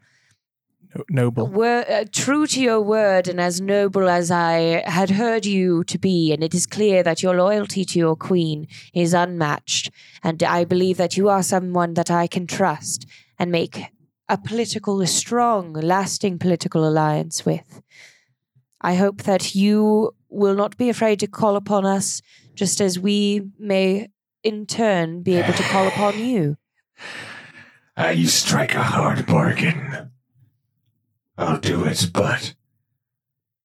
[SPEAKER 1] No- noble.
[SPEAKER 4] were uh, true to your word and as noble as I had heard you to be. And it is clear that your loyalty to your queen is unmatched. And I believe that you are someone that I can trust and make a political, a strong, lasting political alliance with. I hope that you will not be afraid to call upon us, just as we may in turn be able to call upon you.
[SPEAKER 6] Uh, you strike a hard bargain. I'll do it, but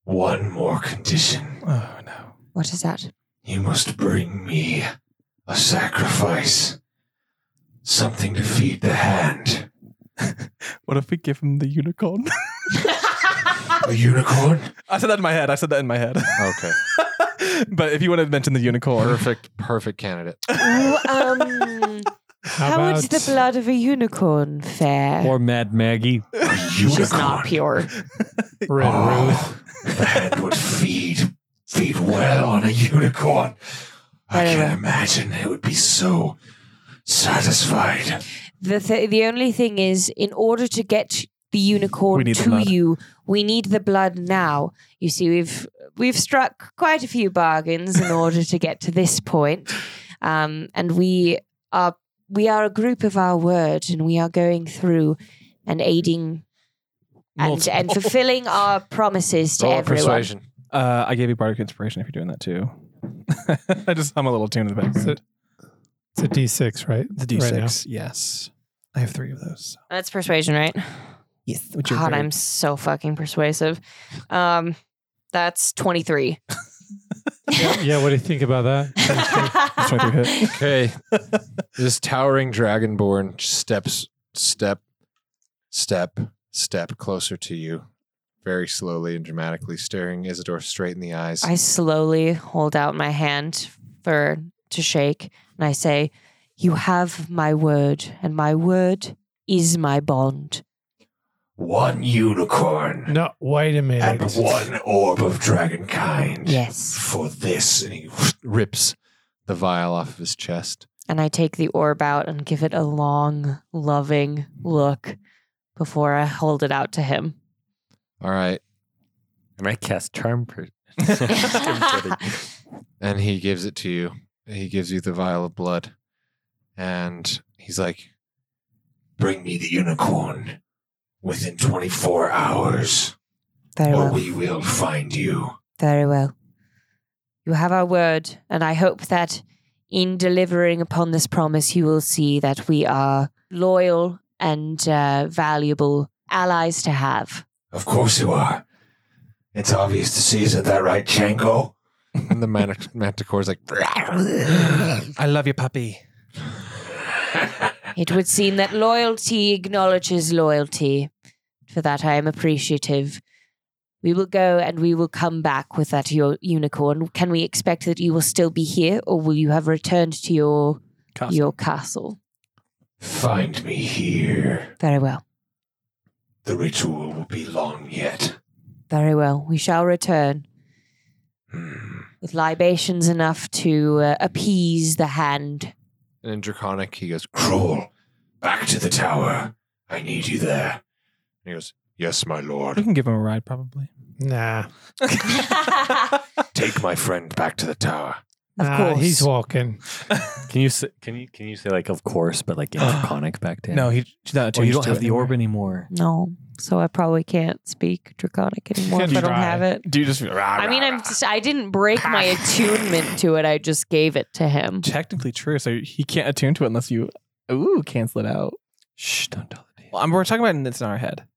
[SPEAKER 6] one more condition.
[SPEAKER 1] Oh no.
[SPEAKER 4] What is that?
[SPEAKER 7] You must bring me a sacrifice. Something to feed the hand.
[SPEAKER 1] What if we give him the unicorn? <laughs>
[SPEAKER 7] A unicorn?
[SPEAKER 1] I said that in my head. I said that in my head.
[SPEAKER 2] Okay.
[SPEAKER 1] <laughs> but if you wanted to mention the unicorn,
[SPEAKER 2] Perfect, perfect candidate.
[SPEAKER 4] Ooh, um,
[SPEAKER 8] <laughs> How,
[SPEAKER 4] how
[SPEAKER 8] about
[SPEAKER 4] would the blood of a unicorn fare?
[SPEAKER 5] Or Mad Maggie.
[SPEAKER 7] A
[SPEAKER 4] She's not
[SPEAKER 7] unicorn.
[SPEAKER 4] pure.
[SPEAKER 8] Red Ruth?
[SPEAKER 7] Oh, the hand would feed feed well on a unicorn. I
[SPEAKER 4] Whatever.
[SPEAKER 7] can imagine it would be so satisfied.
[SPEAKER 4] The th- the only thing is, in order to get the
[SPEAKER 1] We
[SPEAKER 4] unicorn
[SPEAKER 1] need the
[SPEAKER 4] to
[SPEAKER 1] blood.
[SPEAKER 4] you, we need the blood now. You see, we've we've struck quite a few bargains in order to get to this point, um, and we are we are a group of our word, and we are going through and aiding. And, and fulfilling our promises to
[SPEAKER 2] Roll a
[SPEAKER 4] everyone.
[SPEAKER 2] persuasion.
[SPEAKER 1] uh, I gave you bardic inspiration if you're doing that too. <laughs> I just hum a little tune in the background.
[SPEAKER 8] It's a D6, right?
[SPEAKER 1] the
[SPEAKER 8] D6,
[SPEAKER 1] yes. I have three of those.
[SPEAKER 4] That's persuasion, right?
[SPEAKER 1] Yes.
[SPEAKER 4] God, I'm so fucking persuasive. Um, that's
[SPEAKER 1] <laughs>
[SPEAKER 4] 23.
[SPEAKER 8] yeah, what do you think about
[SPEAKER 2] <laughs>
[SPEAKER 8] that?
[SPEAKER 2] Okay.
[SPEAKER 4] <laughs>
[SPEAKER 2] this towering dragonborn steps, step, step, step closer to you, very slowly and dramatically, staring Isidore straight in the eyes.
[SPEAKER 4] I slowly hold out my hand for to shake, and I say, "You have my word, and my word is my bond."
[SPEAKER 7] One unicorn
[SPEAKER 8] No, wait a
[SPEAKER 7] and
[SPEAKER 8] minute.
[SPEAKER 7] one orb of dragon kind.
[SPEAKER 4] Yes,
[SPEAKER 7] For this, and he
[SPEAKER 2] rips the vial off of his chest.
[SPEAKER 4] and I take the orb out and give it a long, loving look before I hold it out to him.
[SPEAKER 2] All right.
[SPEAKER 5] And I cast
[SPEAKER 4] <laughs>
[SPEAKER 1] <laughs>
[SPEAKER 5] Charm. Per-
[SPEAKER 2] And he gives it to you. He gives you the vial of blood. And he's like,
[SPEAKER 7] bring me the unicorn within 24 hours,
[SPEAKER 4] Very
[SPEAKER 7] or
[SPEAKER 4] well,
[SPEAKER 7] we will find you.
[SPEAKER 4] very well. You have our word, and I hope that in delivering upon this promise, you will see that we are loyal and uh, valuable allies to have.
[SPEAKER 7] Of course you are. It's obvious to see, isn't that right, Chango?
[SPEAKER 2] and the <laughs> mantic- manticore's like,
[SPEAKER 1] <gasps> I love you, puppy.
[SPEAKER 4] It would seem that loyalty acknowledges loyalty. For that, I am appreciative. We will go and we will come back with that u- unicorn. Can we expect that you will still be here, or will you have returned to your
[SPEAKER 1] Castle.
[SPEAKER 4] your castle?
[SPEAKER 7] Find me here.
[SPEAKER 4] Very well,
[SPEAKER 7] The ritual will be long yet.
[SPEAKER 4] very well. We shall return
[SPEAKER 7] Hmm.
[SPEAKER 4] with libations enough to uh, appease the hand.
[SPEAKER 2] and in Draconic, he goes, and
[SPEAKER 7] Kroll, back to the tower. I need you there.
[SPEAKER 2] he goes,
[SPEAKER 6] Yes, my lord.
[SPEAKER 7] <laughs>
[SPEAKER 1] We can give him a ride, probably.
[SPEAKER 8] Nah.
[SPEAKER 7] Take my friend back to the tower.
[SPEAKER 4] Of
[SPEAKER 8] nah,
[SPEAKER 4] course.
[SPEAKER 8] He's walking.
[SPEAKER 5] <laughs> can you say, can you can you say like of course, but like in draconic back then?
[SPEAKER 1] No, he. Not
[SPEAKER 5] Oh, you don't have the orb anymore.
[SPEAKER 4] no, so I probably can't speak draconic anymore
[SPEAKER 8] Can
[SPEAKER 4] if I don't
[SPEAKER 8] try.
[SPEAKER 4] have it.
[SPEAKER 1] Do you just ah, feel,
[SPEAKER 4] I mean, I'm just, I didn't break my attunement to it. I just gave it to him.
[SPEAKER 1] technically true? So he can't attune to it unless you ooh cancel it out.
[SPEAKER 5] Shh, don't tell the
[SPEAKER 1] Well, I'm, we're talking about it's in our head.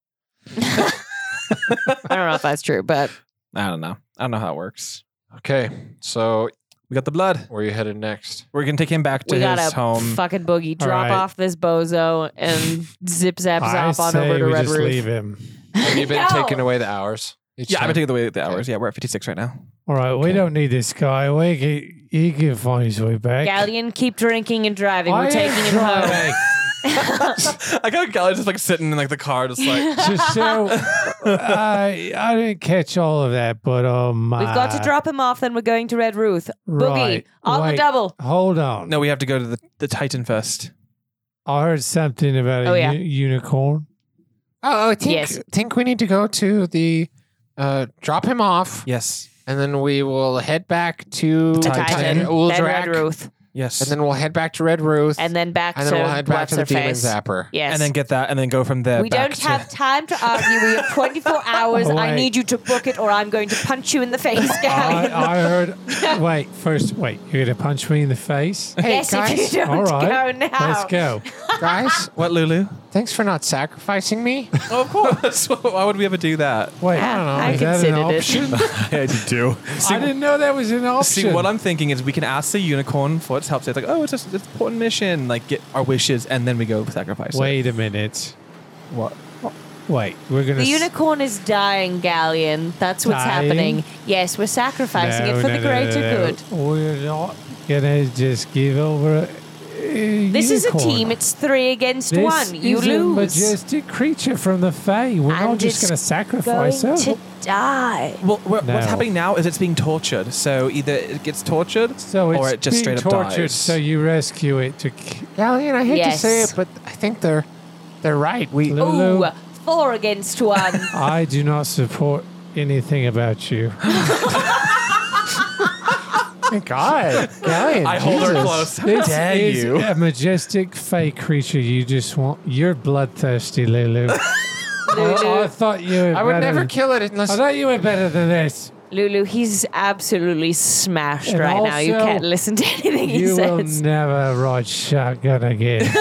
[SPEAKER 4] I don't know if that's true, but
[SPEAKER 1] <laughs> I don't know. I don't know how it works.
[SPEAKER 2] okay, so
[SPEAKER 1] We got the blood.
[SPEAKER 2] where are you headed next?
[SPEAKER 1] We're gonna take him back to
[SPEAKER 4] we
[SPEAKER 1] his
[SPEAKER 4] gotta
[SPEAKER 1] home.
[SPEAKER 4] fucking boogie.
[SPEAKER 8] All
[SPEAKER 4] Drop
[SPEAKER 8] right.
[SPEAKER 4] off this bozo and zip zap
[SPEAKER 8] I
[SPEAKER 4] zop on
[SPEAKER 8] say
[SPEAKER 4] over to
[SPEAKER 8] we
[SPEAKER 4] Red
[SPEAKER 8] just
[SPEAKER 4] Roof. <laughs>
[SPEAKER 8] leave him.
[SPEAKER 2] Have you been
[SPEAKER 4] No.
[SPEAKER 2] taking away the hours? each
[SPEAKER 1] yeah, I've been
[SPEAKER 2] time?
[SPEAKER 1] taking away the hours. Yeah, we're at 56 right now. <laughs>
[SPEAKER 8] All right, we don't need this guy. We can, he can find his way back.
[SPEAKER 4] Galleon, keep drinking and driving.
[SPEAKER 8] I
[SPEAKER 4] We're
[SPEAKER 8] am
[SPEAKER 4] taking him
[SPEAKER 8] <laughs>
[SPEAKER 4] home.
[SPEAKER 8] trying.
[SPEAKER 1] I got Gally just like sitting in like the car, just
[SPEAKER 2] <laughs>
[SPEAKER 1] like
[SPEAKER 8] <laughs> so, so, <laughs> I I didn't catch all of that, but
[SPEAKER 4] <laughs>
[SPEAKER 8] um,
[SPEAKER 4] We've got to drop him off, then we're going to Red Ruth. Boogie,
[SPEAKER 8] Right,
[SPEAKER 4] on
[SPEAKER 8] wait,
[SPEAKER 4] the double.
[SPEAKER 8] Hold on.
[SPEAKER 1] no. We have to go to the, the Titan first.
[SPEAKER 8] I heard something about a
[SPEAKER 4] Oh, yeah. <laughs>
[SPEAKER 8] u- unicorn.
[SPEAKER 2] Oh, I think,
[SPEAKER 4] Yes.
[SPEAKER 2] think we need to go to the uh, drop him off,
[SPEAKER 1] Yes,
[SPEAKER 2] and then we will head back to
[SPEAKER 1] The
[SPEAKER 4] The
[SPEAKER 1] Titan,
[SPEAKER 4] Titan, then Red
[SPEAKER 2] Uldrak,
[SPEAKER 4] Ruth,
[SPEAKER 1] yes,
[SPEAKER 2] and then we'll head back to Red Ruth,
[SPEAKER 4] and then back
[SPEAKER 2] and
[SPEAKER 4] to
[SPEAKER 2] then we'll head
[SPEAKER 4] what's
[SPEAKER 2] back to the
[SPEAKER 4] her
[SPEAKER 2] Demon
[SPEAKER 4] face.
[SPEAKER 2] Zapper.
[SPEAKER 4] Yes.
[SPEAKER 1] and then get that, and then go from there.
[SPEAKER 4] we
[SPEAKER 1] back
[SPEAKER 4] don't
[SPEAKER 1] to-
[SPEAKER 4] have time to argue. We have
[SPEAKER 8] <laughs>
[SPEAKER 4] 24 hours. I
[SPEAKER 8] Wait.
[SPEAKER 4] need you to book it, or I'm going to punch you in the face,
[SPEAKER 8] I,
[SPEAKER 4] Galleon.
[SPEAKER 8] I heard. wait, first, wait. You're gonna punch me in the face?
[SPEAKER 4] <laughs>
[SPEAKER 2] Hey
[SPEAKER 4] yes, if you don't
[SPEAKER 8] All right,
[SPEAKER 4] go now.
[SPEAKER 8] let's go.
[SPEAKER 4] <laughs>
[SPEAKER 2] guys,
[SPEAKER 1] What Lulu?
[SPEAKER 2] Thanks for not sacrificing me.
[SPEAKER 1] Oh, of course. Why would we ever do that?
[SPEAKER 2] Wait,
[SPEAKER 4] Ah, I
[SPEAKER 2] is that an
[SPEAKER 4] considered it. <laughs>
[SPEAKER 2] option?
[SPEAKER 1] <laughs>
[SPEAKER 5] I did too.
[SPEAKER 2] I didn't know that was an option.
[SPEAKER 1] See, what I'm thinking is we can ask the unicorn for its help. Say it's like, oh, it's just it's an important mission. Like, get our wishes, and then we go sacrifice. it.
[SPEAKER 8] Wait a minute.
[SPEAKER 1] what?
[SPEAKER 8] Wait, we're gonna.
[SPEAKER 4] The
[SPEAKER 8] s-
[SPEAKER 4] unicorn is dying, Galleon. That's what's
[SPEAKER 8] Dying?
[SPEAKER 4] happening. Yes, we're sacrificing
[SPEAKER 8] No,
[SPEAKER 4] it for
[SPEAKER 8] no,
[SPEAKER 4] the
[SPEAKER 8] no, no,
[SPEAKER 4] greater
[SPEAKER 8] no.
[SPEAKER 4] good.
[SPEAKER 8] We're not gonna just give over. A, a
[SPEAKER 4] This is a
[SPEAKER 8] Uh, unicorn.
[SPEAKER 4] team. It's three against
[SPEAKER 8] This
[SPEAKER 4] one. You
[SPEAKER 8] is a
[SPEAKER 4] lose.
[SPEAKER 8] majestic creature from the Fae. We're not
[SPEAKER 4] And
[SPEAKER 8] just
[SPEAKER 4] it's
[SPEAKER 8] gonna
[SPEAKER 4] Going
[SPEAKER 8] sacrifice her.
[SPEAKER 4] to die.
[SPEAKER 1] Well, wha-
[SPEAKER 8] No.
[SPEAKER 1] what's happening now is it's being tortured. So either it gets tortured,
[SPEAKER 8] so it's
[SPEAKER 1] or it just
[SPEAKER 8] being
[SPEAKER 1] straight up
[SPEAKER 8] tortured.
[SPEAKER 1] dies.
[SPEAKER 8] So you rescue it to. k-
[SPEAKER 2] Galleon, I hate to say
[SPEAKER 4] Yes.
[SPEAKER 2] it, but I think they're they're right. We
[SPEAKER 8] Lulu,
[SPEAKER 4] Ooh, four against
[SPEAKER 8] <laughs>
[SPEAKER 4] one.
[SPEAKER 8] I do not support anything
[SPEAKER 2] <laughs>
[SPEAKER 8] about you.
[SPEAKER 2] my God, Galleon.
[SPEAKER 1] I hold her
[SPEAKER 2] Jesus.
[SPEAKER 1] close. <laughs> How
[SPEAKER 8] This
[SPEAKER 1] dare
[SPEAKER 8] is
[SPEAKER 1] you?
[SPEAKER 8] a majestic fey creature. You just want. You're bloodthirsty, Lulu. Oh, I, I thought you. Were
[SPEAKER 2] I would
[SPEAKER 8] better
[SPEAKER 2] never
[SPEAKER 8] than-
[SPEAKER 2] kill it unless.
[SPEAKER 8] I thought you were better than this.
[SPEAKER 4] Lulu, he's absolutely smashed
[SPEAKER 8] And
[SPEAKER 4] right now. You
[SPEAKER 8] also,
[SPEAKER 4] can't listen to <laughs> anything <laughs> he
[SPEAKER 8] You will
[SPEAKER 4] says.
[SPEAKER 8] never ride shotgun
[SPEAKER 4] <laughs>
[SPEAKER 8] again.
[SPEAKER 1] <laughs>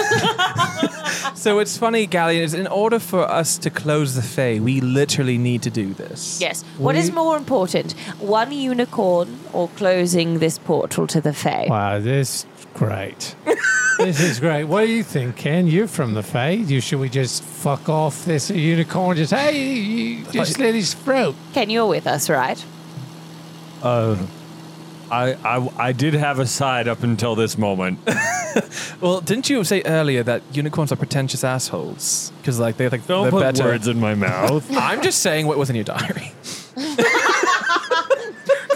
[SPEAKER 1] So it's funny, Galleon, is in order for us to close the Fae, we literally need to do this.
[SPEAKER 4] Yes. What is more important, one unicorn or closing this portal to the Fae?
[SPEAKER 8] wow, this
[SPEAKER 4] <laughs>
[SPEAKER 8] great. this is great. What do you think, Ken? You're from the Fae. You, should we just fuck off this unicorn? Just hey, you just let his throat.
[SPEAKER 4] Ken, you're with us, right?
[SPEAKER 5] Uh, I, I I did have a side up until this moment. <laughs>
[SPEAKER 1] Well, didn't you say earlier that unicorns are pretentious assholes? Because like they think
[SPEAKER 5] Don't
[SPEAKER 1] they're
[SPEAKER 5] put
[SPEAKER 1] better.
[SPEAKER 5] words in my mouth.
[SPEAKER 1] <laughs> I'm just saying what was in your diary. <laughs>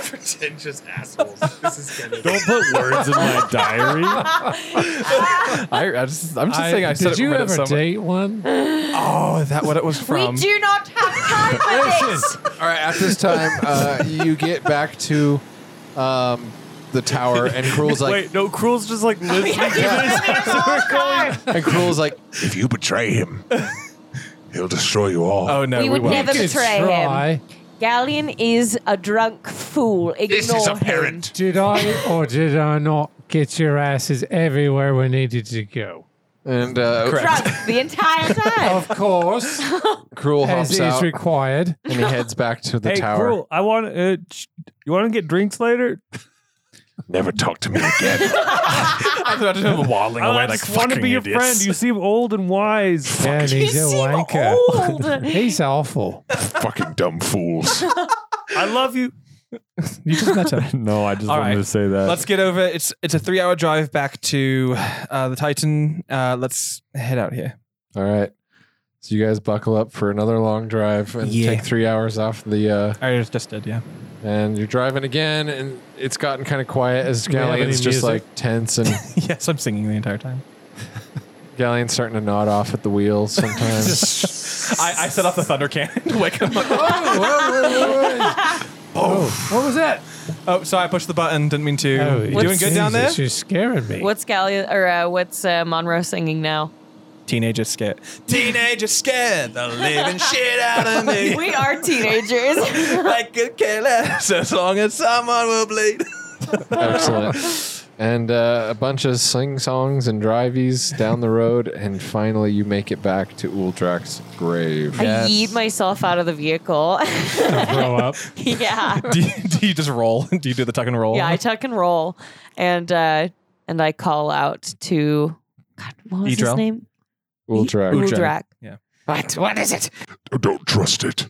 [SPEAKER 9] Pretentious assholes. This is getting.
[SPEAKER 5] Don't put
[SPEAKER 7] <laughs>
[SPEAKER 5] words in my diary.
[SPEAKER 1] I, I just, I'm just
[SPEAKER 8] I-
[SPEAKER 1] saying I said
[SPEAKER 8] did
[SPEAKER 1] it
[SPEAKER 8] you
[SPEAKER 1] read it
[SPEAKER 8] ever
[SPEAKER 1] somewhere.
[SPEAKER 8] date one?
[SPEAKER 1] <laughs> Oh, is that what it was
[SPEAKER 4] <laughs>
[SPEAKER 1] from?
[SPEAKER 4] we do not have time for this.
[SPEAKER 2] All right, at this time, uh, you get back to um, the
[SPEAKER 1] <laughs>
[SPEAKER 2] tower, and Cruel's like,
[SPEAKER 5] Wait, no, Cruel's
[SPEAKER 14] <laughs>
[SPEAKER 5] just like listening to this. <laughs>
[SPEAKER 2] and Cruel's like,
[SPEAKER 6] If you betray
[SPEAKER 7] <laughs>
[SPEAKER 6] him, he'll destroy you all.
[SPEAKER 1] Oh no,
[SPEAKER 4] we
[SPEAKER 1] we,
[SPEAKER 4] would
[SPEAKER 1] won't.
[SPEAKER 4] never
[SPEAKER 8] Good
[SPEAKER 4] betray him.
[SPEAKER 8] try.
[SPEAKER 4] Galleon is a drunk fool. Ignore
[SPEAKER 6] this is
[SPEAKER 4] him.
[SPEAKER 6] apparent.
[SPEAKER 8] Did I or did I not get your asses everywhere we needed to go?
[SPEAKER 2] and uh,
[SPEAKER 4] Drunk the entire time.
[SPEAKER 8] Of course,
[SPEAKER 4] <laughs>
[SPEAKER 2] Cruel
[SPEAKER 8] as
[SPEAKER 2] hops
[SPEAKER 8] is
[SPEAKER 2] out,
[SPEAKER 8] required.
[SPEAKER 2] and he heads back to the
[SPEAKER 5] hey,
[SPEAKER 2] tower.
[SPEAKER 5] Cruel, I want uh, sh- you want to get drinks later?
[SPEAKER 6] Never talk to me again.
[SPEAKER 1] <laughs> I thought I was waddling
[SPEAKER 5] <laughs> I
[SPEAKER 1] away like
[SPEAKER 5] just want to be your friend. You seem old
[SPEAKER 14] <laughs>
[SPEAKER 5] and wise.
[SPEAKER 8] And
[SPEAKER 4] you
[SPEAKER 8] he's a
[SPEAKER 4] seem
[SPEAKER 8] wanker.
[SPEAKER 4] old.
[SPEAKER 8] <laughs> He's awful.
[SPEAKER 6] Fucking dumb
[SPEAKER 8] <laughs>
[SPEAKER 6] fools.
[SPEAKER 5] I love you. <laughs>
[SPEAKER 1] You just met him.
[SPEAKER 5] No, I just
[SPEAKER 1] All right.
[SPEAKER 5] wanted to say that.
[SPEAKER 1] Let's get over. It's it's a three-hour drive back to uh, the Titan. Uh, let's head out here.
[SPEAKER 2] All right, so you guys buckle up for another long drive and
[SPEAKER 1] Yeah.
[SPEAKER 2] take three hours off the. Uh,
[SPEAKER 1] I just did, yeah.
[SPEAKER 2] and you're driving again, and it's gotten kind of quiet as
[SPEAKER 8] we have
[SPEAKER 2] Galleon's
[SPEAKER 8] any
[SPEAKER 2] just
[SPEAKER 8] music?
[SPEAKER 2] like tense, and
[SPEAKER 1] <laughs> yes, I'm singing the entire time.
[SPEAKER 2] Galleon's starting to nod off at the
[SPEAKER 8] <laughs>
[SPEAKER 2] wheels sometimes.
[SPEAKER 1] I, I set off the thunder cannon to wake him up.
[SPEAKER 2] Whoa, whoa, whoa, whoa.
[SPEAKER 8] What was that?
[SPEAKER 1] Oh, sorry, I pushed the button. Didn't mean to.
[SPEAKER 5] Oh,
[SPEAKER 1] you doing good down there?
[SPEAKER 8] Jesus, You're scaring me.
[SPEAKER 4] What's Galleon or uh, what's uh, Monroe singing now?
[SPEAKER 1] Teenagers scared. Teenagers scared. The living shit out of <laughs>
[SPEAKER 4] <laughs>
[SPEAKER 1] me.
[SPEAKER 4] We are
[SPEAKER 1] <laughs>
[SPEAKER 4] teenagers.
[SPEAKER 1] like a killer. So as long as someone will bleed.
[SPEAKER 2] Excellent. And uh, a bunch of sing songs and driveys down the road, and finally you make it back to Uldrak's grave.
[SPEAKER 4] I yeet myself out of the vehicle. <laughs>
[SPEAKER 8] Throw up.
[SPEAKER 4] yeah.
[SPEAKER 1] Do you, <laughs> do you just roll? <laughs> Do you do the tuck and roll?
[SPEAKER 4] Yeah, I tuck and roll and uh and I call out to God, what was
[SPEAKER 1] Idril?
[SPEAKER 4] his name?
[SPEAKER 2] Uldrak.
[SPEAKER 4] Uldrak.
[SPEAKER 7] What? What is it?
[SPEAKER 6] Don't trust it.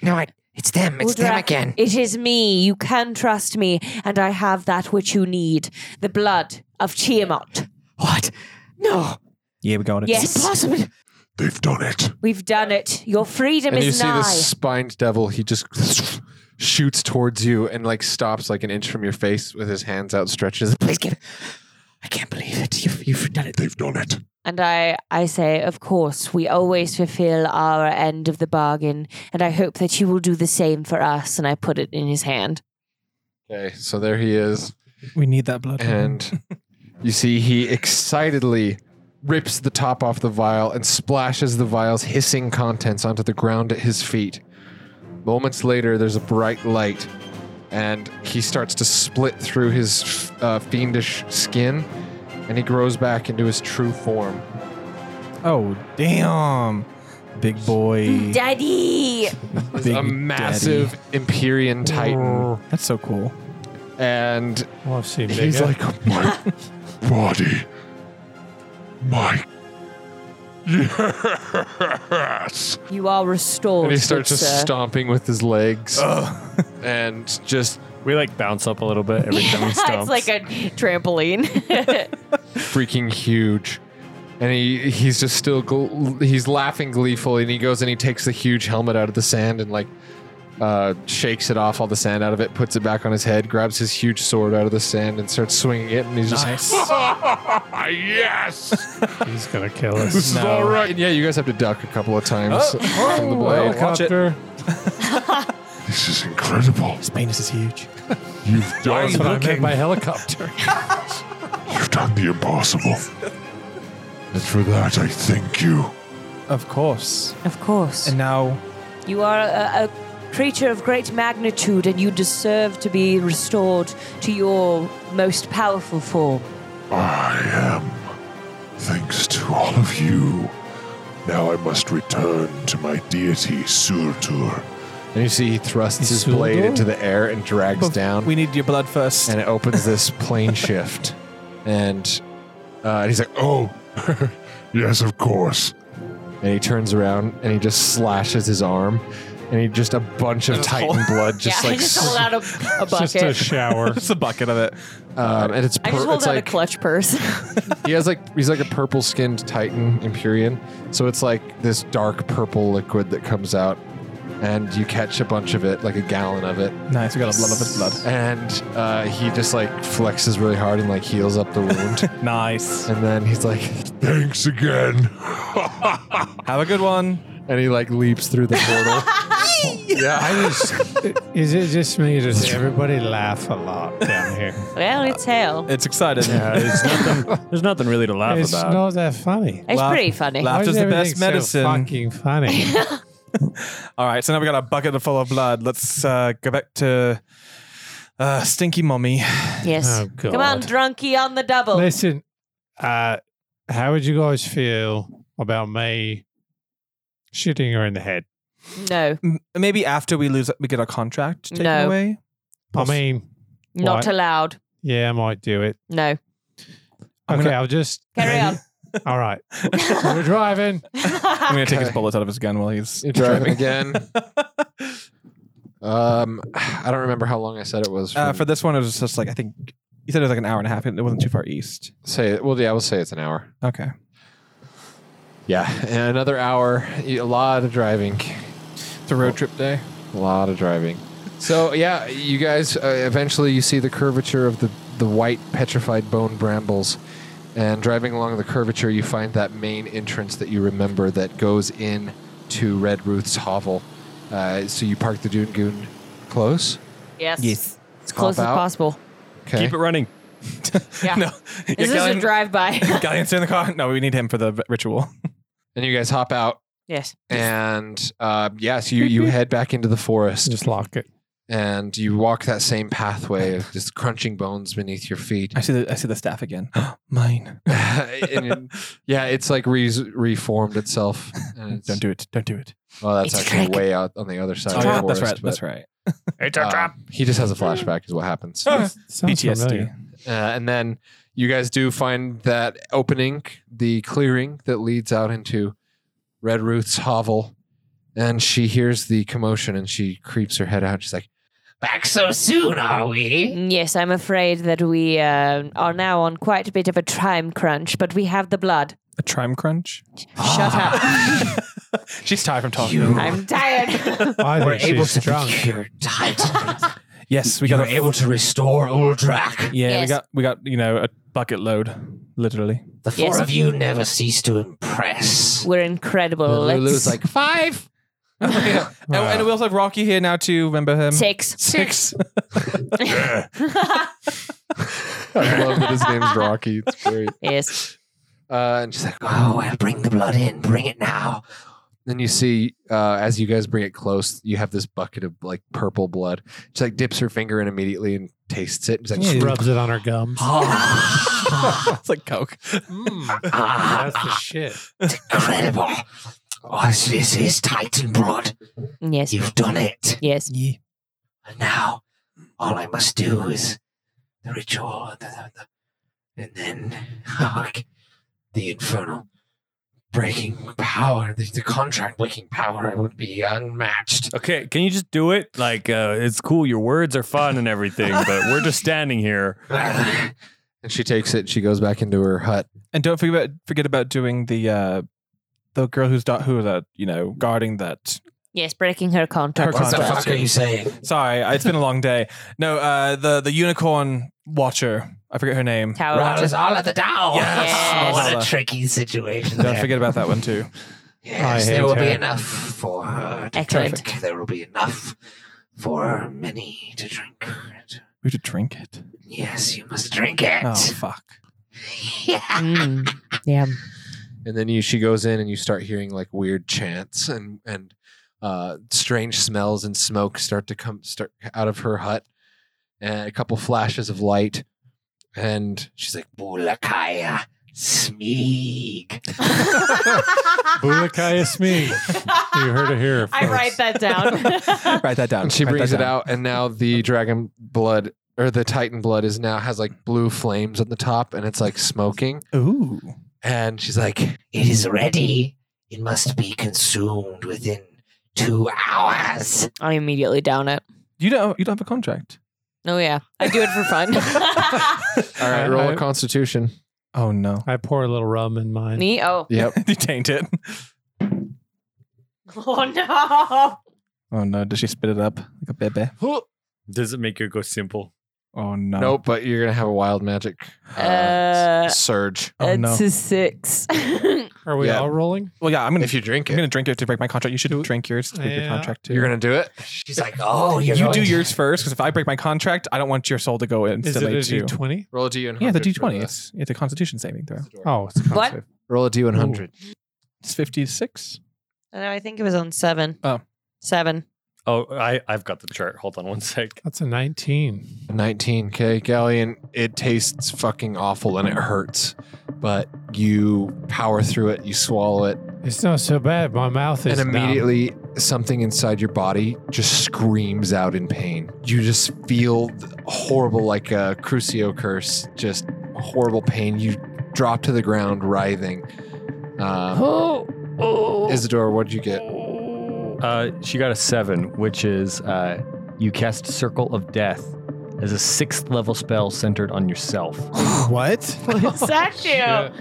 [SPEAKER 7] No, it, it's them. It's them
[SPEAKER 4] Uldrak,
[SPEAKER 7] again.
[SPEAKER 4] It is me. You can trust me, and I have that which you need. The blood of Tiamat.
[SPEAKER 7] What? No,
[SPEAKER 1] Yeah, we're going to.
[SPEAKER 4] Yes,
[SPEAKER 7] possible.
[SPEAKER 6] They've done it.
[SPEAKER 4] we've done it. Your freedom
[SPEAKER 2] And you
[SPEAKER 4] is
[SPEAKER 2] see
[SPEAKER 4] nigh.
[SPEAKER 2] this spined devil, he just shoots towards you and like stops like an inch from your face with his hands outstretched. He's like,
[SPEAKER 7] Please give. I can't believe it. You've, you've done it.
[SPEAKER 6] They've done it.
[SPEAKER 4] And I, I say, of course, we always fulfill our end of the bargain, and I hope that you will do the same for us. And I put it in his hand.
[SPEAKER 2] Okay, so there he is.
[SPEAKER 1] We need that blood. <laughs>
[SPEAKER 2] And you see he excitedly rips the top off the vial and splashes the vial's hissing contents onto the ground at his feet. Moments later, there's a bright light, and he starts to split through his uh, fiendish skin, and he grows back into his true form.
[SPEAKER 1] Oh, damn. Big
[SPEAKER 4] Mm,
[SPEAKER 6] <laughs>
[SPEAKER 1] boy.
[SPEAKER 4] Daddy.
[SPEAKER 1] Big
[SPEAKER 2] a massive Empyrean Titan,
[SPEAKER 1] daddy. That's so cool.
[SPEAKER 2] and
[SPEAKER 8] Well, I've seen
[SPEAKER 6] He's
[SPEAKER 8] bigger.
[SPEAKER 6] like,
[SPEAKER 2] <laughs>
[SPEAKER 7] <laughs>
[SPEAKER 6] my body. My. Yes!
[SPEAKER 4] You are restored.
[SPEAKER 2] and he starts
[SPEAKER 4] good
[SPEAKER 2] just
[SPEAKER 4] sir.
[SPEAKER 2] stomping with his
[SPEAKER 1] <laughs>
[SPEAKER 2] legs, and just
[SPEAKER 14] We like bounce up a little bit
[SPEAKER 4] <laughs>
[SPEAKER 14] every time we stomp.
[SPEAKER 4] it's like a trampoline. <laughs>
[SPEAKER 2] freaking huge. And he, he's just still gl- he's laughing gleefully, and he goes and he takes the huge helmet out of the sand and like uh, shakes it off all the sand out of it, puts it back on his head, grabs his huge sword out of the sand, and starts swinging it. And he's <laughs>
[SPEAKER 1] Nice.
[SPEAKER 6] yes!
[SPEAKER 8] He's gonna kill us.
[SPEAKER 6] This is all
[SPEAKER 2] just
[SPEAKER 6] right.
[SPEAKER 2] yeah, you guys have to duck a couple of times from the
[SPEAKER 1] oh,
[SPEAKER 2] blade.
[SPEAKER 1] Helicopter.
[SPEAKER 6] This is incredible.
[SPEAKER 1] His penis is <laughs> huge.
[SPEAKER 6] You've done,
[SPEAKER 8] But I meant
[SPEAKER 1] <laughs>
[SPEAKER 8] by helicopter.
[SPEAKER 6] you've done the impossible. And for that, I thank you.
[SPEAKER 1] Of course.
[SPEAKER 4] of course.
[SPEAKER 1] And now
[SPEAKER 4] you are a, a creature of great magnitude and you deserve to be restored to your most powerful form.
[SPEAKER 6] I am. Thanks to all of you. Now I must return to my deity, Surtur.
[SPEAKER 2] And you see he thrusts his blade into the air and drags down,
[SPEAKER 1] we need your blood first.
[SPEAKER 2] and it opens this
[SPEAKER 1] <laughs>
[SPEAKER 2] plane shift. And, uh, and he's like, <laughs>
[SPEAKER 6] Oh, yes, of course.
[SPEAKER 2] and he turns around and he just slashes his arm, and he just a bunch of titan blood just
[SPEAKER 4] yeah, I
[SPEAKER 2] like,
[SPEAKER 4] just hold out a, a
[SPEAKER 8] Just a
[SPEAKER 4] bucket. <laughs>
[SPEAKER 8] shower.
[SPEAKER 1] Just a bucket of it.
[SPEAKER 2] um, and it's
[SPEAKER 4] I just
[SPEAKER 2] pur-
[SPEAKER 4] hold
[SPEAKER 2] it's
[SPEAKER 4] out
[SPEAKER 2] like
[SPEAKER 4] a clutch purse. <laughs>
[SPEAKER 2] <laughs> he has like he's like a purple skinned titan Empyrean, so it's like this dark purple liquid that comes out, and you catch a bunch of it, like a gallon of it,
[SPEAKER 1] Nice. We got a blood of his blood.
[SPEAKER 2] and uh, he just like flexes really hard and like heals up the wound.
[SPEAKER 1] <laughs> Nice.
[SPEAKER 2] And then he's like,
[SPEAKER 6] Thanks again.
[SPEAKER 1] Have a good one.
[SPEAKER 2] and he like leaps through the portal.
[SPEAKER 8] I was. Is it just me or does everybody laugh a lot down here?
[SPEAKER 4] well, it's hell.
[SPEAKER 1] It's exciting.
[SPEAKER 14] Yeah,
[SPEAKER 1] <laughs>
[SPEAKER 14] it's nothing, there's nothing really to laugh
[SPEAKER 8] It's
[SPEAKER 14] about.
[SPEAKER 8] not that funny.
[SPEAKER 4] It's
[SPEAKER 1] Laugh-
[SPEAKER 4] pretty funny.
[SPEAKER 1] laugh-
[SPEAKER 8] Why is
[SPEAKER 1] Laughter's the best
[SPEAKER 8] everything so
[SPEAKER 1] medicine.
[SPEAKER 8] fucking funny.
[SPEAKER 1] All right. So now we got a bucket full of blood. Let's uh, go back to uh, Stinky Mommy.
[SPEAKER 4] <laughs> Yes.
[SPEAKER 8] Oh, God.
[SPEAKER 4] Come on, drunkie on the
[SPEAKER 14] Oh.
[SPEAKER 4] double.
[SPEAKER 8] Listen, uh, how would you guys feel about me shooting her in the head?
[SPEAKER 4] no,
[SPEAKER 1] M- Maybe after we lose, we get our contract taken
[SPEAKER 4] No.
[SPEAKER 1] away.
[SPEAKER 8] I mean,
[SPEAKER 4] not
[SPEAKER 8] Why?
[SPEAKER 4] allowed.
[SPEAKER 8] yeah, I might do it.
[SPEAKER 4] No.
[SPEAKER 1] I'm
[SPEAKER 8] okay,
[SPEAKER 1] gonna-
[SPEAKER 8] I'll just.
[SPEAKER 4] Carry on.
[SPEAKER 8] <laughs> All right. We're driving.
[SPEAKER 1] I'm
[SPEAKER 4] <laughs>
[SPEAKER 1] gonna take
[SPEAKER 2] Okay.
[SPEAKER 1] his bullets out of his gun while he's
[SPEAKER 2] You're driving again.
[SPEAKER 1] <laughs>
[SPEAKER 2] Um, I don't remember how long I said it was.
[SPEAKER 1] Uh,
[SPEAKER 2] from-
[SPEAKER 1] for this one, it was just like I think you said it was like an hour and a half. It wasn't too far east.
[SPEAKER 2] say well, yeah, I will say it's an hour.
[SPEAKER 1] <laughs> Okay.
[SPEAKER 2] Yeah, and another hour. A lot of driving. Oh.
[SPEAKER 1] It's a road trip day.
[SPEAKER 2] A lot of driving. So yeah, you guys uh, eventually you see the curvature of the the white petrified bone brambles, and driving along the curvature, you find that main entrance that you remember that goes in to Red Ruth's hovel. Uh, so you park the Dune Goon close.
[SPEAKER 4] yes.
[SPEAKER 1] Yes.
[SPEAKER 4] As close
[SPEAKER 2] Cop
[SPEAKER 4] as
[SPEAKER 2] out.
[SPEAKER 4] possible.
[SPEAKER 2] Okay. <laughs>
[SPEAKER 14] Keep it running.
[SPEAKER 4] Yeah.
[SPEAKER 1] No. Yeah,
[SPEAKER 4] Is this
[SPEAKER 1] Galleon-
[SPEAKER 4] a drive
[SPEAKER 1] <laughs>
[SPEAKER 4] by? <laughs>
[SPEAKER 1] Galleon, stay in the car. No, we need him for the v- ritual.
[SPEAKER 2] And you guys hop out,
[SPEAKER 4] yes.
[SPEAKER 2] and uh, yes, you you head back into the forest,
[SPEAKER 8] Just lock it.
[SPEAKER 2] and you walk that same pathway of just crunching bones beneath your feet.
[SPEAKER 1] I see the I see the
[SPEAKER 2] <laughs>
[SPEAKER 1] staff again. <laughs> Mine.
[SPEAKER 2] and it- yeah, it's like re- reformed itself. And it's,
[SPEAKER 1] <laughs> Don't do it. Don't do it.
[SPEAKER 2] well, that's
[SPEAKER 4] It's
[SPEAKER 2] actually
[SPEAKER 4] trick.
[SPEAKER 2] way out on the other side.
[SPEAKER 1] Oh,
[SPEAKER 2] of the
[SPEAKER 1] yeah, that's
[SPEAKER 2] forest,
[SPEAKER 1] right.
[SPEAKER 2] but,
[SPEAKER 1] That's right.
[SPEAKER 9] It's
[SPEAKER 2] uh, He just has a flashback, is what
[SPEAKER 1] <laughs>
[SPEAKER 2] happens.
[SPEAKER 1] Oh.
[SPEAKER 2] uh,
[SPEAKER 8] Ah, Sounds
[SPEAKER 1] PTSD.
[SPEAKER 8] familiar.
[SPEAKER 2] and then you guys do find that opening, the clearing that leads out into Red Ruth's hovel, and she hears the commotion and she creeps her head out. She's like,
[SPEAKER 7] Back so soon, are we?
[SPEAKER 4] Mm, Yes, I'm afraid that we uh, are now on quite a bit of a time crunch, but we have the blood.
[SPEAKER 1] A trime crunch.
[SPEAKER 4] Shut up.
[SPEAKER 1] She's tired from talking.
[SPEAKER 4] I'm tired.
[SPEAKER 8] I
[SPEAKER 7] We're
[SPEAKER 8] think
[SPEAKER 7] able
[SPEAKER 8] she's
[SPEAKER 7] to
[SPEAKER 8] drunk.
[SPEAKER 7] procure Titan.
[SPEAKER 1] <laughs> yes, we
[SPEAKER 7] We
[SPEAKER 1] got.
[SPEAKER 7] are
[SPEAKER 1] A,
[SPEAKER 7] able to restore Uldrak.
[SPEAKER 1] yeah, we
[SPEAKER 4] Yes.
[SPEAKER 1] got. We got. You know, a bucket load, literally.
[SPEAKER 7] The four
[SPEAKER 4] Yes.
[SPEAKER 7] of you never cease to impress.
[SPEAKER 4] We're incredible. Let's
[SPEAKER 2] Lulu's like five.
[SPEAKER 7] <laughs>
[SPEAKER 1] And, and we also have Rocky here now too. Remember him?
[SPEAKER 4] six.
[SPEAKER 1] Six.
[SPEAKER 7] <laughs>
[SPEAKER 2] I love that his name's Rocky. It's great.
[SPEAKER 4] yes.
[SPEAKER 2] Uh, and she's like,
[SPEAKER 7] Oh, well, bring the blood in. Bring it now.
[SPEAKER 2] Then you see, uh, as you guys bring it close, you have this bucket of like purple blood. She like dips her finger in immediately and tastes it. She's like,
[SPEAKER 8] She rubs it on her gums.
[SPEAKER 1] it's like Coke.
[SPEAKER 8] Mm,
[SPEAKER 7] Ah,
[SPEAKER 8] that's the shit.
[SPEAKER 7] incredible. Oh, this is Titan Blood.
[SPEAKER 4] Yes.
[SPEAKER 7] You've done it.
[SPEAKER 4] Yes.
[SPEAKER 7] And now, all I must do is the ritual, the- the- the- and then <laughs> hark, the infernal breaking power, the, the contract breaking power would be unmatched.
[SPEAKER 14] Okay, can you just do it? Like, uh, it's cool. Your words are fun and
[SPEAKER 5] <laughs>
[SPEAKER 14] everything, but we're just standing here.
[SPEAKER 7] I
[SPEAKER 2] <laughs> and she takes it. And she goes back into her hut.
[SPEAKER 1] And don't forget about, forget about doing the uh, the girl who's do- who that you know guarding that.
[SPEAKER 4] Yes, breaking her contract.
[SPEAKER 1] Her
[SPEAKER 7] What the
[SPEAKER 1] contract.
[SPEAKER 7] fuck are
[SPEAKER 4] <laughs>
[SPEAKER 7] you saying?
[SPEAKER 1] Sorry, it's been a long day. No, uh, the the unicorn watcher. I forget her name.
[SPEAKER 4] Tower.
[SPEAKER 7] Rollers all at the down.
[SPEAKER 4] Yes.
[SPEAKER 7] Oh, <laughs> What
[SPEAKER 1] Rolla.
[SPEAKER 7] a tricky situation.
[SPEAKER 1] Don't
[SPEAKER 7] there.
[SPEAKER 1] forget about that one too.
[SPEAKER 7] Yes,
[SPEAKER 8] hate
[SPEAKER 7] there will be
[SPEAKER 8] her.
[SPEAKER 7] enough for her to
[SPEAKER 4] Excellent.
[SPEAKER 7] drink. There will be enough for many to drink.
[SPEAKER 1] We should drink it.
[SPEAKER 7] Yes, you must drink it.
[SPEAKER 1] Oh
[SPEAKER 7] <laughs>
[SPEAKER 1] fuck.
[SPEAKER 4] Mm. Yeah.
[SPEAKER 2] And then you, she goes in, and you start hearing like weird chants and and uh, strange smells and smoke start to come start out of her hut, and a couple flashes of light. And she's like,
[SPEAKER 7] Bulakaya Smeeg.
[SPEAKER 8] Bulakaya Smee. You heard it here.
[SPEAKER 4] I
[SPEAKER 8] folks.
[SPEAKER 4] write that
[SPEAKER 1] <laughs>
[SPEAKER 4] down.
[SPEAKER 1] Write that down.
[SPEAKER 2] and she
[SPEAKER 1] Write
[SPEAKER 2] brings
[SPEAKER 1] that
[SPEAKER 2] it out, and now the dragon blood or the titan blood is now has like blue flames on the top, and it's like smoking.
[SPEAKER 1] down. Ooh.
[SPEAKER 2] And she's like,
[SPEAKER 7] It is ready. It must be consumed within two hours.
[SPEAKER 4] I immediately down it.
[SPEAKER 1] You don't. You don't have a contract.
[SPEAKER 4] Oh yeah, I do it for
[SPEAKER 1] <laughs>
[SPEAKER 4] fun.
[SPEAKER 2] "All right,
[SPEAKER 8] I-
[SPEAKER 2] roll
[SPEAKER 1] Uh,
[SPEAKER 8] I-
[SPEAKER 2] a Constitution."
[SPEAKER 1] Oh no.
[SPEAKER 8] I pour a little rum in mine.
[SPEAKER 4] Me? Oh.
[SPEAKER 2] Yep.
[SPEAKER 1] <laughs> you taint it.
[SPEAKER 4] Oh
[SPEAKER 1] Oh no. Does she spit it up like a baby?
[SPEAKER 8] <gasps>
[SPEAKER 14] Does it make you go simple?
[SPEAKER 1] Oh no.
[SPEAKER 2] Nope, but you're gonna have a wild magic
[SPEAKER 4] no.
[SPEAKER 2] uh,
[SPEAKER 4] Uh,
[SPEAKER 2] surge
[SPEAKER 1] Oh no.
[SPEAKER 4] It's a six. <laughs>
[SPEAKER 8] Are we
[SPEAKER 2] Yeah.
[SPEAKER 8] all rolling?
[SPEAKER 1] Well, yeah. I'm gonna.
[SPEAKER 2] if you drink
[SPEAKER 1] I'm
[SPEAKER 2] it.
[SPEAKER 1] gonna drink it to break my contract. You should drink yours to break your
[SPEAKER 8] Yeah.
[SPEAKER 1] contract too.
[SPEAKER 2] You're gonna do it.
[SPEAKER 7] She's like, oh, you're
[SPEAKER 1] You
[SPEAKER 7] going
[SPEAKER 1] do
[SPEAKER 7] to-
[SPEAKER 1] yours first because if I break my contract, I don't want your soul to go
[SPEAKER 8] Is it a
[SPEAKER 1] instantly to.
[SPEAKER 8] D20?
[SPEAKER 2] Roll a d100.
[SPEAKER 1] Yeah, the
[SPEAKER 2] for
[SPEAKER 1] D20.
[SPEAKER 2] this.
[SPEAKER 1] It's, it's a Constitution saving throw.
[SPEAKER 8] Oh, it's con
[SPEAKER 4] What?
[SPEAKER 8] save.
[SPEAKER 2] Roll a d100.
[SPEAKER 1] It's 56.
[SPEAKER 4] no, I think it was on seven.
[SPEAKER 1] Oh.
[SPEAKER 4] Seven.
[SPEAKER 14] Oh, I, I've got the chart. Hold on one sec.
[SPEAKER 8] That's a 19.
[SPEAKER 2] 19. Okay, Galleon. It tastes fucking awful and it hurts, but you power through it. You swallow it,
[SPEAKER 8] <sighs> It's not so bad. My mouth is
[SPEAKER 2] and
[SPEAKER 8] numb.
[SPEAKER 2] immediately something inside your body just screams out in pain. You just feel th- horrible, like a Crucio curse, just horrible pain. You drop to the ground, writhing. Um,
[SPEAKER 14] Oh, oh.
[SPEAKER 2] Isidore, what'd you get?
[SPEAKER 14] Uh, she got a seven, which is uh, you cast Circle of Death as a sixth level spell centered on
[SPEAKER 1] <gasps>
[SPEAKER 14] yourself.
[SPEAKER 7] <laughs> Oh,
[SPEAKER 4] Sacked you.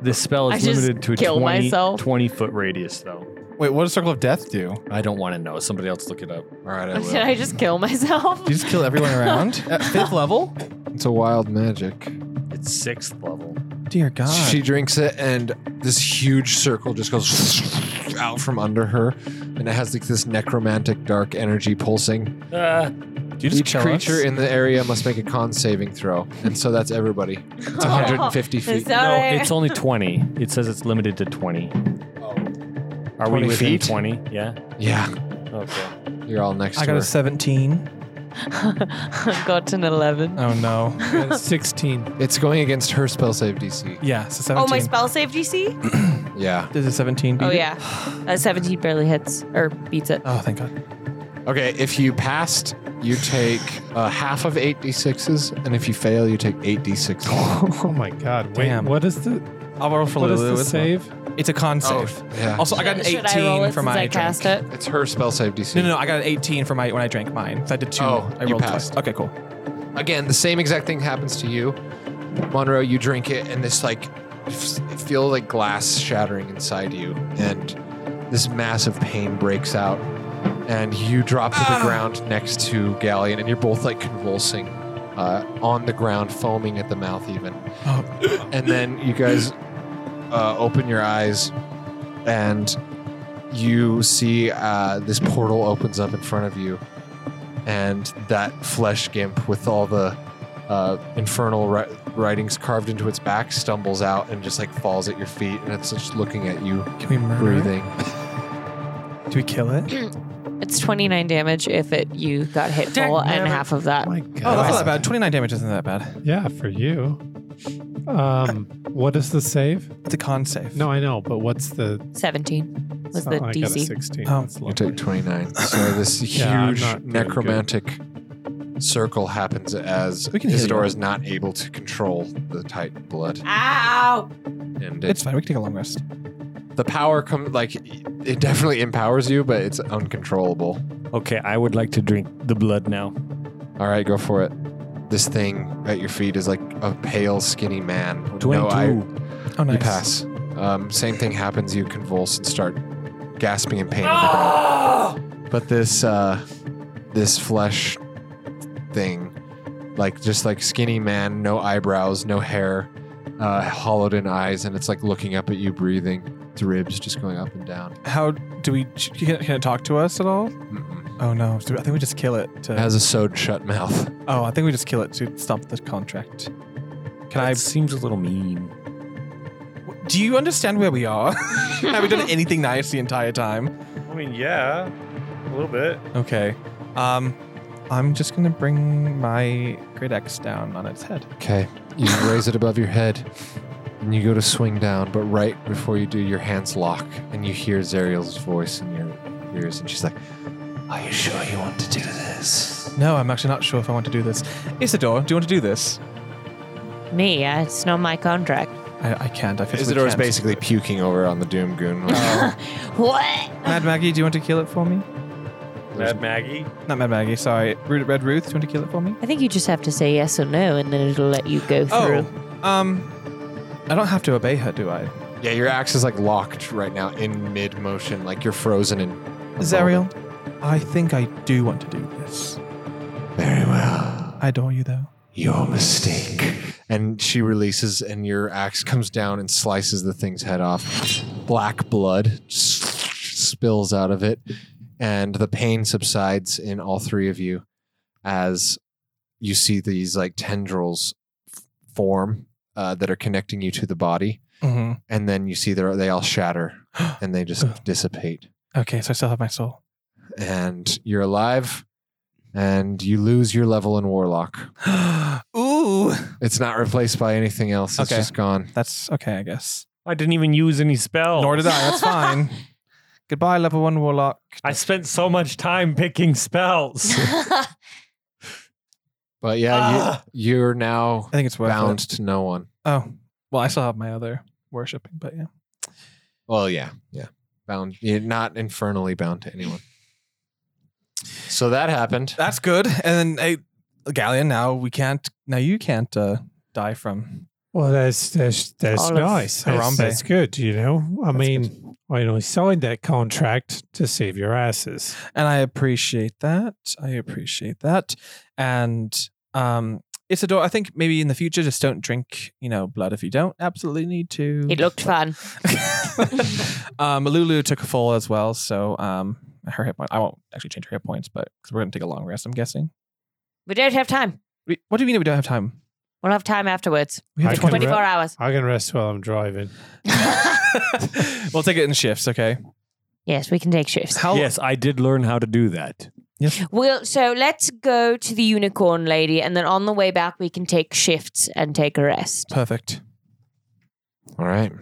[SPEAKER 14] This spell
[SPEAKER 4] I
[SPEAKER 14] is
[SPEAKER 4] just
[SPEAKER 14] limited to a
[SPEAKER 4] kill
[SPEAKER 14] 20,
[SPEAKER 4] myself.
[SPEAKER 14] 20 foot radius, though.
[SPEAKER 1] Wait, what does Circle of Death do?
[SPEAKER 14] I don't want to know. Somebody else look it up.
[SPEAKER 2] All
[SPEAKER 4] <laughs>
[SPEAKER 2] right, I
[SPEAKER 4] Can
[SPEAKER 2] will.
[SPEAKER 4] I just kill myself?
[SPEAKER 1] You just kill everyone
[SPEAKER 4] <laughs>
[SPEAKER 1] around at fifth level.
[SPEAKER 2] Uh, It's a wild magic.
[SPEAKER 14] It's sixth level.
[SPEAKER 1] Dear God.
[SPEAKER 2] She drinks it, and this huge circle just goes <laughs> out from under her, and it has like this necromantic dark energy pulsing.
[SPEAKER 14] Uh,
[SPEAKER 1] Do you just
[SPEAKER 2] Each
[SPEAKER 1] kill
[SPEAKER 2] creature
[SPEAKER 1] us?
[SPEAKER 2] in the area must make a con saving throw, and so that's everybody.
[SPEAKER 4] <laughs>
[SPEAKER 2] It's 150
[SPEAKER 4] Is
[SPEAKER 2] feet.
[SPEAKER 4] that
[SPEAKER 14] no,
[SPEAKER 4] right?
[SPEAKER 14] it's only 20. It says it's limited to 20. Are
[SPEAKER 2] 20
[SPEAKER 14] we within
[SPEAKER 2] Oh. feet?
[SPEAKER 14] 20? Yeah.
[SPEAKER 2] Yeah,
[SPEAKER 14] Okay.
[SPEAKER 2] you're all next
[SPEAKER 1] I
[SPEAKER 2] to
[SPEAKER 1] got
[SPEAKER 2] her.
[SPEAKER 1] a 17.
[SPEAKER 4] I got an 11.
[SPEAKER 1] Oh no.
[SPEAKER 4] <laughs>
[SPEAKER 8] That's 16.
[SPEAKER 2] it's going against her spell save DC.
[SPEAKER 1] Yeah, so 17.
[SPEAKER 4] Oh, my spell save DC?
[SPEAKER 2] Yeah.
[SPEAKER 1] Does a 17 beat
[SPEAKER 4] Oh,
[SPEAKER 1] it?
[SPEAKER 4] yeah. <clears throat> Uh, 17 barely hits or beats it.
[SPEAKER 1] Oh, thank God.
[SPEAKER 2] Okay, if you passed, you take uh, half of 8d6s, and if you fail, you take
[SPEAKER 14] <laughs>
[SPEAKER 2] 8d6s.
[SPEAKER 8] Oh my god. Wait,
[SPEAKER 1] Damn.
[SPEAKER 8] what is the
[SPEAKER 1] I'll roll for
[SPEAKER 8] what is
[SPEAKER 1] Lulu.
[SPEAKER 8] the
[SPEAKER 1] as well.
[SPEAKER 8] save?
[SPEAKER 1] It's a con
[SPEAKER 7] Oh,
[SPEAKER 1] save.
[SPEAKER 2] Oh, yeah.
[SPEAKER 1] Also, I got an
[SPEAKER 4] Should I roll
[SPEAKER 1] 18
[SPEAKER 4] it
[SPEAKER 1] for
[SPEAKER 4] since
[SPEAKER 1] my
[SPEAKER 4] I
[SPEAKER 1] drink.
[SPEAKER 4] cast it?
[SPEAKER 2] It's her spell save DC.
[SPEAKER 1] No, no, no, I got an 18 for my when I drank mine. So I did two.
[SPEAKER 2] Oh,
[SPEAKER 1] I
[SPEAKER 2] you
[SPEAKER 1] rolled
[SPEAKER 2] passed.
[SPEAKER 1] twice. Okay, cool.
[SPEAKER 2] Again, the same exact thing happens to you. Monroe, you drink it, and this like f- feel like glass shattering inside you, and this massive pain breaks out, and you drop to
[SPEAKER 1] Ah!
[SPEAKER 2] the ground next to Galleon, and you're both like convulsing uh, on the ground, foaming at the mouth even. and then you guys uh, open your eyes, and you see uh, this portal opens up in front of you, and that flesh gimp with all the uh, infernal ri- writings carved into its back stumbles out and just like falls at your feet, and it's just looking at you,
[SPEAKER 1] Can we murder? it?
[SPEAKER 2] breathing.
[SPEAKER 1] we kill it?
[SPEAKER 4] <clears throat> It's 29 damage if it you got hit full and half of that.
[SPEAKER 8] My
[SPEAKER 1] Oh,
[SPEAKER 8] God.
[SPEAKER 1] that's not that bad. 29 damage isn't that bad.
[SPEAKER 8] yeah, for you. Um, what is the save?
[SPEAKER 1] It's a con save.
[SPEAKER 8] No, I know, but what's the?
[SPEAKER 4] 17 was
[SPEAKER 8] it's
[SPEAKER 4] the
[SPEAKER 8] not like I got a
[SPEAKER 4] DC.
[SPEAKER 8] sixteen.
[SPEAKER 1] Oh.
[SPEAKER 8] That's
[SPEAKER 2] You
[SPEAKER 8] lovely.
[SPEAKER 2] take
[SPEAKER 8] <laughs>
[SPEAKER 2] 29. So this huge
[SPEAKER 8] Yeah, I'm not doing good.
[SPEAKER 2] necromantic circle happens as
[SPEAKER 1] We can heal
[SPEAKER 2] Isidore
[SPEAKER 1] you.
[SPEAKER 2] is not able to control the Titan blood.
[SPEAKER 4] Ow!
[SPEAKER 2] And
[SPEAKER 1] It's
[SPEAKER 2] it's,
[SPEAKER 1] fine. We can take a long rest.
[SPEAKER 2] the power comes, like, it definitely empowers you, but it's uncontrollable.
[SPEAKER 5] Okay, I would like to drink the blood now.
[SPEAKER 2] All right, go for it. This thing at your feet is like a pale, skinny man. with No, eye-
[SPEAKER 1] Oh, nice.
[SPEAKER 2] You pass. Um, same thing happens. You convulse and start gasping in pain. But this uh, this flesh thing, like just like skinny man, no eyebrows, no hair, uh, hollowed in eyes, and it's like looking up at you, breathing. Its ribs just going up and down.
[SPEAKER 1] How do we? Can it, can it talk to us at all?
[SPEAKER 2] Mm-mm.
[SPEAKER 1] Oh no! I think we just kill it. To,
[SPEAKER 2] It has a sewed shut mouth.
[SPEAKER 1] oh, I think we just kill it to stop the contract. Can I?
[SPEAKER 5] That seems a little mean.
[SPEAKER 1] Do you understand where we are? <laughs> Have we done anything nice the entire time?
[SPEAKER 9] I mean, yeah, a little bit.
[SPEAKER 1] Okay. Um, I'm just gonna bring my great axe down on its head.
[SPEAKER 2] Okay, you raise it above your head, and you go to swing down. But right before you do, your hands lock, and you hear Zeriel's voice in your ears, and she's like, "Are you sure you want to do this?"
[SPEAKER 1] No, I'm actually not sure if I want to do this. Isidore, do you want to do this?
[SPEAKER 4] Me, yeah, it's not my contract.
[SPEAKER 1] I, I can't. I physically
[SPEAKER 2] Isidore is
[SPEAKER 1] can't.
[SPEAKER 2] basically puking over on the Doom Goon.
[SPEAKER 1] Oh,
[SPEAKER 8] Oh.
[SPEAKER 4] <laughs> What?
[SPEAKER 1] Mad Maggie, do you want to kill it for me?
[SPEAKER 9] Mad Maggie.
[SPEAKER 1] Not Mad Maggie. Sorry, Ru- Red Ruth, do you want to kill it for me?
[SPEAKER 4] I think you just have to say yes or no, and then it'll let you go through.
[SPEAKER 1] Oh, um, I don't have to obey her, do I?
[SPEAKER 2] yeah, your axe is like locked right now in mid motion, like you're frozen. And
[SPEAKER 1] Zariel, I think I do want to do this.
[SPEAKER 2] very well,
[SPEAKER 1] I adore you, though.
[SPEAKER 2] your mistake. And she releases, and your axe comes down and slices the thing's head off. Black blood spills out of it, and the pain subsides in all three of you as you see these like tendrils f- form uh, that are connecting you to the body.
[SPEAKER 1] Mm-hmm.
[SPEAKER 2] and then you see they they all shatter and they just dissipate
[SPEAKER 1] Okay, so I still have
[SPEAKER 2] <gasps>
[SPEAKER 1] my soul.
[SPEAKER 2] and you're alive and you lose your level in warlock
[SPEAKER 1] Ooh,
[SPEAKER 2] it's not replaced by anything else it's
[SPEAKER 1] Okay.
[SPEAKER 2] just gone
[SPEAKER 1] that's okay, I guess.
[SPEAKER 5] I didn't even use any spell.
[SPEAKER 1] Nor did I. That's
[SPEAKER 5] <laughs>
[SPEAKER 1] fine. Goodbye, level one warlock.
[SPEAKER 5] I spent so much time
[SPEAKER 4] <laughs>
[SPEAKER 5] picking spells.
[SPEAKER 2] but yeah you, you're now
[SPEAKER 1] I think it's worth
[SPEAKER 2] bound
[SPEAKER 1] it.
[SPEAKER 2] to no one
[SPEAKER 1] Oh, well, I still have my other worshipping, but yeah.
[SPEAKER 2] well yeah yeah bound you're not infernally bound to anyone so that happened
[SPEAKER 1] That's good. And then, hey, Galleon, now we can't, now you can't uh, die from.
[SPEAKER 8] Well, that's that's that's
[SPEAKER 4] Olive
[SPEAKER 8] nice. That's,
[SPEAKER 1] Harambe.
[SPEAKER 8] that's good. You know, I
[SPEAKER 1] That's
[SPEAKER 8] mean, I only signed that contract to save your asses.
[SPEAKER 1] And I appreciate that. I appreciate that. And, um, Isidore, I think maybe in the future, just don't drink, you know, blood if you don't absolutely need to.
[SPEAKER 4] it looked
[SPEAKER 8] <laughs>
[SPEAKER 4] fun.
[SPEAKER 1] um, Lulu took a full as well, so um, her hit point. I won't actually change her hit points, but because we're gonna take a long rest, I'm guessing.
[SPEAKER 4] We don't have time.
[SPEAKER 1] We, what do you mean we don't have time?
[SPEAKER 4] We'll have time afterwards.
[SPEAKER 1] We
[SPEAKER 8] I
[SPEAKER 1] have
[SPEAKER 8] can
[SPEAKER 1] 20
[SPEAKER 4] 24 hours.
[SPEAKER 8] I can rest while I'm driving.
[SPEAKER 1] <laughs> we'll take it in shifts, okay?
[SPEAKER 4] yes, we can take shifts.
[SPEAKER 1] How?
[SPEAKER 5] yes, I did learn how to do that.
[SPEAKER 4] We'll, so let's go to the unicorn lady, and then on the way back, we can take shifts and take a rest.
[SPEAKER 1] Perfect.
[SPEAKER 2] all right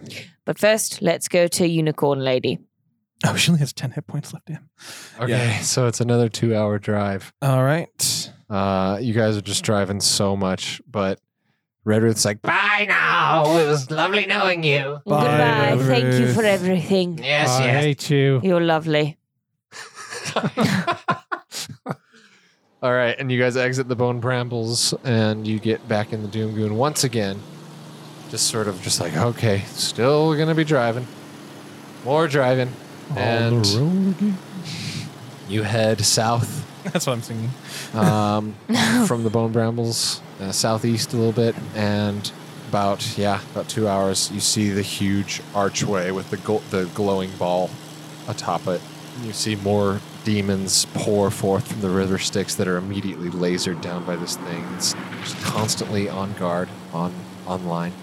[SPEAKER 4] But first, let's go to unicorn lady.
[SPEAKER 1] Oh, she only has 10 hit points left. Damn. <laughs>
[SPEAKER 2] okay so it's another two hour drive
[SPEAKER 1] All right.
[SPEAKER 2] Uh, you guys are just driving so much, but Redruth's like, bye now.
[SPEAKER 7] It was lovely knowing you.
[SPEAKER 1] Bye,
[SPEAKER 4] Goodbye. Thank you for
[SPEAKER 1] Ruth.
[SPEAKER 4] everything.
[SPEAKER 7] Yes,
[SPEAKER 8] I
[SPEAKER 7] yes.
[SPEAKER 8] hate you.
[SPEAKER 4] You're lovely.
[SPEAKER 2] All right, and you guys exit the Bone Brambles, and you get back in the Doom Goon once again. Just sort of just like, okay, still gonna be driving, more driving,
[SPEAKER 8] On
[SPEAKER 2] and
[SPEAKER 8] the road again.
[SPEAKER 2] <laughs> you head south
[SPEAKER 1] That's what I'm singing.
[SPEAKER 2] um, from the Bone Brambles, uh, southeast a little bit, and about yeah, about two hours. You see the huge archway with the gl- the glowing ball atop it. You see more demons pour forth from the river sticks that are immediately lasered down by this thing. It's just constantly on guard, on online,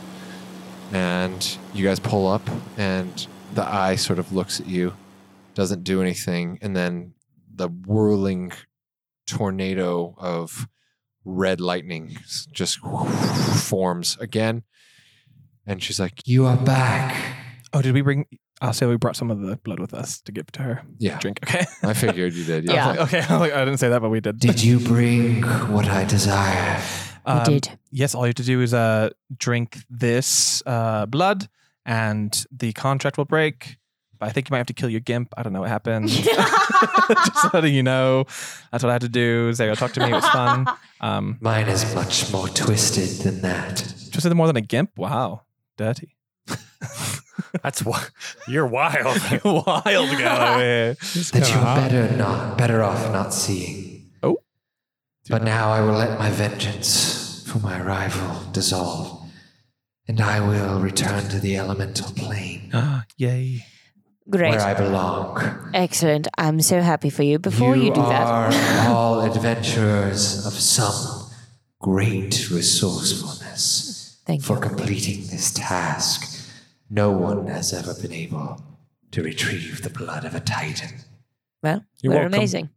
[SPEAKER 2] and you guys pull up, and the eye sort of looks at you, doesn't do anything, and then the whirling tornado of red lightning s- just forms again. And she's like, "You are back."
[SPEAKER 1] Oh, did we bring? I say we brought some of the blood with us to give to her.
[SPEAKER 2] Yeah,
[SPEAKER 1] Drink. Okay.
[SPEAKER 2] I figured you
[SPEAKER 1] <laughs>
[SPEAKER 2] did.
[SPEAKER 1] I was like, okay. I, was like, I didn't say that, but we did.
[SPEAKER 7] Did you bring what I desire?
[SPEAKER 1] Um,
[SPEAKER 4] did.
[SPEAKER 1] Yes. All you have to do is uh, drink this uh, blood, and the contract will break. But I think you might have to kill your gimp. I don't know what happened. <laughs> Just letting you know, that's what I had to do. Zayo talked to me. It was fun. Um,
[SPEAKER 7] Mine is much more twisted than that.
[SPEAKER 1] twisted more than a gimp. Wow, dirty.
[SPEAKER 14] That's what.
[SPEAKER 9] You're wild.
[SPEAKER 14] <laughs>
[SPEAKER 1] Wild
[SPEAKER 4] <laughs>
[SPEAKER 1] guy over here.
[SPEAKER 7] that you're better not better off not seeing.
[SPEAKER 1] Uh-huh. Oh.
[SPEAKER 7] But now I will let my vengeance for my rival dissolve, and I will return to the elemental plane
[SPEAKER 1] Ah, Yay.
[SPEAKER 4] Great.
[SPEAKER 7] where I belong.
[SPEAKER 4] Excellent. I'm so happy for you. Before Oh, you, do
[SPEAKER 7] are
[SPEAKER 4] that,
[SPEAKER 7] all adventurers of some great resourcefulness
[SPEAKER 4] Thank
[SPEAKER 7] for completing this task. No one has ever been able to retrieve the blood of a titan.
[SPEAKER 4] well,
[SPEAKER 1] You're
[SPEAKER 4] we're
[SPEAKER 1] welcome.
[SPEAKER 4] amazing.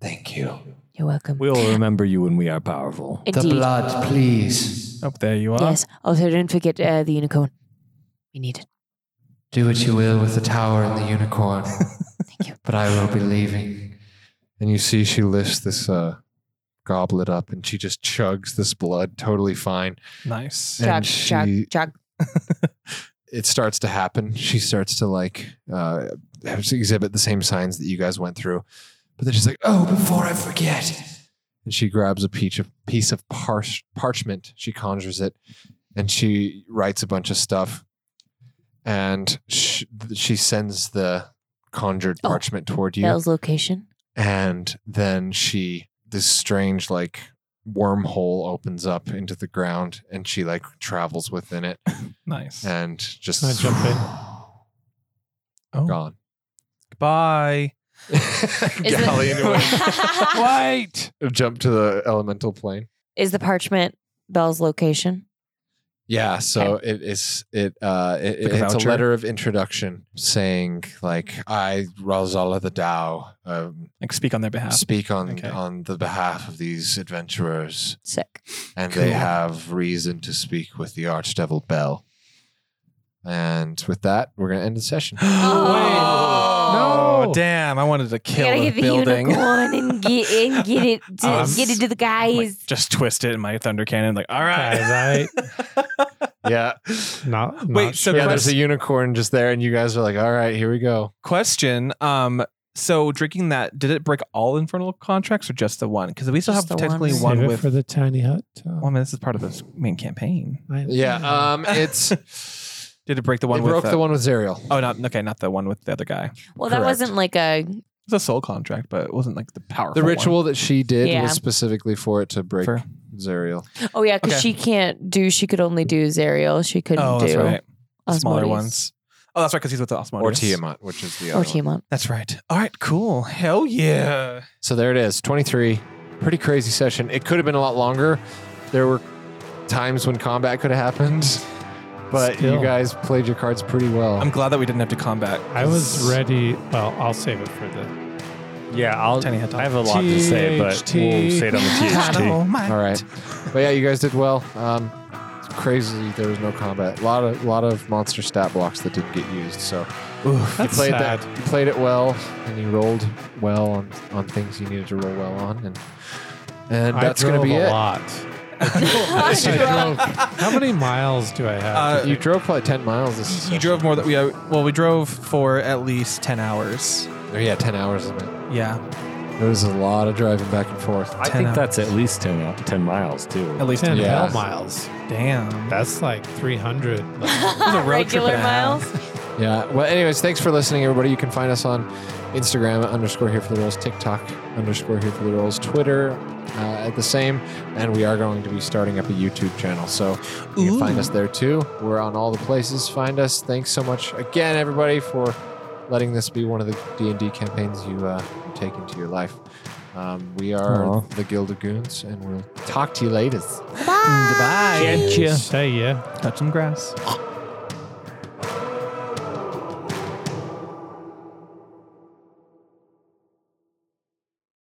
[SPEAKER 7] Thank you.
[SPEAKER 4] You're welcome.
[SPEAKER 14] We'll remember you when we are powerful.
[SPEAKER 7] The
[SPEAKER 4] Indeed.
[SPEAKER 7] blood, please.
[SPEAKER 1] Oh, there you are.
[SPEAKER 4] Yes. Also, don't forget uh, the unicorn. We need it.
[SPEAKER 7] Do what you will with the tower and the unicorn. Thank
[SPEAKER 4] you.
[SPEAKER 7] But I will be leaving.
[SPEAKER 2] And you see she lifts this uh, goblet up and she just chugs this blood totally fine.
[SPEAKER 1] Nice.
[SPEAKER 4] Chug,
[SPEAKER 2] And
[SPEAKER 4] chug,
[SPEAKER 2] she-
[SPEAKER 4] chug.
[SPEAKER 2] <laughs> It starts to happen. She starts to like uh, exhibit the same signs that you guys went through. But then she's like, oh, before I forget. And she grabs a peach of, piece of parch- parchment. She conjures it and she writes a bunch of stuff. And sh- she sends the conjured
[SPEAKER 4] Oh.
[SPEAKER 2] parchment toward you.
[SPEAKER 4] Bell's location.
[SPEAKER 2] and then she this strange like wormhole opens up into the ground and she like travels within it
[SPEAKER 1] Nice.
[SPEAKER 2] and just
[SPEAKER 8] I jump
[SPEAKER 2] <gasps>
[SPEAKER 8] in?
[SPEAKER 1] Oh.
[SPEAKER 2] gone <laughs>
[SPEAKER 1] Bye.
[SPEAKER 4] Is
[SPEAKER 2] Galley into it.
[SPEAKER 4] the,
[SPEAKER 2] wait jump to the elemental plane
[SPEAKER 4] is the parchment Bell's location?
[SPEAKER 2] yeah so it is it uh it,
[SPEAKER 1] Like a
[SPEAKER 2] it's a
[SPEAKER 1] voucher?
[SPEAKER 2] letter of introduction saying like i razala the dao um,
[SPEAKER 1] Like speak on their behalf.
[SPEAKER 2] speak on
[SPEAKER 1] Okay.
[SPEAKER 2] on the behalf of these adventurers
[SPEAKER 4] Sick.
[SPEAKER 2] and
[SPEAKER 1] Cool.
[SPEAKER 2] they have reason to speak with the archdevil Bell. And with that, we're going to end the
[SPEAKER 1] <gasps>
[SPEAKER 2] session.
[SPEAKER 1] Oh,
[SPEAKER 8] No.
[SPEAKER 1] damn! I wanted to
[SPEAKER 4] We
[SPEAKER 1] kill
[SPEAKER 4] gotta
[SPEAKER 1] the
[SPEAKER 4] get the
[SPEAKER 1] building.
[SPEAKER 4] unicorn
[SPEAKER 1] <laughs>
[SPEAKER 4] and get and get it to,
[SPEAKER 1] Um,
[SPEAKER 4] get it to the
[SPEAKER 1] Like,
[SPEAKER 4] guys.
[SPEAKER 1] just twist it in my thunder cannon. Like, all right.
[SPEAKER 8] Okay,
[SPEAKER 1] <laughs>
[SPEAKER 2] yeah.
[SPEAKER 8] right? Not,
[SPEAKER 1] Wait,
[SPEAKER 8] not
[SPEAKER 1] so
[SPEAKER 2] Yeah,
[SPEAKER 1] quest-
[SPEAKER 2] there's a unicorn just there, and you guys are like, all right, here we go.
[SPEAKER 1] question. Um, so drinking that did it break all infernal contracts or just the one? Because we still
[SPEAKER 4] Just
[SPEAKER 1] have
[SPEAKER 4] the
[SPEAKER 1] technically
[SPEAKER 4] one.
[SPEAKER 1] one,
[SPEAKER 8] Save it
[SPEAKER 1] with.
[SPEAKER 8] for the tiny hut. uh,
[SPEAKER 1] well, I mean, this is part of this main campaign.
[SPEAKER 8] I-
[SPEAKER 2] Yeah. Um, it's.
[SPEAKER 1] <laughs> Did it break the one
[SPEAKER 2] it
[SPEAKER 1] with?
[SPEAKER 2] broke the one with Zerial.
[SPEAKER 1] Oh, not okay. Not the one with the other guy.
[SPEAKER 4] Well, that
[SPEAKER 2] correct.
[SPEAKER 4] wasn't like a
[SPEAKER 1] It's a soul contract, but it wasn't like the powerful.
[SPEAKER 2] The
[SPEAKER 1] one.
[SPEAKER 2] ritual that she did
[SPEAKER 4] Yeah.
[SPEAKER 2] was specifically for it to break
[SPEAKER 1] For-
[SPEAKER 2] Zerial.
[SPEAKER 4] oh yeah because
[SPEAKER 1] Okay.
[SPEAKER 4] she can't do she could only do Zerial she couldn't
[SPEAKER 1] Oh,
[SPEAKER 4] do
[SPEAKER 1] that's right. Smaller
[SPEAKER 4] Asmodeus.
[SPEAKER 1] ones. Oh, that's right. Because he's with the Osmodius.
[SPEAKER 2] Or Tiamat, which is the other.
[SPEAKER 4] or
[SPEAKER 2] one.
[SPEAKER 4] Tiamat.
[SPEAKER 1] That's right. All right.
[SPEAKER 8] Oh,
[SPEAKER 1] Cool. Hell yeah.
[SPEAKER 2] So there it is, 23. Pretty crazy session. It could have been a lot longer. There were times when combat could have happened, <laughs> but
[SPEAKER 8] Still.
[SPEAKER 2] you guys played your cards pretty well.
[SPEAKER 1] I'm glad that we didn't have to combat.
[SPEAKER 8] I was ready. Well, I'll save it for the.
[SPEAKER 14] Yeah, I'll.
[SPEAKER 1] Tiny head
[SPEAKER 14] I have a lot to say, but we'll
[SPEAKER 8] THT.
[SPEAKER 14] say it on
[SPEAKER 8] <laughs>
[SPEAKER 14] the
[SPEAKER 1] Oh my.
[SPEAKER 2] All right, but yeah, you guys did well. Um, it's crazy, there was no combat. A lot of lot of monster stat blocks that didn't get used. So you
[SPEAKER 8] That's
[SPEAKER 2] played
[SPEAKER 8] sad.
[SPEAKER 2] that, you played it well, and you rolled well on on things you needed to roll well on, and and
[SPEAKER 8] I
[SPEAKER 2] that's gonna
[SPEAKER 8] drove
[SPEAKER 2] be
[SPEAKER 8] a
[SPEAKER 2] it.
[SPEAKER 8] lot. I
[SPEAKER 1] THT.
[SPEAKER 8] drove- How many miles do I have?
[SPEAKER 1] Uh,
[SPEAKER 2] You drove probably 10 miles this
[SPEAKER 1] You
[SPEAKER 2] session.
[SPEAKER 1] drove more than we. Uh, well, we drove for at least ten hours.
[SPEAKER 2] Or Oh, yeah, 10 hours of it.
[SPEAKER 1] <laughs> Yeah,
[SPEAKER 2] There was a lot of driving back and forth.
[SPEAKER 14] I
[SPEAKER 1] 10
[SPEAKER 14] think
[SPEAKER 1] hours.
[SPEAKER 14] that's at least 10, out- 10 miles,
[SPEAKER 1] at
[SPEAKER 14] too.
[SPEAKER 1] least
[SPEAKER 8] 10
[SPEAKER 1] 10.
[SPEAKER 2] yeah.
[SPEAKER 8] hell miles.
[SPEAKER 1] Damn.
[SPEAKER 8] That's like 300. Like,
[SPEAKER 1] was a road trip
[SPEAKER 4] regular
[SPEAKER 1] and a half.
[SPEAKER 4] miles
[SPEAKER 2] Yeah. Well, anyways, thanks for listening, everybody. You can find us on Instagram at underscore here for the rolls, TikTok underscore here for the rolls, Twitter uh, at the same, and we are going to be starting up a YouTube channel, so you can find us there too. We're on all the places. Find us. Thanks so much again, everybody, for letting this be one of the D and D campaigns you uh, take into your life. Um, we are
[SPEAKER 14] Aw.
[SPEAKER 2] the Guild of Goons, and we'll talk to you later.
[SPEAKER 4] bye.
[SPEAKER 1] Goodbye.
[SPEAKER 8] say yeah.
[SPEAKER 1] Touch some grass.